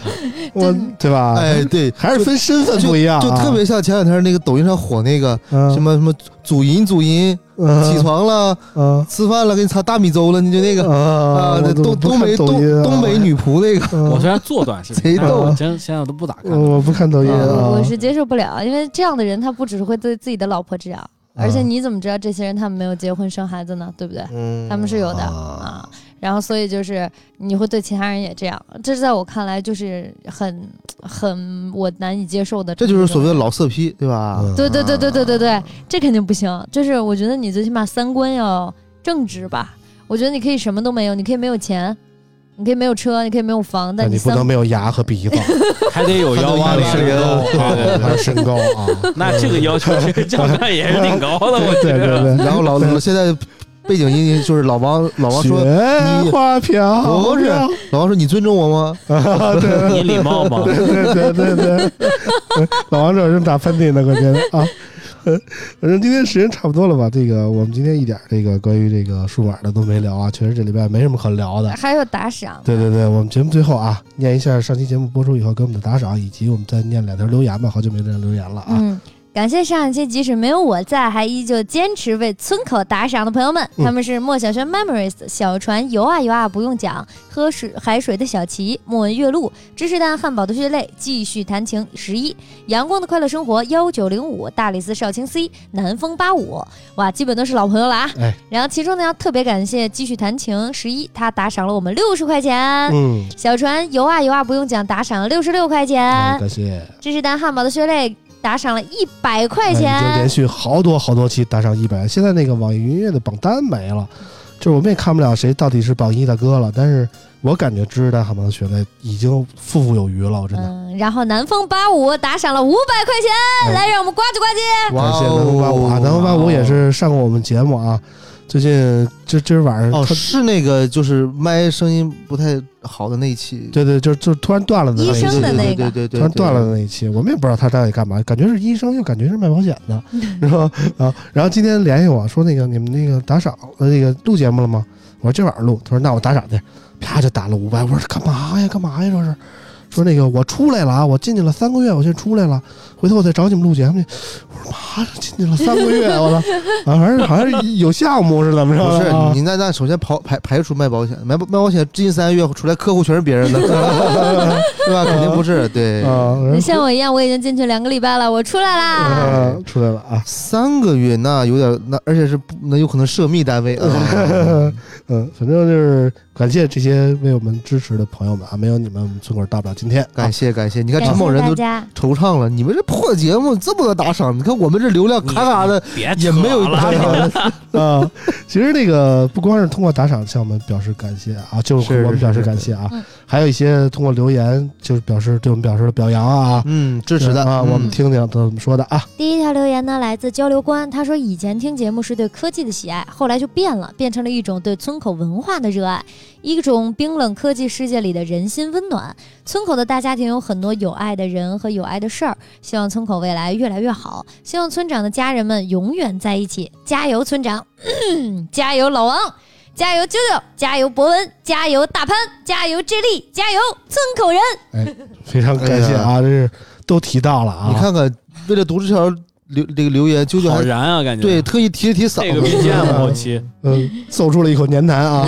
[SPEAKER 2] 我对吧？
[SPEAKER 3] 哎，对，
[SPEAKER 2] 啊还是分身份不一样啊，
[SPEAKER 3] 就特别像前两天那个抖音上火那个
[SPEAKER 2] 嗯
[SPEAKER 3] 什么什么祖银祖银，
[SPEAKER 2] 嗯
[SPEAKER 3] 起床了，
[SPEAKER 2] 嗯。
[SPEAKER 3] 吃饭了，给你擦大米粥了，你就那个
[SPEAKER 2] 啊
[SPEAKER 3] 啊，
[SPEAKER 2] 我
[SPEAKER 3] 那
[SPEAKER 2] 都
[SPEAKER 3] 东
[SPEAKER 2] 不
[SPEAKER 3] 东
[SPEAKER 2] 看
[SPEAKER 3] 北
[SPEAKER 2] 抖
[SPEAKER 3] 东
[SPEAKER 2] 音啊
[SPEAKER 3] 东北，女仆那个，
[SPEAKER 2] 嗯
[SPEAKER 4] 我虽然做短视
[SPEAKER 3] 贼
[SPEAKER 4] 频，但是
[SPEAKER 2] 逗
[SPEAKER 4] 我真现在都不咋看
[SPEAKER 2] 我。我不看抖音
[SPEAKER 3] 啊
[SPEAKER 2] 啊，
[SPEAKER 5] 我是接受不了，因为这样的人他不只是会对自己的老婆这样，而
[SPEAKER 3] 嗯
[SPEAKER 5] 且你怎么知道这些人他们没有结婚生孩子呢？对不对？
[SPEAKER 2] 嗯
[SPEAKER 5] 他们是有的
[SPEAKER 2] 啊
[SPEAKER 5] 啊。然后所以就是你会对其他人也这样，这在我看来就是很很我难以接受的。
[SPEAKER 3] 这就是所
[SPEAKER 5] 嗯
[SPEAKER 3] 谓的。老嗯色批，对吧？
[SPEAKER 2] 嗯
[SPEAKER 5] 对对对对对对对，这肯定不行。就是我觉得你最起码三观要正直吧。我觉得你可以什么都没有，你可以没有钱，你可以没有车，你可以没有房，
[SPEAKER 2] 但
[SPEAKER 5] 但
[SPEAKER 2] 你不
[SPEAKER 5] 三
[SPEAKER 2] 能没有牙和鼻 子，
[SPEAKER 4] 还得有幺八零
[SPEAKER 3] 还得有180
[SPEAKER 4] 对
[SPEAKER 2] 还有身高啊，
[SPEAKER 4] 那这个要求这个长相也是挺高的， 我觉
[SPEAKER 2] 对对
[SPEAKER 4] 得。
[SPEAKER 2] 对。
[SPEAKER 3] 然 后老老现在背景音就是老王，老王说
[SPEAKER 2] 雪花飘，
[SPEAKER 3] 不是，老王说你尊重我吗？
[SPEAKER 2] 啊，对
[SPEAKER 4] 你礼貌吗？
[SPEAKER 2] 对对对对对，老王这正打喷嚏呢，关键啊。反正今天时间差不多了吧？这个我们今天一点这个关于这个数码的都没聊啊，确实这礼拜没什么可聊的。
[SPEAKER 5] 还有打赏。
[SPEAKER 2] 对对对，我们节目最后啊，念一下上期节目播出以后给我们的打赏，以及我们再念两条留言吧。好久没有这样留言了啊。
[SPEAKER 5] 嗯，感谢上一期即使没有我在，还依旧坚持为村口打赏的朋友们，
[SPEAKER 2] 嗯
[SPEAKER 5] 他们是莫小轩 Memories 小船游啊游啊不用讲，喝水海水的小齐，莫文月露，芝士蛋汉堡的血泪，继续弹琴十一，阳光的快乐生活幺九零五，大理寺少卿 C，南风八五，哇，基本都是老朋友了啊。
[SPEAKER 2] 哎
[SPEAKER 5] 然后其中呢，要特别感谢继续弹琴十一，他打赏了我们六十块钱。
[SPEAKER 2] 嗯，
[SPEAKER 5] 小船游啊游啊，不用讲，打赏了六十六块钱。
[SPEAKER 2] 哎感谢，
[SPEAKER 5] 芝士蛋汉堡的血泪打赏了一百块
[SPEAKER 2] 哎已经
[SPEAKER 5] 钱
[SPEAKER 2] 连，续好多好多期打赏一百。现在那个网易云音乐的榜单没了，就是我们也看不了谁到底是榜一大哥了。但是我感觉知识蛋汉堡的血泪已经富富有余了，我真的。
[SPEAKER 5] 嗯，然后南风八五打赏了五百块钱，
[SPEAKER 3] 嗯
[SPEAKER 2] 哎
[SPEAKER 5] 来让我们呱唧呱唧。
[SPEAKER 2] 感谢南风八五
[SPEAKER 3] 哦
[SPEAKER 2] 啊，南风八五也是上过我们节目啊。最近这今儿晚上
[SPEAKER 3] 哦，
[SPEAKER 2] 特，
[SPEAKER 3] 是那个就是麦声音不太好的那一期，
[SPEAKER 2] 对对，就就突然断了的那一
[SPEAKER 5] 医
[SPEAKER 2] 期
[SPEAKER 5] 生的那
[SPEAKER 3] 对
[SPEAKER 5] 个
[SPEAKER 3] 对对
[SPEAKER 2] 突
[SPEAKER 3] 对，
[SPEAKER 2] 然断了的那一期，我们也不知道他到底干嘛，感觉是医生，又感觉是卖保险的，然后啊，然后今天联系我说那个你们那个打赏呃那个录节目了吗？我说今晚上录，他说那我打赏去，啪就打了五百，我说干嘛呀干嘛呀这是。说那个我出来了啊，我进去了三个月，我现在出来了，回头我再找你们录节目去。我说妈呀，进去了三个月，我操！啊，反正好像是有项目是怎么着
[SPEAKER 3] 不
[SPEAKER 2] 的啊？
[SPEAKER 3] 是你那那首先排排排除卖保险，卖卖保险近三个月出来客户全是别 人的，对吧？肯定不是，对，
[SPEAKER 2] 啊，然后
[SPEAKER 5] 像我一样，我已经进去两个礼拜了，我出来
[SPEAKER 3] 嗯
[SPEAKER 5] 啦。
[SPEAKER 2] 啊出来了啊，
[SPEAKER 3] 三个月那有点那，而且是不那有可能涉密单 位啊，
[SPEAKER 2] 嗯，反正就是感谢这些为我们支持的朋友们啊，没有你们，我们村口到不了今天。
[SPEAKER 3] 感谢感谢，你看
[SPEAKER 5] 感
[SPEAKER 3] 陈某
[SPEAKER 5] 谢
[SPEAKER 3] 人
[SPEAKER 5] 大
[SPEAKER 3] 都
[SPEAKER 5] 家，
[SPEAKER 3] 惆怅了，你们这破节目这么多打赏，你看我们这流量咔咔的，
[SPEAKER 4] 别
[SPEAKER 3] 也没有
[SPEAKER 4] 拉
[SPEAKER 3] 打赏。
[SPEAKER 2] 啊，其实那个不光是通过打赏向我们表示感谢啊，就是
[SPEAKER 3] 是
[SPEAKER 2] 我们表示
[SPEAKER 3] 是
[SPEAKER 2] 感谢啊
[SPEAKER 5] 是嗯，
[SPEAKER 2] 还有一些通过留言就是表示对我们表示了表扬啊，
[SPEAKER 3] 嗯，支持的
[SPEAKER 2] 啊，我们听听他怎么说的啊，
[SPEAKER 5] 第一条留言呢来自交流官，他说以前听节目是对科技的喜爱，后来就变了，变成了一种对村口文化的热爱，一种冰冷科技世界里的人心温暖。村口的大家庭有很多有爱的人和有爱的事儿，希望村口未来越来越好，希望村长的家人们永远在一起，加油，村长！加油，老王！加油，啾啾！加油，博文！加油，大潘！加油，智利！加油，村口人！
[SPEAKER 3] 哎
[SPEAKER 2] 非常感谢啊，这是都提到了啊，
[SPEAKER 3] 你看看，为了读这条留这个留言，啾啾
[SPEAKER 4] 好
[SPEAKER 3] 还
[SPEAKER 4] 燃啊，感觉
[SPEAKER 3] 对特意提了提嗓
[SPEAKER 4] 这个
[SPEAKER 3] 子，
[SPEAKER 4] BGM 后期
[SPEAKER 2] 嗯，奏出了一口年痰啊。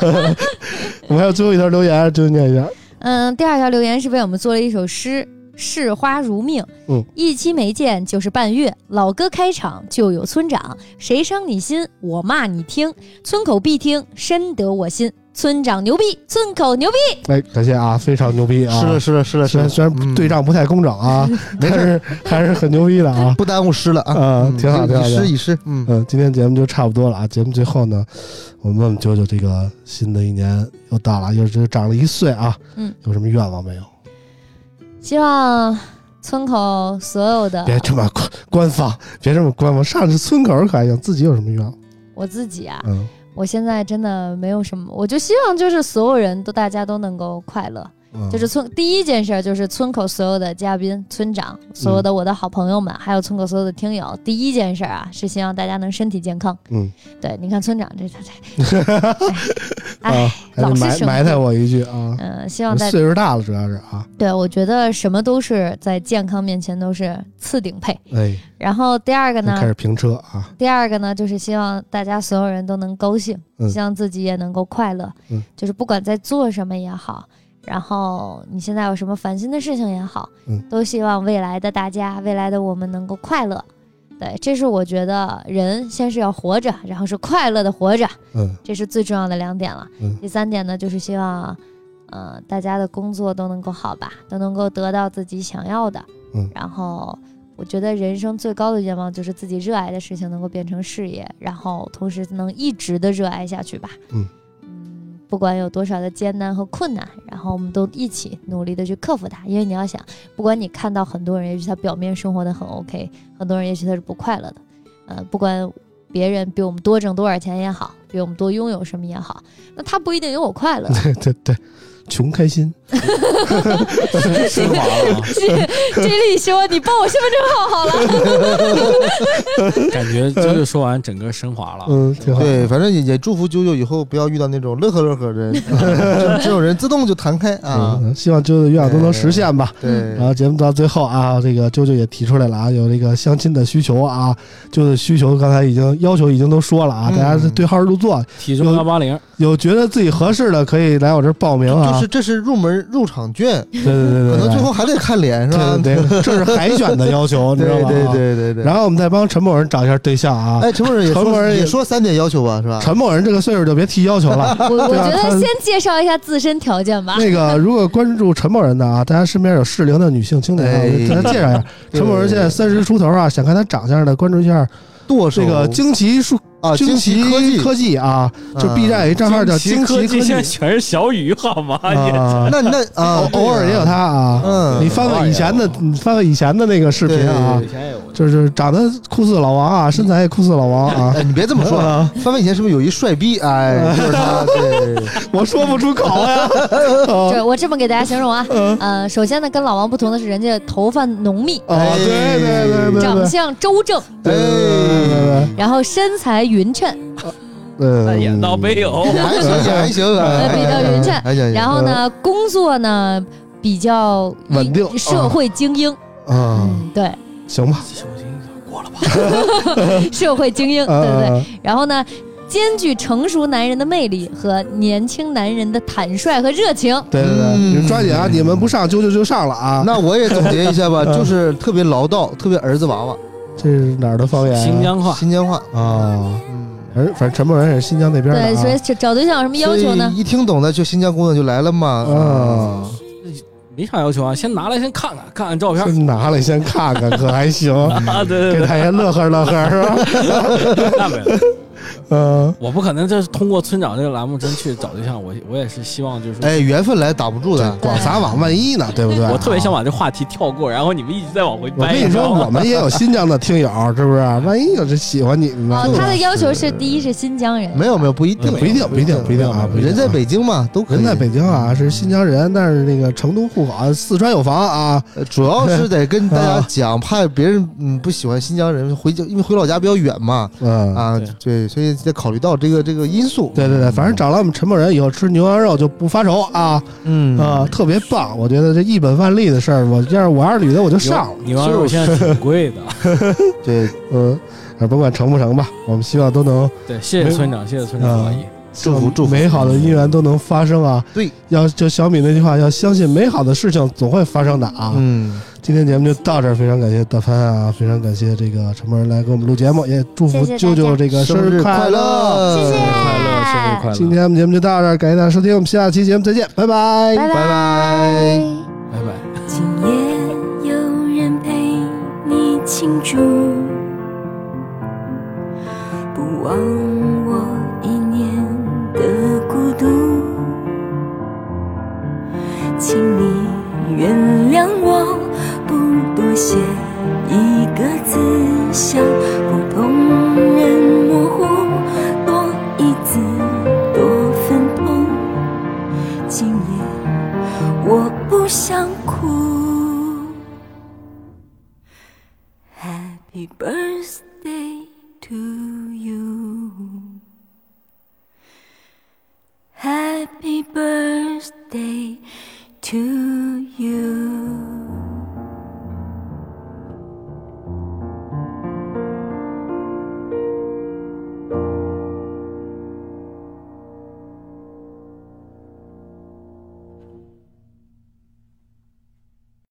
[SPEAKER 3] 嗯
[SPEAKER 2] 我们还有最后一条留言，就念一下。
[SPEAKER 5] 嗯，第二条留言是为我们做了一首诗。视花如命，
[SPEAKER 2] 嗯，
[SPEAKER 5] 一期没见就是半月。老歌开场就有村长，谁伤你心，我骂你听。村口必听，深得我心。村长牛逼，村口牛逼。
[SPEAKER 2] 哎，感谢啊，非常牛逼啊！
[SPEAKER 3] 嗯是的，是的，是的，
[SPEAKER 2] 虽
[SPEAKER 3] 是
[SPEAKER 2] 然
[SPEAKER 3] 的，
[SPEAKER 2] 虽然
[SPEAKER 3] 嗯
[SPEAKER 2] 对仗不太工整 啊，
[SPEAKER 3] 没
[SPEAKER 2] 但
[SPEAKER 3] 事，
[SPEAKER 2] 是还是很牛逼的啊。
[SPEAKER 3] 不耽误诗了啊，
[SPEAKER 2] 啊挺好挺好
[SPEAKER 3] 以
[SPEAKER 2] 挺好
[SPEAKER 3] 诗以诗，嗯，
[SPEAKER 2] 嗯，今天节目就差不多了啊。节目最后呢，我们问问九九，这个新的一年又到了，又又长了一岁啊，
[SPEAKER 5] 嗯，
[SPEAKER 2] 有什么愿望没有？
[SPEAKER 5] 希望村口所有的
[SPEAKER 2] 别这么官官方，别这么官方，上次村口可还行，自己有什么愿望？
[SPEAKER 5] 我自己啊，
[SPEAKER 2] 嗯，
[SPEAKER 5] 我现在真的没有什么，我就希望就是所有人都大家都能够快乐。
[SPEAKER 2] 嗯
[SPEAKER 5] 就是村第一件事儿就是村口所有的嘉宾、村长、
[SPEAKER 2] 嗯
[SPEAKER 5] 所有的我的好朋友们，还有村口所有的听友，第一件事儿啊是希望大家能身体健康。
[SPEAKER 2] 嗯，
[SPEAKER 5] 对，你看村长这他他，哎
[SPEAKER 2] 啊，还得
[SPEAKER 5] 老是
[SPEAKER 2] 埋
[SPEAKER 5] 生
[SPEAKER 2] 埋汰
[SPEAKER 5] 病
[SPEAKER 2] 我一句啊，
[SPEAKER 5] 嗯、希望大
[SPEAKER 2] 岁数大了主要是啊，
[SPEAKER 5] 对我觉得什么都是在健康面前都是次顶配。
[SPEAKER 2] 哎，
[SPEAKER 5] 然后第二个
[SPEAKER 2] 又
[SPEAKER 5] 呢
[SPEAKER 2] 开，始评车啊，
[SPEAKER 5] 第二个呢，就是希望大家所有人都能高兴，
[SPEAKER 2] 嗯
[SPEAKER 5] 希望自己也能够快乐。
[SPEAKER 2] 嗯
[SPEAKER 5] 就是不管在做什么也好，然后你现在有什么烦心的事情也好，
[SPEAKER 2] 嗯
[SPEAKER 5] 都希望未来的大家，未来的我们能够快乐。对，这是我觉得人先是要活着，然后是快乐的活着，
[SPEAKER 2] 嗯，
[SPEAKER 5] 这是最重要的两点了。
[SPEAKER 2] 嗯
[SPEAKER 5] 第三点呢，就是希望，呃，大家的工作都能够好吧，都能够得到自己想要的。
[SPEAKER 2] 嗯
[SPEAKER 5] 然后我觉得人生最高的愿望就是自己热爱的事情能够变成事业，然后同时能一直的热爱下去吧。
[SPEAKER 2] 嗯
[SPEAKER 5] 嗯不管有多少的艰难和困难，然后我们都一起努力的去克服它。因为你要想，不管你看到很多人，也许他表面生活的很 OK，很多人也许他是不快乐的。呃，不管别人比我们多挣多少钱也好，比我们多拥有什么也好，那他不一定有我快乐。
[SPEAKER 2] 对对对，穷开心，
[SPEAKER 4] 升华了啊，
[SPEAKER 5] 这里说你报我身份证号好了。
[SPEAKER 4] 感觉啾啾说完整个升华了。
[SPEAKER 2] 嗯，挺好。
[SPEAKER 3] 啊对，反正也也祝福啾啾以后不要遇到那种乐呵乐呵 的人，啊这这种人自动就弹开啊，
[SPEAKER 2] 嗯，希望啾啾的愿望都能实现吧。
[SPEAKER 3] 对
[SPEAKER 2] 然，后节目到最后啊，这个啾啾也提出来了啊，有这个相亲的需求啊，就是需求刚才已经要求已经都说了啊，
[SPEAKER 3] 嗯
[SPEAKER 2] 大家对号入座，
[SPEAKER 4] 体重幺八零，
[SPEAKER 2] 有觉得自己合适的可以来我这儿报名啊。
[SPEAKER 3] 就是这是入门入场券，
[SPEAKER 2] 对对对
[SPEAKER 3] 可
[SPEAKER 2] 对
[SPEAKER 3] 能最
[SPEAKER 2] 对
[SPEAKER 3] 后还得看脸是吧？
[SPEAKER 2] 对对对，这是海选的要求，你知道
[SPEAKER 3] 对
[SPEAKER 2] 吧？
[SPEAKER 3] 对
[SPEAKER 2] 啊。
[SPEAKER 3] 对对对。
[SPEAKER 2] 然后我们再帮陈某人找一下对象啊。
[SPEAKER 3] 哎，陈某人也
[SPEAKER 2] 陈某
[SPEAKER 3] 说
[SPEAKER 2] 人也
[SPEAKER 3] 也说三点要求吧，是吧？
[SPEAKER 2] 陈某人这个岁数就别提要求了，
[SPEAKER 5] 我 我
[SPEAKER 2] 对啊
[SPEAKER 5] 觉
[SPEAKER 2] 他
[SPEAKER 5] 得先介绍一下自身条件吧。
[SPEAKER 2] 那个，如果关注陈某人的啊，大家身边有适龄的女性青年啊，
[SPEAKER 3] 哎
[SPEAKER 2] 我给大家介绍一下。
[SPEAKER 3] 对
[SPEAKER 2] 陈某人现在三十出头啊，想看他长相的，关注一下
[SPEAKER 3] 剁手
[SPEAKER 2] 这个惊奇数
[SPEAKER 3] 啊，
[SPEAKER 2] 惊
[SPEAKER 3] 奇科技
[SPEAKER 2] 奇科技啊，就
[SPEAKER 3] 啊
[SPEAKER 2] B 站有一账号叫惊奇科技
[SPEAKER 4] 现在全是小雨好吗？
[SPEAKER 2] 啊，
[SPEAKER 3] 那那啊，
[SPEAKER 2] 偶尔也有他啊。
[SPEAKER 3] 嗯
[SPEAKER 2] 你翻翻以前的，你翻翻以前的那个视频啊
[SPEAKER 3] 对，
[SPEAKER 2] 就是长得酷似老王啊，身材也酷似老王啊，
[SPEAKER 3] 哎，你别这 么说， 啊！翻翻以前是不是有一帅逼？哎，就是他，对，
[SPEAKER 2] 我说不出口啊哦呀。
[SPEAKER 5] 这我这么给大家形容啊，
[SPEAKER 2] 嗯
[SPEAKER 5] 呃，首先呢，跟老王不同的是，人家头发浓密，
[SPEAKER 2] 啊，对对对对
[SPEAKER 5] 长
[SPEAKER 2] 对
[SPEAKER 5] 相周正，
[SPEAKER 2] 对对
[SPEAKER 5] 然后身材匀称，
[SPEAKER 2] 对对，
[SPEAKER 4] 演到没有，
[SPEAKER 3] 也嗯还行，也还行，哎
[SPEAKER 5] 呃比较匀称
[SPEAKER 3] 还
[SPEAKER 2] 哎
[SPEAKER 3] 行，
[SPEAKER 5] 然后呢，工作呢比较
[SPEAKER 2] 稳定嗯
[SPEAKER 5] 一社会精英，
[SPEAKER 2] 啊，
[SPEAKER 5] 嗯，对，
[SPEAKER 2] 行吧，
[SPEAKER 5] 社会精英，对不对？
[SPEAKER 2] 呃，
[SPEAKER 5] 然后呢，兼具成熟男人的魅力和年轻男人的坦率和热情。
[SPEAKER 2] 对对对，你们抓紧啊，你们不上啾啾就上了啊。
[SPEAKER 3] 那我也总结一下吧，就是特别唠叨，特别儿子娃娃，
[SPEAKER 2] 这是哪儿的方言啊？
[SPEAKER 4] 新疆话。
[SPEAKER 3] 新疆话，
[SPEAKER 2] 啊，
[SPEAKER 3] 嗯，
[SPEAKER 2] 反正反正陈默然也是新疆那边的
[SPEAKER 5] 对，所以
[SPEAKER 2] 啊。
[SPEAKER 5] 找找对象有什么要求呢
[SPEAKER 3] 所以？一听懂的就新疆姑娘就来了嘛，
[SPEAKER 2] 啊
[SPEAKER 3] 啊，
[SPEAKER 4] 没啥要求啊，先拿来先看看，看看照片
[SPEAKER 2] 就拿来先看看，可还行，
[SPEAKER 4] 啊，对
[SPEAKER 2] 给
[SPEAKER 4] 对
[SPEAKER 2] 大家乐呵乐呵是吧？
[SPEAKER 4] 对，那没有，
[SPEAKER 2] 嗯，
[SPEAKER 4] 我不可能就是通过村长这个栏目真去找对象，我我也是希望就是说，
[SPEAKER 3] 哎，缘分来打不住的，
[SPEAKER 2] 广撒网，万一呢，对不对？
[SPEAKER 4] 我特别想把这话题跳过，然啊后你们一直在往回
[SPEAKER 2] 我
[SPEAKER 4] 掰。
[SPEAKER 2] 跟你
[SPEAKER 4] 知
[SPEAKER 2] 说，
[SPEAKER 4] 道吗
[SPEAKER 2] 我们也有新疆的听友，是不是？万一有这喜欢你们呢？
[SPEAKER 5] 哦，他的要求是第一是新疆人，
[SPEAKER 3] 没有没有不一定，
[SPEAKER 2] 呃不一定，不一定，不一定啊！不一定啊
[SPEAKER 3] 人在，北京嘛，都可以
[SPEAKER 2] 人在北京啊，是新疆人，但是那个成都户口啊，四川有房啊。
[SPEAKER 3] 呃主要是得 跟大家讲，怕别人嗯不喜欢新疆人回家，因为回老家比较远嘛。
[SPEAKER 2] 嗯，
[SPEAKER 3] 啊
[SPEAKER 4] 对，
[SPEAKER 3] 对，所以得考虑到这个这个因素。
[SPEAKER 2] 对对对，反正找了我们陈某人以后吃牛羊肉就不发愁啊
[SPEAKER 3] 嗯
[SPEAKER 2] 啊，特别棒！我觉得这一本万利的事儿，我要是我要是女的我就上了。
[SPEAKER 4] 牛羊肉现在挺贵的。
[SPEAKER 3] 对，
[SPEAKER 2] 嗯，啊，甭管成不成吧，我们希望都能
[SPEAKER 4] 对，谢谢村长，谢谢村长老爷。
[SPEAKER 3] 祝福祝福
[SPEAKER 2] 美好的姻缘都能发生啊！
[SPEAKER 3] 对，
[SPEAKER 2] 要就小米那句话，要相信美好的事情总会发生的啊！
[SPEAKER 3] 嗯，
[SPEAKER 2] 今天节目就到这儿，非常感谢大潘啊，非常感谢这个陈某人来给我们录节目，也祝福
[SPEAKER 6] 谢谢大家
[SPEAKER 2] 舅舅这个
[SPEAKER 3] 生
[SPEAKER 2] 日
[SPEAKER 3] 日
[SPEAKER 2] 快
[SPEAKER 3] 快乐，
[SPEAKER 6] 谢谢
[SPEAKER 4] 快乐，生日快乐！
[SPEAKER 2] 今天我们节目就到这儿，感谢大家收听，我们下期节目再见，拜拜
[SPEAKER 6] 拜
[SPEAKER 3] 拜拜。
[SPEAKER 4] 拜拜。
[SPEAKER 7] 今夜有人陪你庆祝，不忘我一年的孤独，请你原谅我不多写一个字，像普通人模糊，多一字多分痛，今夜。我不想哭。Happy birthday to you. Happy birthday to you.